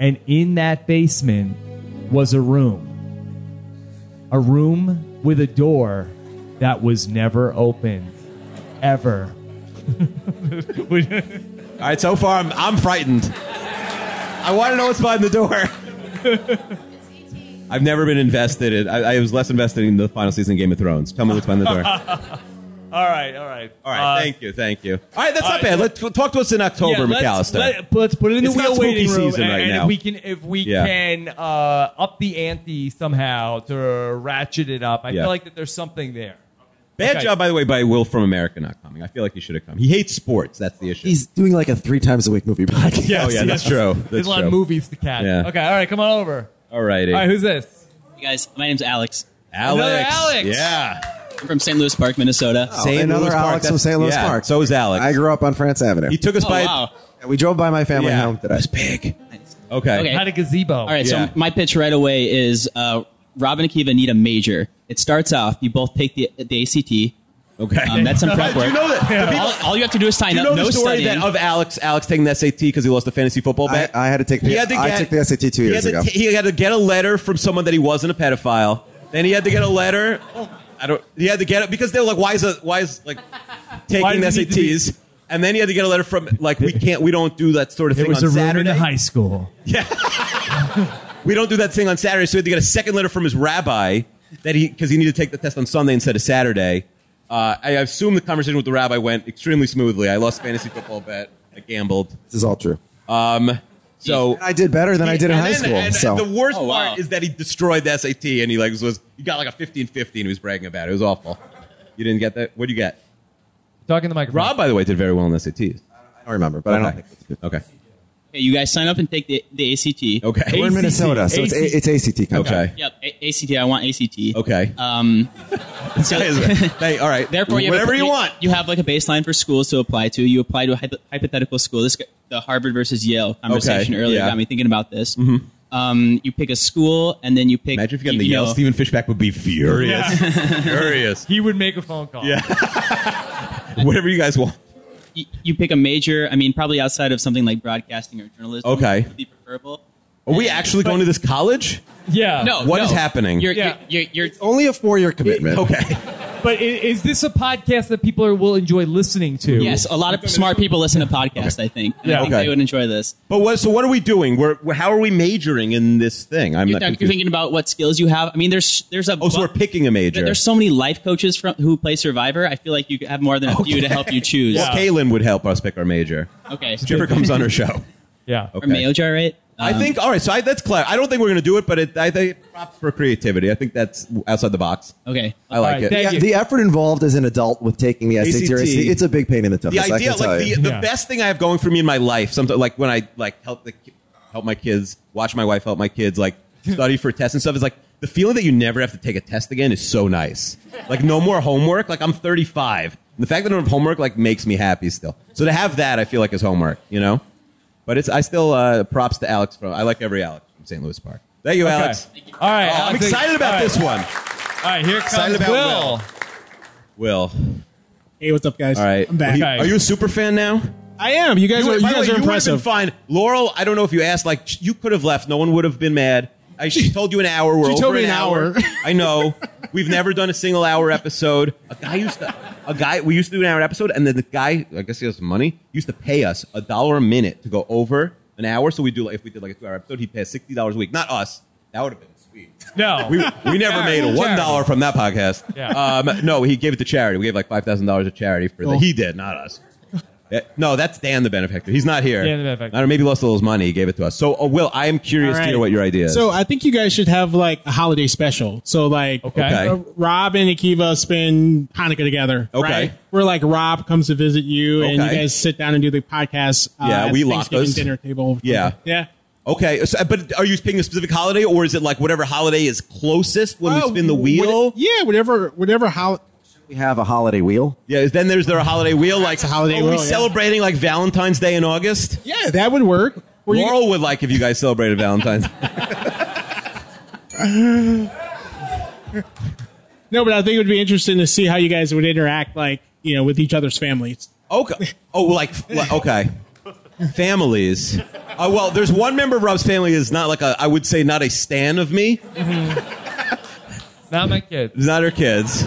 S4: And in that basement was a room. A room with a door that was never opened, ever.
S5: All right. So far, I'm I'm frightened. I want to know what's behind the door. I've never been invested in. I, I was less invested in the final season of Game of Thrones. Tell me what's behind the door. All
S4: All right, all right. All
S5: right. thank you. Thank you. Uh, All right. That's not bad. Let's talk to us in October,
S4: let's,
S5: McAllister.
S4: Let, let's put it in
S5: It's
S4: the
S5: not
S4: wheel
S5: spooky
S4: waiting room,
S5: season
S4: and,
S5: right
S4: and
S5: now.
S4: if we can, if we
S5: Yeah.
S4: can uh, up the ante somehow to ratchet it up, I
S5: Yeah.
S4: feel like that there's something there.
S5: Bad
S4: Okay.
S5: job, by the way, by Will from America not coming. I feel like he should have come. He hates sports. That's the issue.
S17: He's doing like a three times a week movie podcast.
S5: oh yeah, that's true. That's
S4: There's a lot of
S5: true.
S4: movies to catch.
S5: Yeah.
S4: Okay, all right, come on over.
S5: All righty.
S4: All right, who's this?
S23: You guys, my name's Alex.
S5: Alex. Another Alex. Yeah.
S23: I'm from St. Louis Park, Minnesota.
S17: Oh, another Alex from St. Louis Park.
S5: So is Alex.
S17: I grew up on France Avenue.
S5: He took us
S23: Oh,
S5: by.
S23: wow.
S17: We drove by my family
S23: Yeah.
S17: home today. It was
S5: big.
S23: Okay.
S5: Okay.
S4: Had a gazebo.
S23: All right,
S5: Yeah.
S23: so my pitch right away is uh, Rob and Akiva need a major. It starts off, you both take the, the ACT.
S5: Okay.
S23: Um, that's some prep
S5: Do
S23: work.
S5: you know that- the people-
S23: all, all you have to do is sign
S5: Do you know
S23: up. no
S5: the story
S23: studying.
S5: that uh, of Alex Alex taking the SAT because he lost the fantasy football bet?
S17: I, I had to take the,
S5: He had to
S17: I
S5: get-
S17: took the SAT two
S5: he
S17: years
S5: had
S17: ago.
S5: To, he had to get a letter from someone that he wasn't a pedophile. Then he had to get a letter I don't. He had to get it because they were like, "Why is a, why is like taking
S4: Why does it need to be-
S5: SATs?" And then he had to get a letter from like, "We can't. We don't do that sort of thing
S4: It was
S5: on
S4: a room in
S5: Saturday.
S4: a high school.
S5: we don't do that thing on Saturday." So he had to get a second letter from his rabbi that he because he needed to take the test on Sunday instead of Saturday. Uh, I assume the conversation with the rabbi went extremely smoothly. I lost fantasy football bet. I gambled.
S17: This is all true.
S5: Um, so
S17: I did better than I did in
S5: And
S17: high
S5: then-
S17: school.
S5: and
S17: so
S5: The worst
S17: Oh,
S5: part is that he destroyed the SAT and he like was he got like a 15-15 and he was bragging about it. It was awful. You didn't get that? What do you get?
S4: Talking to Mike.
S5: Rob, by the way, did very well in the SATs. I
S17: don't remember,
S5: but I don't think okay.
S23: Okay, you guys sign up and take the, the ACT.
S5: Okay. We're in ACT. Minnesota, so it's A- it's ACT country. Okay.
S23: Yep. A- ACT. I want ACT.
S5: Okay.
S23: Um. so,
S5: hey, all right.
S23: Therefore, you have a-
S5: Whatever you want.
S23: You have like a baseline for schools to apply to. You apply to a hypo- hypothetical school. This the Harvard versus Yale conversation
S5: Okay,
S23: earlier
S5: yeah. Mm-hmm.
S23: got me thinking about this. Um, you pick a school and then you pick. Imagine if
S5: Getting the Yale, Stephen Fishback would be furious.
S23: Yeah.
S5: furious.
S4: He would make a phone call. Yeah.
S5: Whatever you guys want.
S23: You, you pick a major. I mean, probably outside of something like broadcasting or journalism.
S5: Okay.
S23: Would be preferable.
S5: Are we actually going to this college?
S4: Yeah.
S23: No.
S5: What
S23: no.
S5: is happening?
S23: You're, you're, you're, you're
S17: only a four-year commitment.
S5: okay.
S4: But i- is this a podcast that people are, will enjoy listening to?
S23: Yes, a lot of smart people listen to podcasts. I think. And I
S5: Yeah.
S23: think
S5: Okay.
S23: they would enjoy this.
S5: But what, so what are we doing? We're, we're- how are we majoring in this thing? I'm
S23: You're,
S5: not
S23: you're thinking about what skills you have. I mean, there's there's a
S5: Oh, so we're picking a major.
S23: There's so many life coaches from, who play Survivor. I feel like you have more than a few to help you choose.
S5: Well, Kaylin would help us pick our major.
S23: Okay.
S5: If she ever comes on her show.
S4: Yeah.
S5: Okay.
S23: major, right?
S5: I
S23: Um,
S5: think all right. So I, that's clear. I don't think we're going to do it, but it, I think props for creativity. I think that's outside the box.
S23: Okay,
S5: I like it.
S17: The, the effort involved as an adult with taking the SAT
S5: ACT.
S17: seriously, it's a big pain in the tuchus.
S5: the
S17: I
S5: idea,
S17: can tell
S5: like the,
S17: you.
S5: the best thing I have going for me in my life. Sometimes, like when I like help the ki- help my kids, watch my wife help my kids, like study for tests and stuff. Is like the feeling that you never have to take a test again is so nice. Like no more homework. Like I'm 35. And the fact that I don't have homework like makes me happy still. So to have that, I feel like is homework. You know, but it's I still uh, props to Alex from I like every Alex from St. Louis Park. Thank you,
S4: Okay.
S5: Alex.
S4: All right.
S5: Oh, I'm
S4: Alex,
S5: excited about
S4: all right.
S5: this one.
S4: All right, here
S5: Excited
S4: comes
S5: about
S4: Will.
S5: Will. Will.
S10: Hey, what's up, guys?
S5: All right.
S10: I'm back.
S5: Are you, are you a super fan now?
S10: I am. You guys are- you
S5: by the way,
S10: guys are
S5: you would've been
S10: impressive.
S5: fine. Laurel, I don't know if you asked. Like, sh- you could have left. No one would have been mad. I, she told you an hour. We're
S10: She
S5: over
S10: told me an hour.
S5: I know. We've never done a single hour episode. A guy used to. A guy. We used to do an hour episode, and then the guy. I guess he has some money. Used to pay us a dollar a minute to go over an hour. So we do. Like, if we did like a two-hour episode, he'd pay us sixty dollars a week. Not us. That would have been.
S4: No.
S5: We, we never made a one dollar from that podcast.
S4: Yeah.
S5: Um, no, he gave it to charity. We gave like five thousand dollars to charity for
S10: Oh.
S5: the.
S4: Cool.
S5: He did, not us. Yeah, No, that's Dan the benefactor. He's not here.
S10: Dan the benefactor.
S5: I don't know, maybe he lost all his money. He gave it to us. So, uh, Will, I am curious
S10: All
S5: to hear
S10: right.
S5: what your idea is.
S10: So I think you guys should have like a holiday special. So like,
S5: Okay.
S10: uh, Rob and Akiva spend Hanukkah together.
S5: Okay.
S10: right? where like Rob comes to visit you, and you
S5: Okay.
S10: guys sit down and do the podcast. Uh,
S5: yeah,
S10: at
S5: we
S10: the
S5: locked
S10: Thanksgiving
S5: us.
S10: dinner table.
S5: Yeah.
S10: yeah.
S5: Okay, so- uh, but are you picking a specific holiday, or is it like whatever holiday is closest when
S10: Oh,
S5: we spin the
S10: what-
S5: wheel?
S10: yeah, whatever, whatever. How
S17: we have a holiday wheel.
S5: Yeah, is- then there's there a holiday wheel like
S10: holiday
S5: are we
S10: wheel, yeah.
S5: celebrating like Valentine's Day in August?
S10: Yeah, that would work. Were you-
S5: Laurel would like if you guys celebrated Valentine's.
S10: no, but I think it would be interesting to see how you guys would interact, like you know, with each other's families.
S5: Okay. Oh, like like- okay. Families. Uh, well, there's one member of Rob's family is not like a I would say not a stan of me.
S4: Mm-hmm. not my kids.
S5: Not her kids.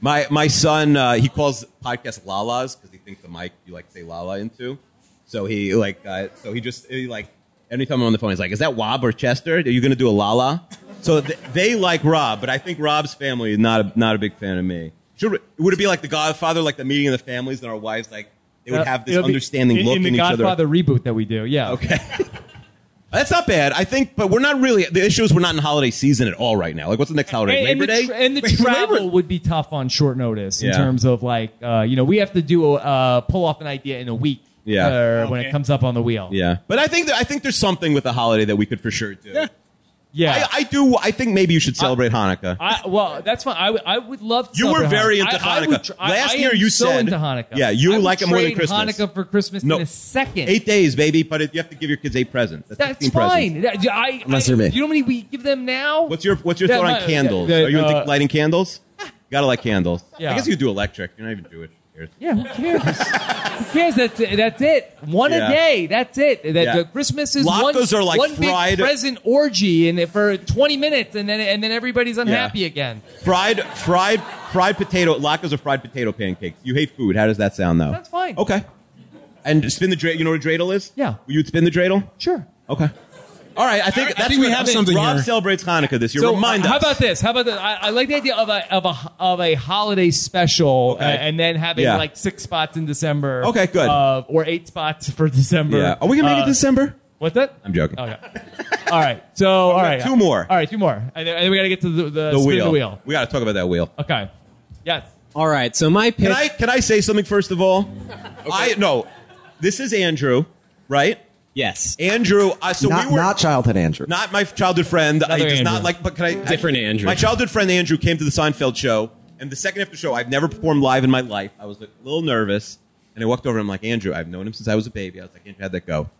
S5: My my son uh, he calls podcast lalas because he thinks the mic you like say lala into. So he like uh, so he just he, like anytime I'm on the phone he's like is that Wob or Chester? Are you gonna do a lala? So th- they like Rob, but I think Rob's family is not a, not a big fan of me. Should we- would it be like The Godfather, like the meeting of the families, and our wives like they would
S4: Uh,
S5: have this
S4: it'll be-
S5: understanding
S4: in,
S5: look
S4: in the
S5: each other.
S4: Godfather reboot that we do. Yeah.
S5: Okay. That's not bad. I think, but we're not really. The issue is we're not in holiday season at all right now. Like, what's the next holiday?
S4: And, and
S5: Labor
S4: the,
S5: Day.
S4: tra- and the travel would be tough on short notice in
S5: Yeah.
S4: terms of like uh, you know we have to do a, uh, pull off an idea in a week.
S5: Yeah.
S4: uh, when it comes up on the wheel.
S5: Yeah, but I think that, I think there's something with the holiday that we could for sure do. Yeah,
S4: Yeah.
S5: I, I do. I think maybe you should celebrate Hanukkah.
S4: I, well, that's fine. I, would- I would love. to
S5: You were
S4: celebrate
S5: very
S4: Hanukkah. I-
S5: into
S4: I would
S5: Hanukkah.
S4: tr- I-
S5: Last
S4: I
S5: year
S4: am
S5: you
S4: so
S5: said-
S4: into Hanukkah.
S5: Yeah, you
S4: I would
S5: like it more than
S4: trade
S5: Christmas.
S4: Hanukkah for Christmas in a second.
S5: Eight days, baby, but it, you have to give your kids eight presents. That's,
S4: That's
S5: 16 presents.
S4: fine. That- I, I-
S5: Unless you're me.
S4: You know how many we give them now?
S5: What's your What's your
S4: Yeah,
S5: thought
S4: my-
S5: on candles?
S4: yeah,
S5: Are you into
S4: uh,
S5: lighting candles? Gotta like candles.
S4: Yeah.
S5: I guess you could do electric. You're not even Jewish. cares?
S4: Yeah, who cares? who cares? That's it. That's it. One
S5: Yeah.
S4: a day. That's it. That
S5: Yeah.
S4: the Christmas is one,
S5: Latkes are like
S4: one
S5: fried-
S4: big present orgy, and for 20 minutes, and then and then everybody's unhappy
S5: Yeah.
S4: again.
S5: Fried, fried, fried potato. Latkes are fried potato pancakes. You hate food. How does that sound, though?
S4: That's fine.
S5: Okay. And spin the dreidel. You know what a dreidel is?
S4: Yeah.
S5: You'd spin the dreidel?
S4: Sure.
S5: Okay. All right. I think that's
S4: think we
S5: what-
S4: have something
S5: Rob
S4: here.
S5: celebrates Hanukkah this year.
S4: So,
S5: Remind
S4: uh,
S5: us.
S4: How about this? How about this? I, I like the idea of a of a of a holiday special, uh, and then having
S5: Yeah.
S4: like six spots in December.
S5: Okay, good.
S4: Uh, or eight spots for December.
S5: Yeah. Are we gonna make it December?
S4: What's that?
S5: I'm joking.
S4: Okay. all right. So all right.
S5: two more.
S4: All right. Two more. And then, and then we got to get to the the, spin The wheel.
S5: We got to talk about that wheel.
S4: Okay. Yes.
S5: All right. So my pick. Can I can I say something first of all? I no. This is Andrew, right?
S23: Yes.
S5: Andrew. Uh, so
S17: not,
S5: we were
S17: not childhood Andrew.
S5: not my childhood friend. I
S17: Another
S5: does
S17: Andrew.
S5: not like. But can I?
S17: Different
S5: I-
S17: Andrew.
S5: My childhood friend Andrew came to the Seinfeld show, and the second after show, I've never performed live in my life. I was a little nervous, and I walked over. and I'm like, Andrew, I've known him since I was a baby. I was like, Andrew, how'd that go?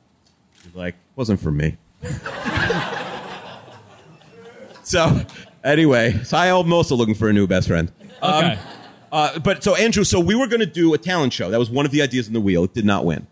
S5: He's like, wasn't for me. so, anyway, so I am also looking for a new best friend.
S4: Okay.
S5: uh, but so Andrew, so we were going to do a talent show. That was one of the ideas in the wheel. It did not win.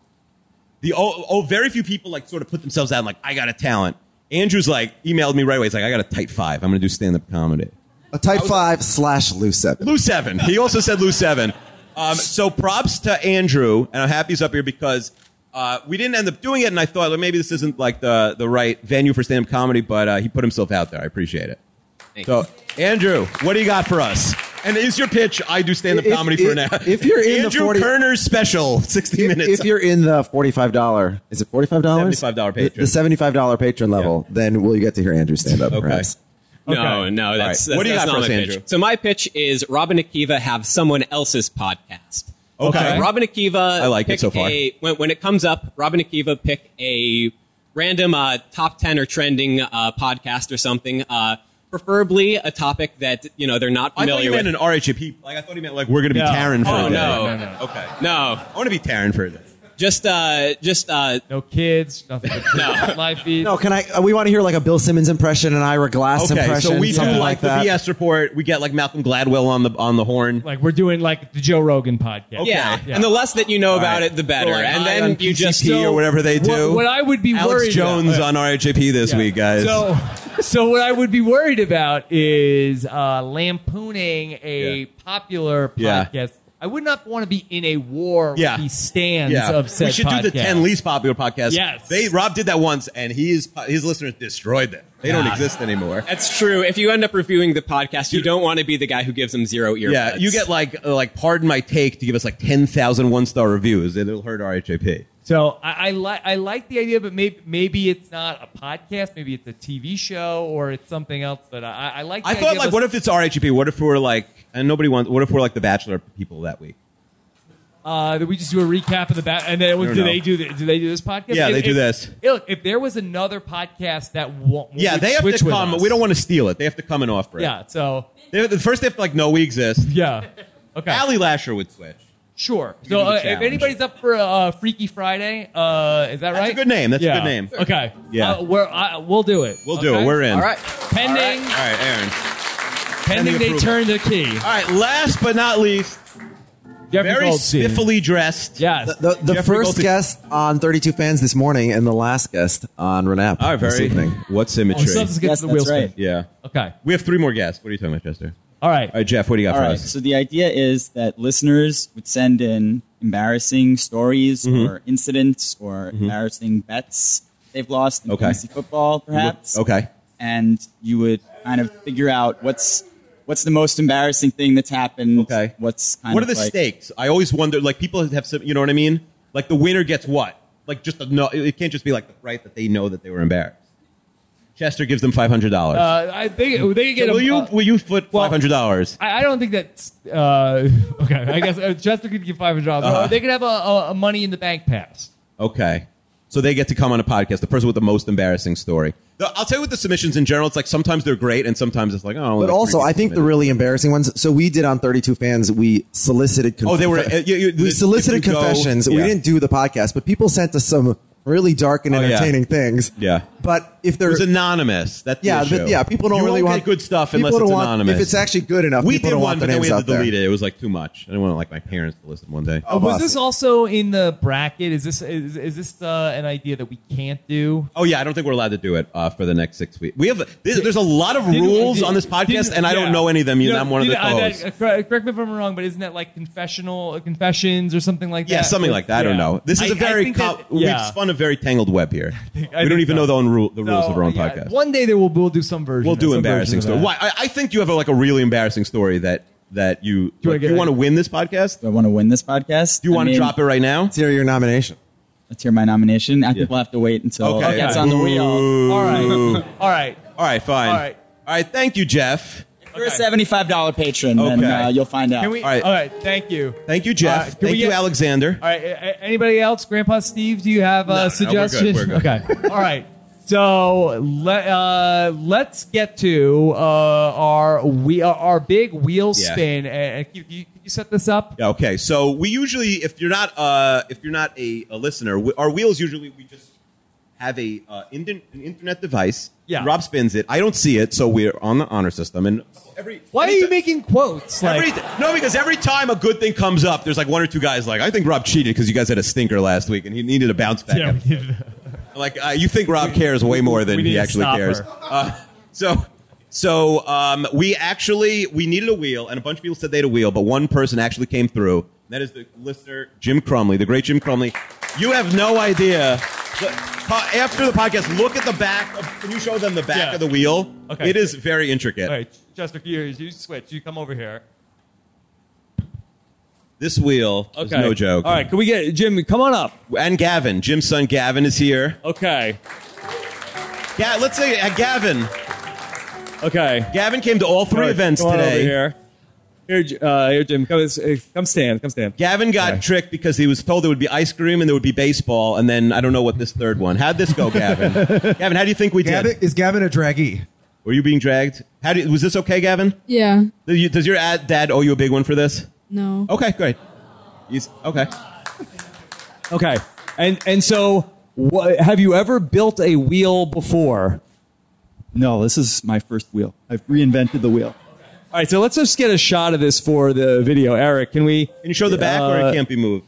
S5: The oh, oh, very few people like sort of put themselves out and like I got a talent. Andrew's like emailed me right away. He's like I got a tight five. I'm going to do stand up comedy.
S17: A type five slash loose seven.
S5: Lou seven. He also said Lou seven. Um, so props to Andrew, and I'm happy he's up here because uh, we didn't end up doing it, and I thought well, maybe this isn't like the the right venue for stand up comedy, but uh, he put himself out there. I appreciate it. so Andrew, what do you got for us? And is your pitch I do stand up
S17: If-
S5: comedy for an hour?
S17: if- if you're in the
S5: Andrew
S17: 40
S5: Kerner's special, sixty minutes.
S17: If you're in the forty-five dollar, is it forty-five dollars?
S5: $75
S17: The- The
S5: patron.
S17: seventy-five dollar patron level, then will you get to hear Andrew stand up? Perhaps.
S23: No,
S5: Okay.
S23: no, that's,
S5: All right. What
S23: that's-
S5: do you
S23: that's
S5: got
S23: not
S5: for us,
S23: my
S5: Andrew?
S23: pitch. So my pitch is Robin Akiva have someone else's podcast.
S5: Okay.
S23: So Robin Akiva.
S5: I like it
S23: pick
S5: so far.
S23: A, when, when it comes up, Robin Akiva pick a random uh, top ten or trending uh, podcast or something. Uh, preferably a topic that you know they're not
S5: I
S23: familiar
S5: thought you
S23: with.
S5: meant an RHP. Like I thought he meant like we're going to be
S23: No.
S5: Taryn for
S23: Oh,
S5: a day.
S23: no. No,
S5: Okay.
S23: No,
S5: I want to be Taryn for a day.
S23: Just, uh, just uh,
S4: no kids, nothing. no live feed.
S17: No, can I? uh, We want to hear like a Bill Simmons impression, an Ira Glass
S5: Okay,
S17: impression,
S5: so we do
S17: something
S5: like,
S17: like
S5: the
S17: that.
S5: BS report. We get like Malcolm Gladwell on the on the horn.
S4: Like we're doing like the Joe Rogan podcast.
S23: Yeah. and the less that you know about it, the better.
S5: Or, like,
S23: and
S5: high
S23: then
S5: on
S23: you just
S5: PCP or whatever they
S4: What-
S5: do.
S4: what I would be
S5: Alex
S4: worried
S5: Jones
S4: about-
S5: on RHP this week, guys.
S4: So, so what I would be worried about is uh, lampooning a popular
S5: Yeah.
S4: podcast. I would not want to be in a war
S5: Yeah.
S4: with the stands
S5: yeah,
S4: of said
S5: we should do the
S4: podcast.
S5: ten least popular podcasts.
S4: Yes.
S5: they Rob did that once, and his his listeners destroyed them. They don't
S23: Yeah.
S5: exist anymore.
S23: That's true. If you end up reviewing the podcast, you don't want to be the guy who gives them zero earbuds.
S5: Yeah, you get like uh, like pardon my take to give us like 10,000 one star reviews. It'll hurt RHAP.
S4: So I, I like I like the idea, but maybe maybe it's not a podcast. Maybe it's a TV show or it's something else. But I, I like. The
S5: I
S4: idea
S5: thought
S4: of
S5: like,
S4: us-
S5: what if it's RHAP? What if we're like, and nobody wants? What if we're like the Bachelor people that week?
S4: Uh, that we just do a recap of the bat, and then
S5: I don't
S4: do
S5: know.
S4: they do the, do they do this podcast?
S5: Yeah,
S4: If-
S5: they do
S4: if-
S5: this.
S4: hey, look, if there was another podcast that won't,
S5: Yeah, they have to come. We don't want to steal it. They have to come and offer it.
S4: Yeah, so
S5: They, the first they have to like know we exist.
S4: Yeah. Okay.
S5: Allie Lasher would switch.
S4: sure.
S5: You
S4: So
S5: can do
S4: uh, if
S5: challenge.
S4: anybody's up for uh, Freaky Friday, uh, is that right?
S5: That's a good name. That's
S4: Yeah.
S5: a good name.
S4: Okay.
S5: Yeah.
S4: Uh, we're, I, we'll do it.
S5: We'll do it. We're in.
S4: All right.
S5: All
S4: Pending.
S5: right, All right, Aaron.
S4: Pending they
S5: approval.
S4: turn the key. All
S5: right. Last but not least,
S4: Jeffrey
S5: very
S4: Goldstein.
S5: spiffily dressed.
S4: Yes.
S17: The, the first guest on 32 Fans this morning and the last guest on Renap
S5: All right,
S17: this
S5: very.
S17: evening.
S5: What symmetry?
S4: Oh, so let's get Yes, to the that's wheel spin. right.
S5: Yeah.
S4: Okay.
S5: We have three more guests. What are you talking about, Chester?
S4: All right.
S5: All right, Jeff. What do you got
S20: All
S5: for
S20: right.
S5: us?
S20: So the idea is that listeners would send in embarrassing stories
S5: Mhm.
S20: or incidents or embarrassing bets they've lost in
S5: Mm-hmm. Okay. Mm-hmm.
S20: fantasy football, perhaps.
S5: Okay.
S20: And you would kind of figure out what's what's the most embarrassing thing that's happened. Okay. What's kind
S5: What are
S20: of
S5: the
S20: like-
S5: stakes? I always wonder. Like people have some. You know what I mean? Like the winner gets what? Like just a no. It can't just be like right that they know that they were embarrassed. Chester gives them five hundred dollars.
S4: Uh, I think they get.
S5: will
S4: a,
S5: you
S4: uh,
S5: will you foot five hundred dollars?
S4: I, I don't think that's uh, okay. I guess uh, Chester could give five hundred dollars.
S5: Uh-huh.
S4: They could have a, a, a money in the bank pass.
S5: Okay. So they get to come on a podcast. The person with the most embarrassing story. The- I'll tell you what the submissions in general. It's like sometimes they're great, and sometimes it's like oh.
S17: But
S5: that's
S17: also,
S5: pretty
S17: I think
S5: good.
S17: the really embarrassing ones. So we did on 32 Fans. We solicited. Conf-
S5: Oh, they were- uh, you- you-
S17: we
S5: if
S17: solicited
S5: you go-
S17: confessions. We
S5: yeah.
S17: didn't do the podcast, but people sent us some really dark and
S5: Oh, yeah.
S17: entertaining things.
S5: Yeah.
S17: But if
S5: It
S17: there's
S5: was anonymous. That's the
S17: yeah,
S5: issue.
S17: yeah, people don't
S5: You
S17: really
S5: won't
S17: want
S5: get good stuff
S17: people
S5: unless it's
S17: don't want-
S5: anonymous.
S17: If it's actually good enough,
S5: we
S17: people
S5: did
S17: don't
S5: one,
S17: want
S5: but
S17: the
S5: then we
S17: names
S5: had
S17: out
S5: to delete
S17: there.
S5: it. It was like too much. I didn't want like my parents to listen one day.
S3: Uh, was this also in the bracket? Is this is, is this uh, an idea that we can't do?
S5: Oh yeah, I don't think we're allowed to do it uh, for the next six weeks. We have there's, there's a lot of rules on this podcast, and I don't know any of them. You know, I'm one of the co-hosts.
S4: uh,
S3: correct, me if I'm wrong, but isn't that like confessional confessions or something like that?
S5: yeah, something like that. I don't
S3: Yeah.
S5: know. This is
S3: I-
S5: a very
S3: I think
S5: co-
S3: that-
S5: we've
S3: yeah.
S5: spun a very tangled web here.
S3: I
S5: we don't
S3: think
S5: even
S3: so.
S5: know the own rule, the rules
S3: So,
S5: of our own
S3: yeah,
S5: podcast.
S3: One day there will we'll do some version.
S5: We'll
S3: some
S5: do
S3: version
S5: embarrassing
S3: of
S5: story.
S3: that.
S5: Why? I, I think you have like a really embarrassing story that that you
S3: you wanna
S5: like,
S3: get-
S5: you want to win this podcast.
S24: Do I want to win this podcast?
S5: Do you want to drop it right now? Let's
S24: hear your nomination. Let's hear my nomination. I think we'll have to wait until
S5: Okay.
S24: it gets on the
S5: Ooh.
S24: wheel.
S5: All right.
S3: All right.
S5: All right. Fine.
S24: All right.
S5: All right. Thank you, Jeff.
S24: If you're a seventy-five dollar patron, then
S5: Okay.
S24: uh, you'll find out.
S3: Can we?
S5: All right.
S3: All right. Thank you.
S5: Thank you,
S3: All
S5: Jeff.
S3: right, can
S5: Thank
S3: we
S5: you,
S3: get-
S5: Alexander.
S3: All right. a- a- Anybody else? Grandpa Steve, do you have
S5: No, no,
S3: a
S5: we're good,
S3: suggestion?
S5: we're good.
S3: Okay. All right. So let uh, let's get to uh, our we uh, our big wheel
S5: Yeah.
S3: spin. And and can you, can you set this up?
S5: Yeah, okay. So we usually, if you're not, uh, if you're not a, a listener, we, our wheels usually we just have a uh, indent, an internet device.
S3: Yeah.
S5: Rob spins it. I don't see it, so we're on the honor system. And Every,
S3: Why are you making quotes?
S5: every no, because every time a good thing comes up, there's like one or two guys like, I think Rob cheated because you guys had a stinker last week and he needed a bounce back.
S3: Yeah,
S5: like uh, you think Rob cares way more than
S3: we need
S5: he
S3: to
S5: actually
S3: stop
S5: cares.
S3: her.
S5: Uh, so so um, we actually we needed a wheel, and a bunch of people said they had a wheel, but one person actually came through. and That is the listener Jim Crumley, the great Jim Crumley. You have no idea. The- po- after the podcast, look at the back. Of, can you show them the back
S3: Yeah.
S5: of the wheel?
S3: Okay.
S5: It is very intricate.
S3: All right, Chester, you, you switch. You come over here.
S5: This wheel is
S4: Okay.
S5: no joke.
S4: All right, can we get Jim? Come on up.
S5: And Gavin, Jim's son Gavin is here.
S4: Okay.
S5: Yeah, let's say uh, Gavin.
S4: Okay.
S5: Gavin came to all three
S4: All right,
S5: events
S4: come on
S5: today.
S4: Over here. Here, J- uh, here, Jim. Come, uh, come stand. Come stand.
S5: Gavin got tricked because he was told there would be ice cream and there would be baseball, and then I don't know what this third one. How'd this go, Gavin? Gavin, how do you think we
S17: Gavin,
S5: did?
S17: is Gavin a draggy?
S5: Were you being dragged? How do you, was this okay, Gavin?
S18: Yeah.
S5: Does you- does your ad, dad owe you a big one for this?
S18: No.
S5: Okay, great. He's, okay.
S4: Okay. And and so, wha- have you ever built a wheel before?
S24: No, this is my first wheel. I've reinvented the wheel.
S4: All right. So let's just get a shot of this for the video. Eric, can we? Can
S5: you show the back, or it
S24: Uh,
S5: can't be moved?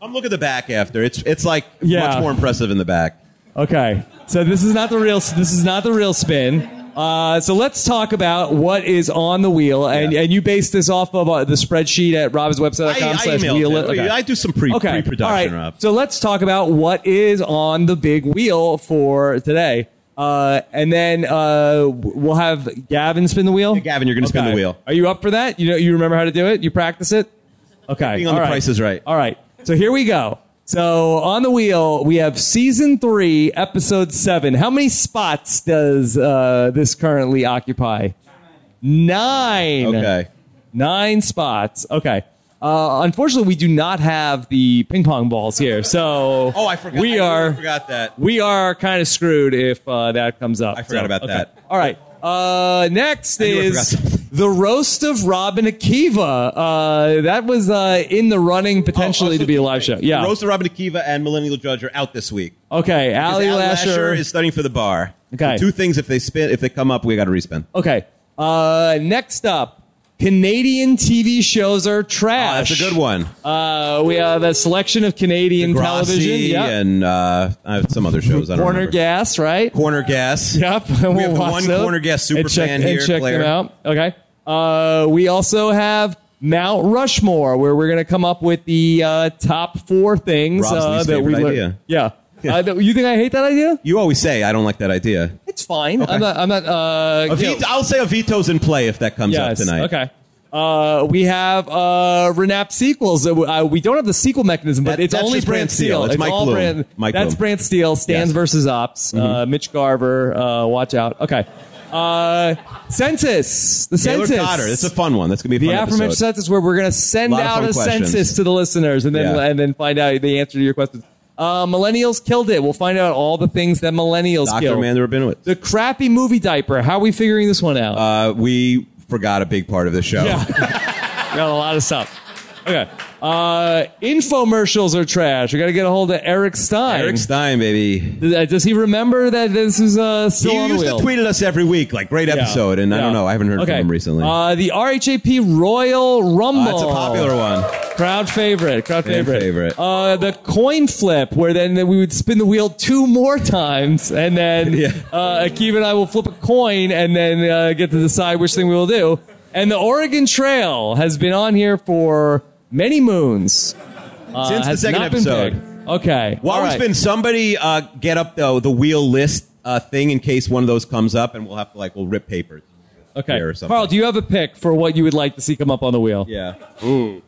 S5: Come look at the back after. It's it's like
S4: Yeah.
S5: much more impressive in the back.
S4: Okay. So this is not the real. This is not the real spin. Uh, so let's talk about what is on the wheel, and, and you base this off of uh, the spreadsheet at
S5: I- I
S4: robinswebsite.com slash
S5: emailed
S4: wheel.
S5: it. I do some pre- pre-production,
S4: All right.
S5: Rob.
S4: So let's talk about what is on the big wheel for today. Uh, and then uh, we'll have Gavin spin the wheel.
S5: Gavin, you're going to spin the wheel.
S4: Are you up for that? You know, you remember how to do it. You practice it. Okay.
S5: Being on
S4: all
S5: The Price is Right.
S4: All right. So here we go. So on the wheel, we have season three, episode seven. How many spots does uh, this currently occupy? Nine.
S5: Okay.
S4: Nine spots. Okay. Uh, unfortunately, we do not have the ping pong balls here. So
S5: Oh, I forgot. I
S4: We
S5: totally
S4: are
S5: forgot that.
S4: We are kind of screwed if uh, that comes up. I
S5: forgot about that.
S4: All right. Uh, next
S5: I knew I
S4: is
S5: forgot
S4: the roast of Robin Akiva. Uh, that was uh, in the running potentially to be a live show. Yeah.
S5: Oh, Roast of Robin Akiva and Millennial Judge are out this week.
S4: Okay.
S5: Because
S4: Ali
S5: Al
S4: Lasher.
S5: is studying for the bar.
S4: Okay.
S5: So two things. If they spin, if they come up, we got to respin.
S4: Okay. Uh, next up, Canadian TV shows are trash.
S5: Ah, that's a good one.
S4: Uh, we have a selection of Canadian television.
S5: Grassi
S4: Yeah.
S5: and uh, I have some other shows. I don't
S4: Corner
S5: remember.
S4: Gas, right?
S5: Corner Gas.
S4: Yep.
S5: we have the one Corner Gas super
S4: and check,
S5: fan
S4: and
S5: here,
S4: check
S5: Claire.
S4: them out. Okay. Uh, we also have Mount Rushmore, where we're going to come up with the uh, top four things
S5: Rob's
S4: uh,
S5: least
S4: that we
S5: favorite
S4: learned.
S5: idea.
S4: Yeah. Uh, th- you think I hate that idea?
S5: You always say I don't like that idea.
S4: It's fine. I'm not. I'm not. Uh,
S5: A
S4: you know-
S5: veto- I'll say a veto's in play if that comes up
S4: Yes.
S5: tonight.
S4: Okay. Uh, we have uh, Renap sequels. Uh, we- uh, we don't have the sequel mechanism, but
S5: That-
S4: it's
S5: that's
S4: only
S5: just
S4: Brand
S5: Brant Steele.
S4: Steel.
S5: It's Mike
S4: all
S5: Bloom.
S4: Brand.
S5: Mike
S4: that's
S5: Bloom. Mm-hmm.
S4: Brand Steel. Stands versus Ops. Uh, Mitch Garver. Uh, watch out. Okay. Uh, census. The
S5: Taylor
S4: census.
S5: Cotter. It's a fun one. That's gonna be a
S4: the
S5: fun
S4: aforementioned
S5: episode.
S4: census where we're going to send
S5: Lot of
S4: out
S5: fun
S4: a
S5: questions.
S4: census to the listeners and then
S5: Yeah.
S4: and then find out the answer to your questions. Uh, millennials killed it. We'll find out all the things that millennials
S5: Dr.
S4: killed.
S5: Amanda Rabinowitz.
S4: The crappy movie diaper. How are we figuring this one out?
S5: Uh, we forgot a big part of the show.
S4: Yeah. Got a lot of stuff. Okay. Uh, infomercials are trash. We got to get a hold of Eric Stein.
S5: Eric Stein, baby.
S4: Does does he remember that this is uh, still
S5: He
S4: on the
S5: used
S4: wheel?
S5: to tweet at us every week, like great
S4: Yeah.
S5: episode, and I don't
S4: Yeah.
S5: know, I haven't heard
S4: Okay.
S5: from him recently.
S4: Uh, the RHAP Royal Rumble.
S5: that's uh, a popular one.
S4: Crowd favorite. Crowd
S5: Fan
S4: favorite.
S5: favorite.
S4: Uh, the coin flip, where then we would spin the wheel two more times, and then uh, Akiva and I will flip a coin, and then uh, get to decide which thing we will do. And the Oregon Trail has been on here for many moons. Uh,
S5: Since the
S4: has
S5: second
S4: not been
S5: episode.
S4: picked. Okay.
S5: Why
S4: All
S5: has
S4: right.
S5: been somebody uh, get up the the wheel list uh, thing in case one of those comes up, and we'll have to like we'll rip papers.
S4: Okay.
S5: Or something.
S4: Carl, do you have a pick for what you would like to see come up on the wheel?
S5: Yeah.
S1: Ooh.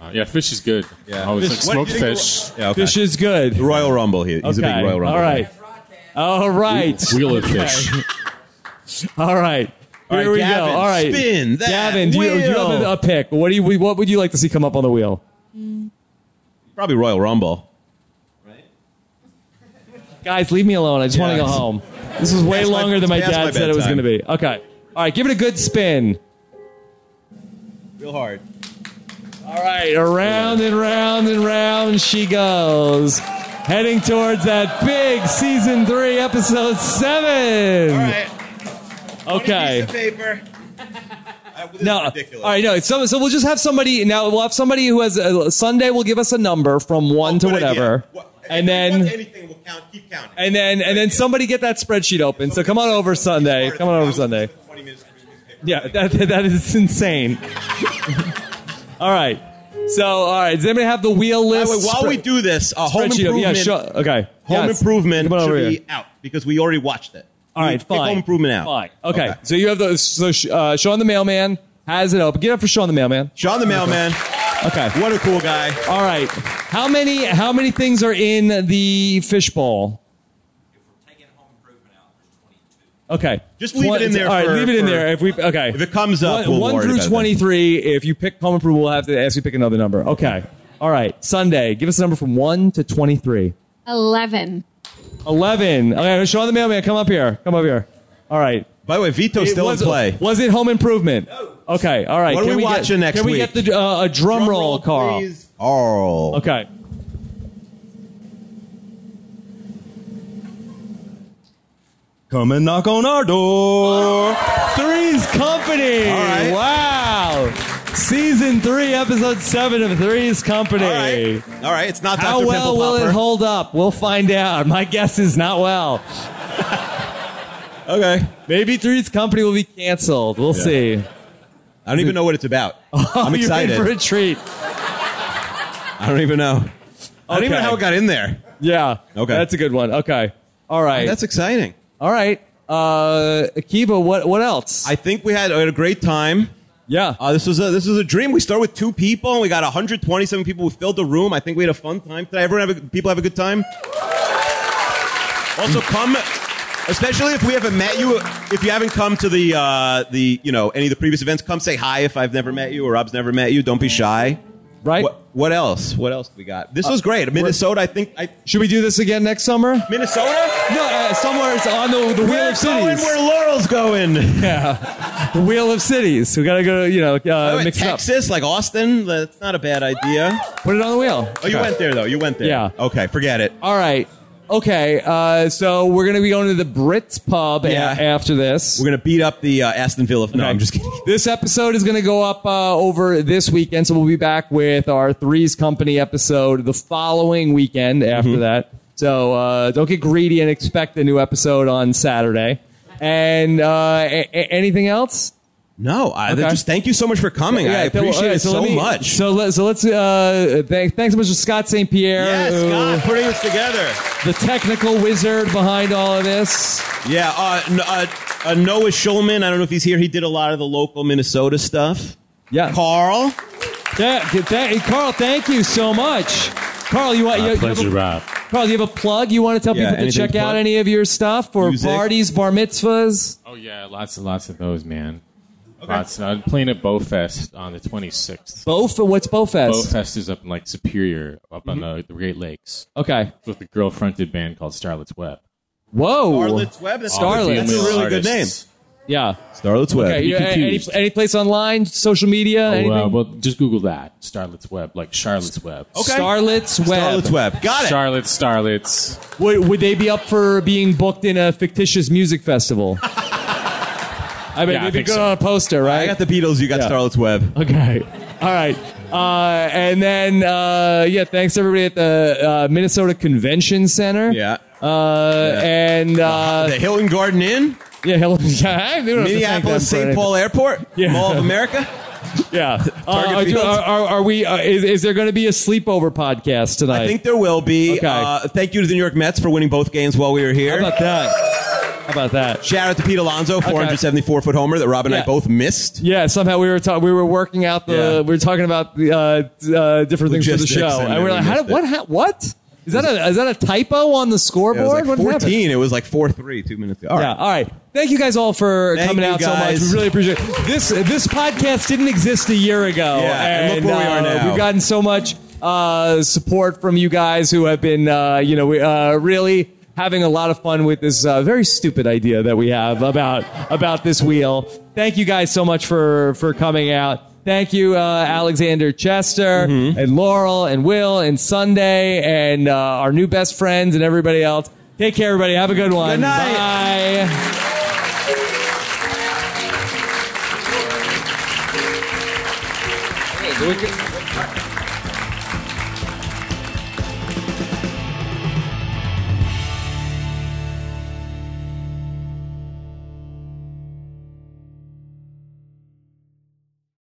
S1: Uh, yeah, fish is good. Yeah. Oh, it's
S4: Fish-
S1: like smoked
S4: what do you
S1: fish.
S4: think- Yeah, okay. Fish is good.
S5: The Royal Rumble. He, he's a
S4: Okay.
S5: big Royal Rumble.
S4: All right. All right.
S1: Wheel- wheel of
S4: Okay. All right.
S5: All
S4: Here
S5: right,
S4: we go.
S5: Gavin,
S4: All right.
S5: spin that
S4: Gavin, do you, do you have
S5: wheel.
S4: a, a pick? What do you what would you like to see come up on the wheel?
S5: Probably Royal Rumble.
S4: Guys, leave me alone. I just want to go
S5: Yes.
S4: home. This is way
S5: Past my-
S4: longer than my
S5: past
S4: dad
S5: my
S4: said it was
S5: bedtime.
S4: going to be. Okay. All right, give it a good spin.
S5: Real hard.
S4: All right, around and round and round she goes, heading towards that big season three, episode seven. All right. Okay.
S5: paper.
S4: no. uh, All right. No. So, so we'll just have somebody now. We'll have somebody who has a, Sunday. will give us a number from
S5: Oh,
S4: one to whatever, and then
S5: anything will count. Keep counting.
S4: and then and then somebody get that spreadsheet open. So come on over Sunday. Come on over Sunday. Yeah, that, that is insane. all right. So all right. Does anybody have the wheel
S5: By the
S4: list?
S5: way, while we
S4: Spre-
S5: do this, uh, home
S4: spreadsheet up.
S5: improvement.
S4: Yeah. Sure. Okay.
S5: Home
S4: Yes.
S5: improvement
S4: Come on over
S5: should
S4: here.
S5: be out because we already watched it.
S4: All right,
S5: Take
S4: fine.
S5: Home improvement out.
S4: Fine. Okay. So you have the so uh, Sean the mailman has it open. Get up for Sean the mailman.
S5: Sean the mailman.
S4: Okay.
S5: What a cool guy.
S4: All right. How many how many things are in the fishbowl? Okay.
S5: Just leave it in there
S4: All right,
S5: for-
S4: leave it in
S5: for-
S4: there. If we okay, if
S5: it comes up,
S4: one,
S5: we'll
S4: one
S5: worry
S4: through
S5: about it.
S4: twenty-three. If you pick home improvement, we'll have to ask you to pick another number. Okay. All right. Sunday, give us a number from one to twenty-three.
S14: 11.
S4: Eleven. Okay, Sean the mailman, come up here. Come up here. All right.
S5: By the way, Vito's still in
S4: was,
S5: play.
S4: Was it Home Improvement? Okay. All right.
S5: What are
S4: Can
S5: we
S4: get-
S5: watching next
S4: Can we
S5: week? Oh.
S4: get the, uh, a drum,
S5: Drum
S4: roll,
S5: roll,
S4: Carl?
S5: please. Carl.
S4: Okay.
S5: Come and knock on our door.
S4: Three's Company. Wow. Season three, episode seven of Three's Company. All right.
S5: All right, it's not
S4: How
S5: Dr.
S4: well
S5: Pimple
S4: will
S5: Popper.
S4: it hold up? We'll find out. My guess is not well.
S5: okay.
S4: Maybe Three's Company will be canceled. We'll
S5: Yeah.
S4: see. Oh,
S5: I don't even know what it's about. I'm
S4: You're in
S5: excited.
S4: for a treat.
S5: I don't even know. I don't even know
S4: Okay.
S5: how it got in there.
S4: Yeah.
S5: Okay.
S4: That's a good one. Okay. All right.
S5: That's exciting.
S4: All right. Uh, Akiva, what what else?
S5: I think we had, we had a great time.
S4: Yeah.
S5: Uh, this was a this was a dream. We started with two people and we got 127 people. We filled the room. I think we had a fun time today. Everyone have a, people have a good time. Also come, especially if we haven't met you. If you haven't come to the uh, the you know any of the previous events, come say hi. If I've never met you or Rob's never met you, don't be shy.
S4: Right.
S5: What, what else? What else we got? This was great. Minnesota. I think. I,
S4: Uh, Should we do this again next summer?
S5: Minnesota?
S4: No, uh, somewhere it's on the, the Wheel of
S5: going
S4: Cities.
S5: where Laurel's going.
S4: Yeah. The Wheel of Cities. We got to go, you know,
S5: I
S4: uh,
S5: went
S4: mix it up.
S5: Oh, Texas, like Austin. That's not a bad idea.
S4: Put it on the wheel.
S5: Oh, you
S4: Okay.
S5: went there though. You went there.
S4: Yeah.
S5: Okay. Forget it.
S4: All right. Okay. Uh, so we're going to be going to the Brits pub a- after this.
S5: We're gonna beat up the uh, Aston Villa. No, I'm just kidding.
S4: This episode is going to go up uh, over this weekend, so we'll be back with our Threes Company episode the following weekend after
S5: Mm-hmm.
S4: that. So uh, don't get greedy and expect a new episode on Saturday. And uh, a- a- anything else?
S5: No, I,
S4: Okay.
S5: just thank you so much for coming. I
S4: th-
S5: appreciate
S4: okay,
S5: it so
S4: let me-
S5: much.
S4: So, let, so let's uh, thank, thanks so much to Scott St. Pierre.
S5: Yes,
S4: who-
S5: Scott, putting this together.
S4: the technical wizard behind all of this.
S5: Yeah, uh, n- uh, uh, Noah Schulman. I don't know if he's here. He did a lot of the local Minnesota stuff.
S4: Yeah,
S5: Carl.
S4: That, that, Carl, thank you so much. Carl, you want
S1: My
S4: you, you
S1: pleasure,
S4: have a,
S1: Rob.
S4: Carl, do you have a plug you want to tell
S1: Yeah,
S4: people to
S1: anything
S4: check
S1: to
S4: out
S1: plug?
S4: any of your stuff for
S1: Music?
S4: parties, bar mitzvahs?
S1: Oh yeah, lots and lots of those, man. Lots. Uh, I'm playing at Bowfest on the 26th.
S4: Bofa, what's Bowfest? Mm-hmm.
S1: Bowfest is up in like Superior, up on the, the Great Lakes.
S4: Okay.
S1: With a girl fronted band called Starlet's Web.
S4: Whoa.
S5: Scarlet's Web. That's
S1: All the
S5: That's a
S1: female
S5: really good name.
S1: artists.
S4: Yeah.
S5: Starlet's Web.
S4: Okay. you- a- Any, any place online, social media,
S1: Oh,
S4: anything?
S1: uh, well, just Google that. Starlet's Web, like Charlotte's Web.
S4: Okay. Starlet's Web. Starlet's Web. Got it.
S1: Charlotte Starlets.
S4: Would, would they be up for being booked in a fictitious music festival? I mean,
S5: Yeah, I
S4: they'd be
S5: think
S4: good
S5: so.
S4: on a poster, right?
S5: I got the Beatles. You got Starlet's Web.
S4: Okay. All right. Uh, and then, uh, yeah, thanks everybody at the uh, Minnesota Convention Center. Yeah. Uh, And uh, the
S5: Hilton Garden Inn.
S4: Yeah, Hilton. Yeah, I do have to thank them for
S5: Minneapolis St.
S4: anything.
S5: Paul Airport.
S4: Yeah.
S5: Mall of America.
S4: Yeah. Uh, are,
S5: Field.
S4: are, are- are we? Uh, is, is there going to be a sleepover podcast tonight?
S5: I think there will be. Uh, thank you to the New York Mets for winning both games while we were here. How about
S4: that? How about that?
S5: Shout out to Pete Alonso, 474 foot homer that Rob and I
S4: Yeah.
S5: both missed.
S4: Yeah, somehow we were ta- we were working out the
S5: Yeah.
S4: we were talking about the, uh, d- uh, different things for the
S5: Logistics
S4: show,
S5: and
S4: and, we're
S5: we
S4: like, how
S5: missed
S4: did, what
S5: it.
S4: ha- what is that a is that a typo on the
S5: Yeah, it
S4: scoreboard?
S5: was like
S4: What
S5: 14.
S4: happened?
S5: It was like 4 3 two minutes ago. All right.
S4: Yeah. All right. Thank you guys all for
S5: Thank
S4: coming
S5: you
S4: out so much.
S5: guys.
S4: We really appreciate it. this. This podcast didn't exist a year ago. uh,
S5: Yeah, and look where we are now.
S4: We've gotten so much uh, support from you guys who have been, uh, you know, we, uh, really having a lot of fun with this uh, very stupid idea that we have about about this wheel. Thank you guys so much for for coming out. Thank you, uh, Alexander Chester and Laurel and Will and Sunday and uh, our new best friends and everybody else. Take care, everybody. Have a good one.
S5: Good night.
S4: Bye.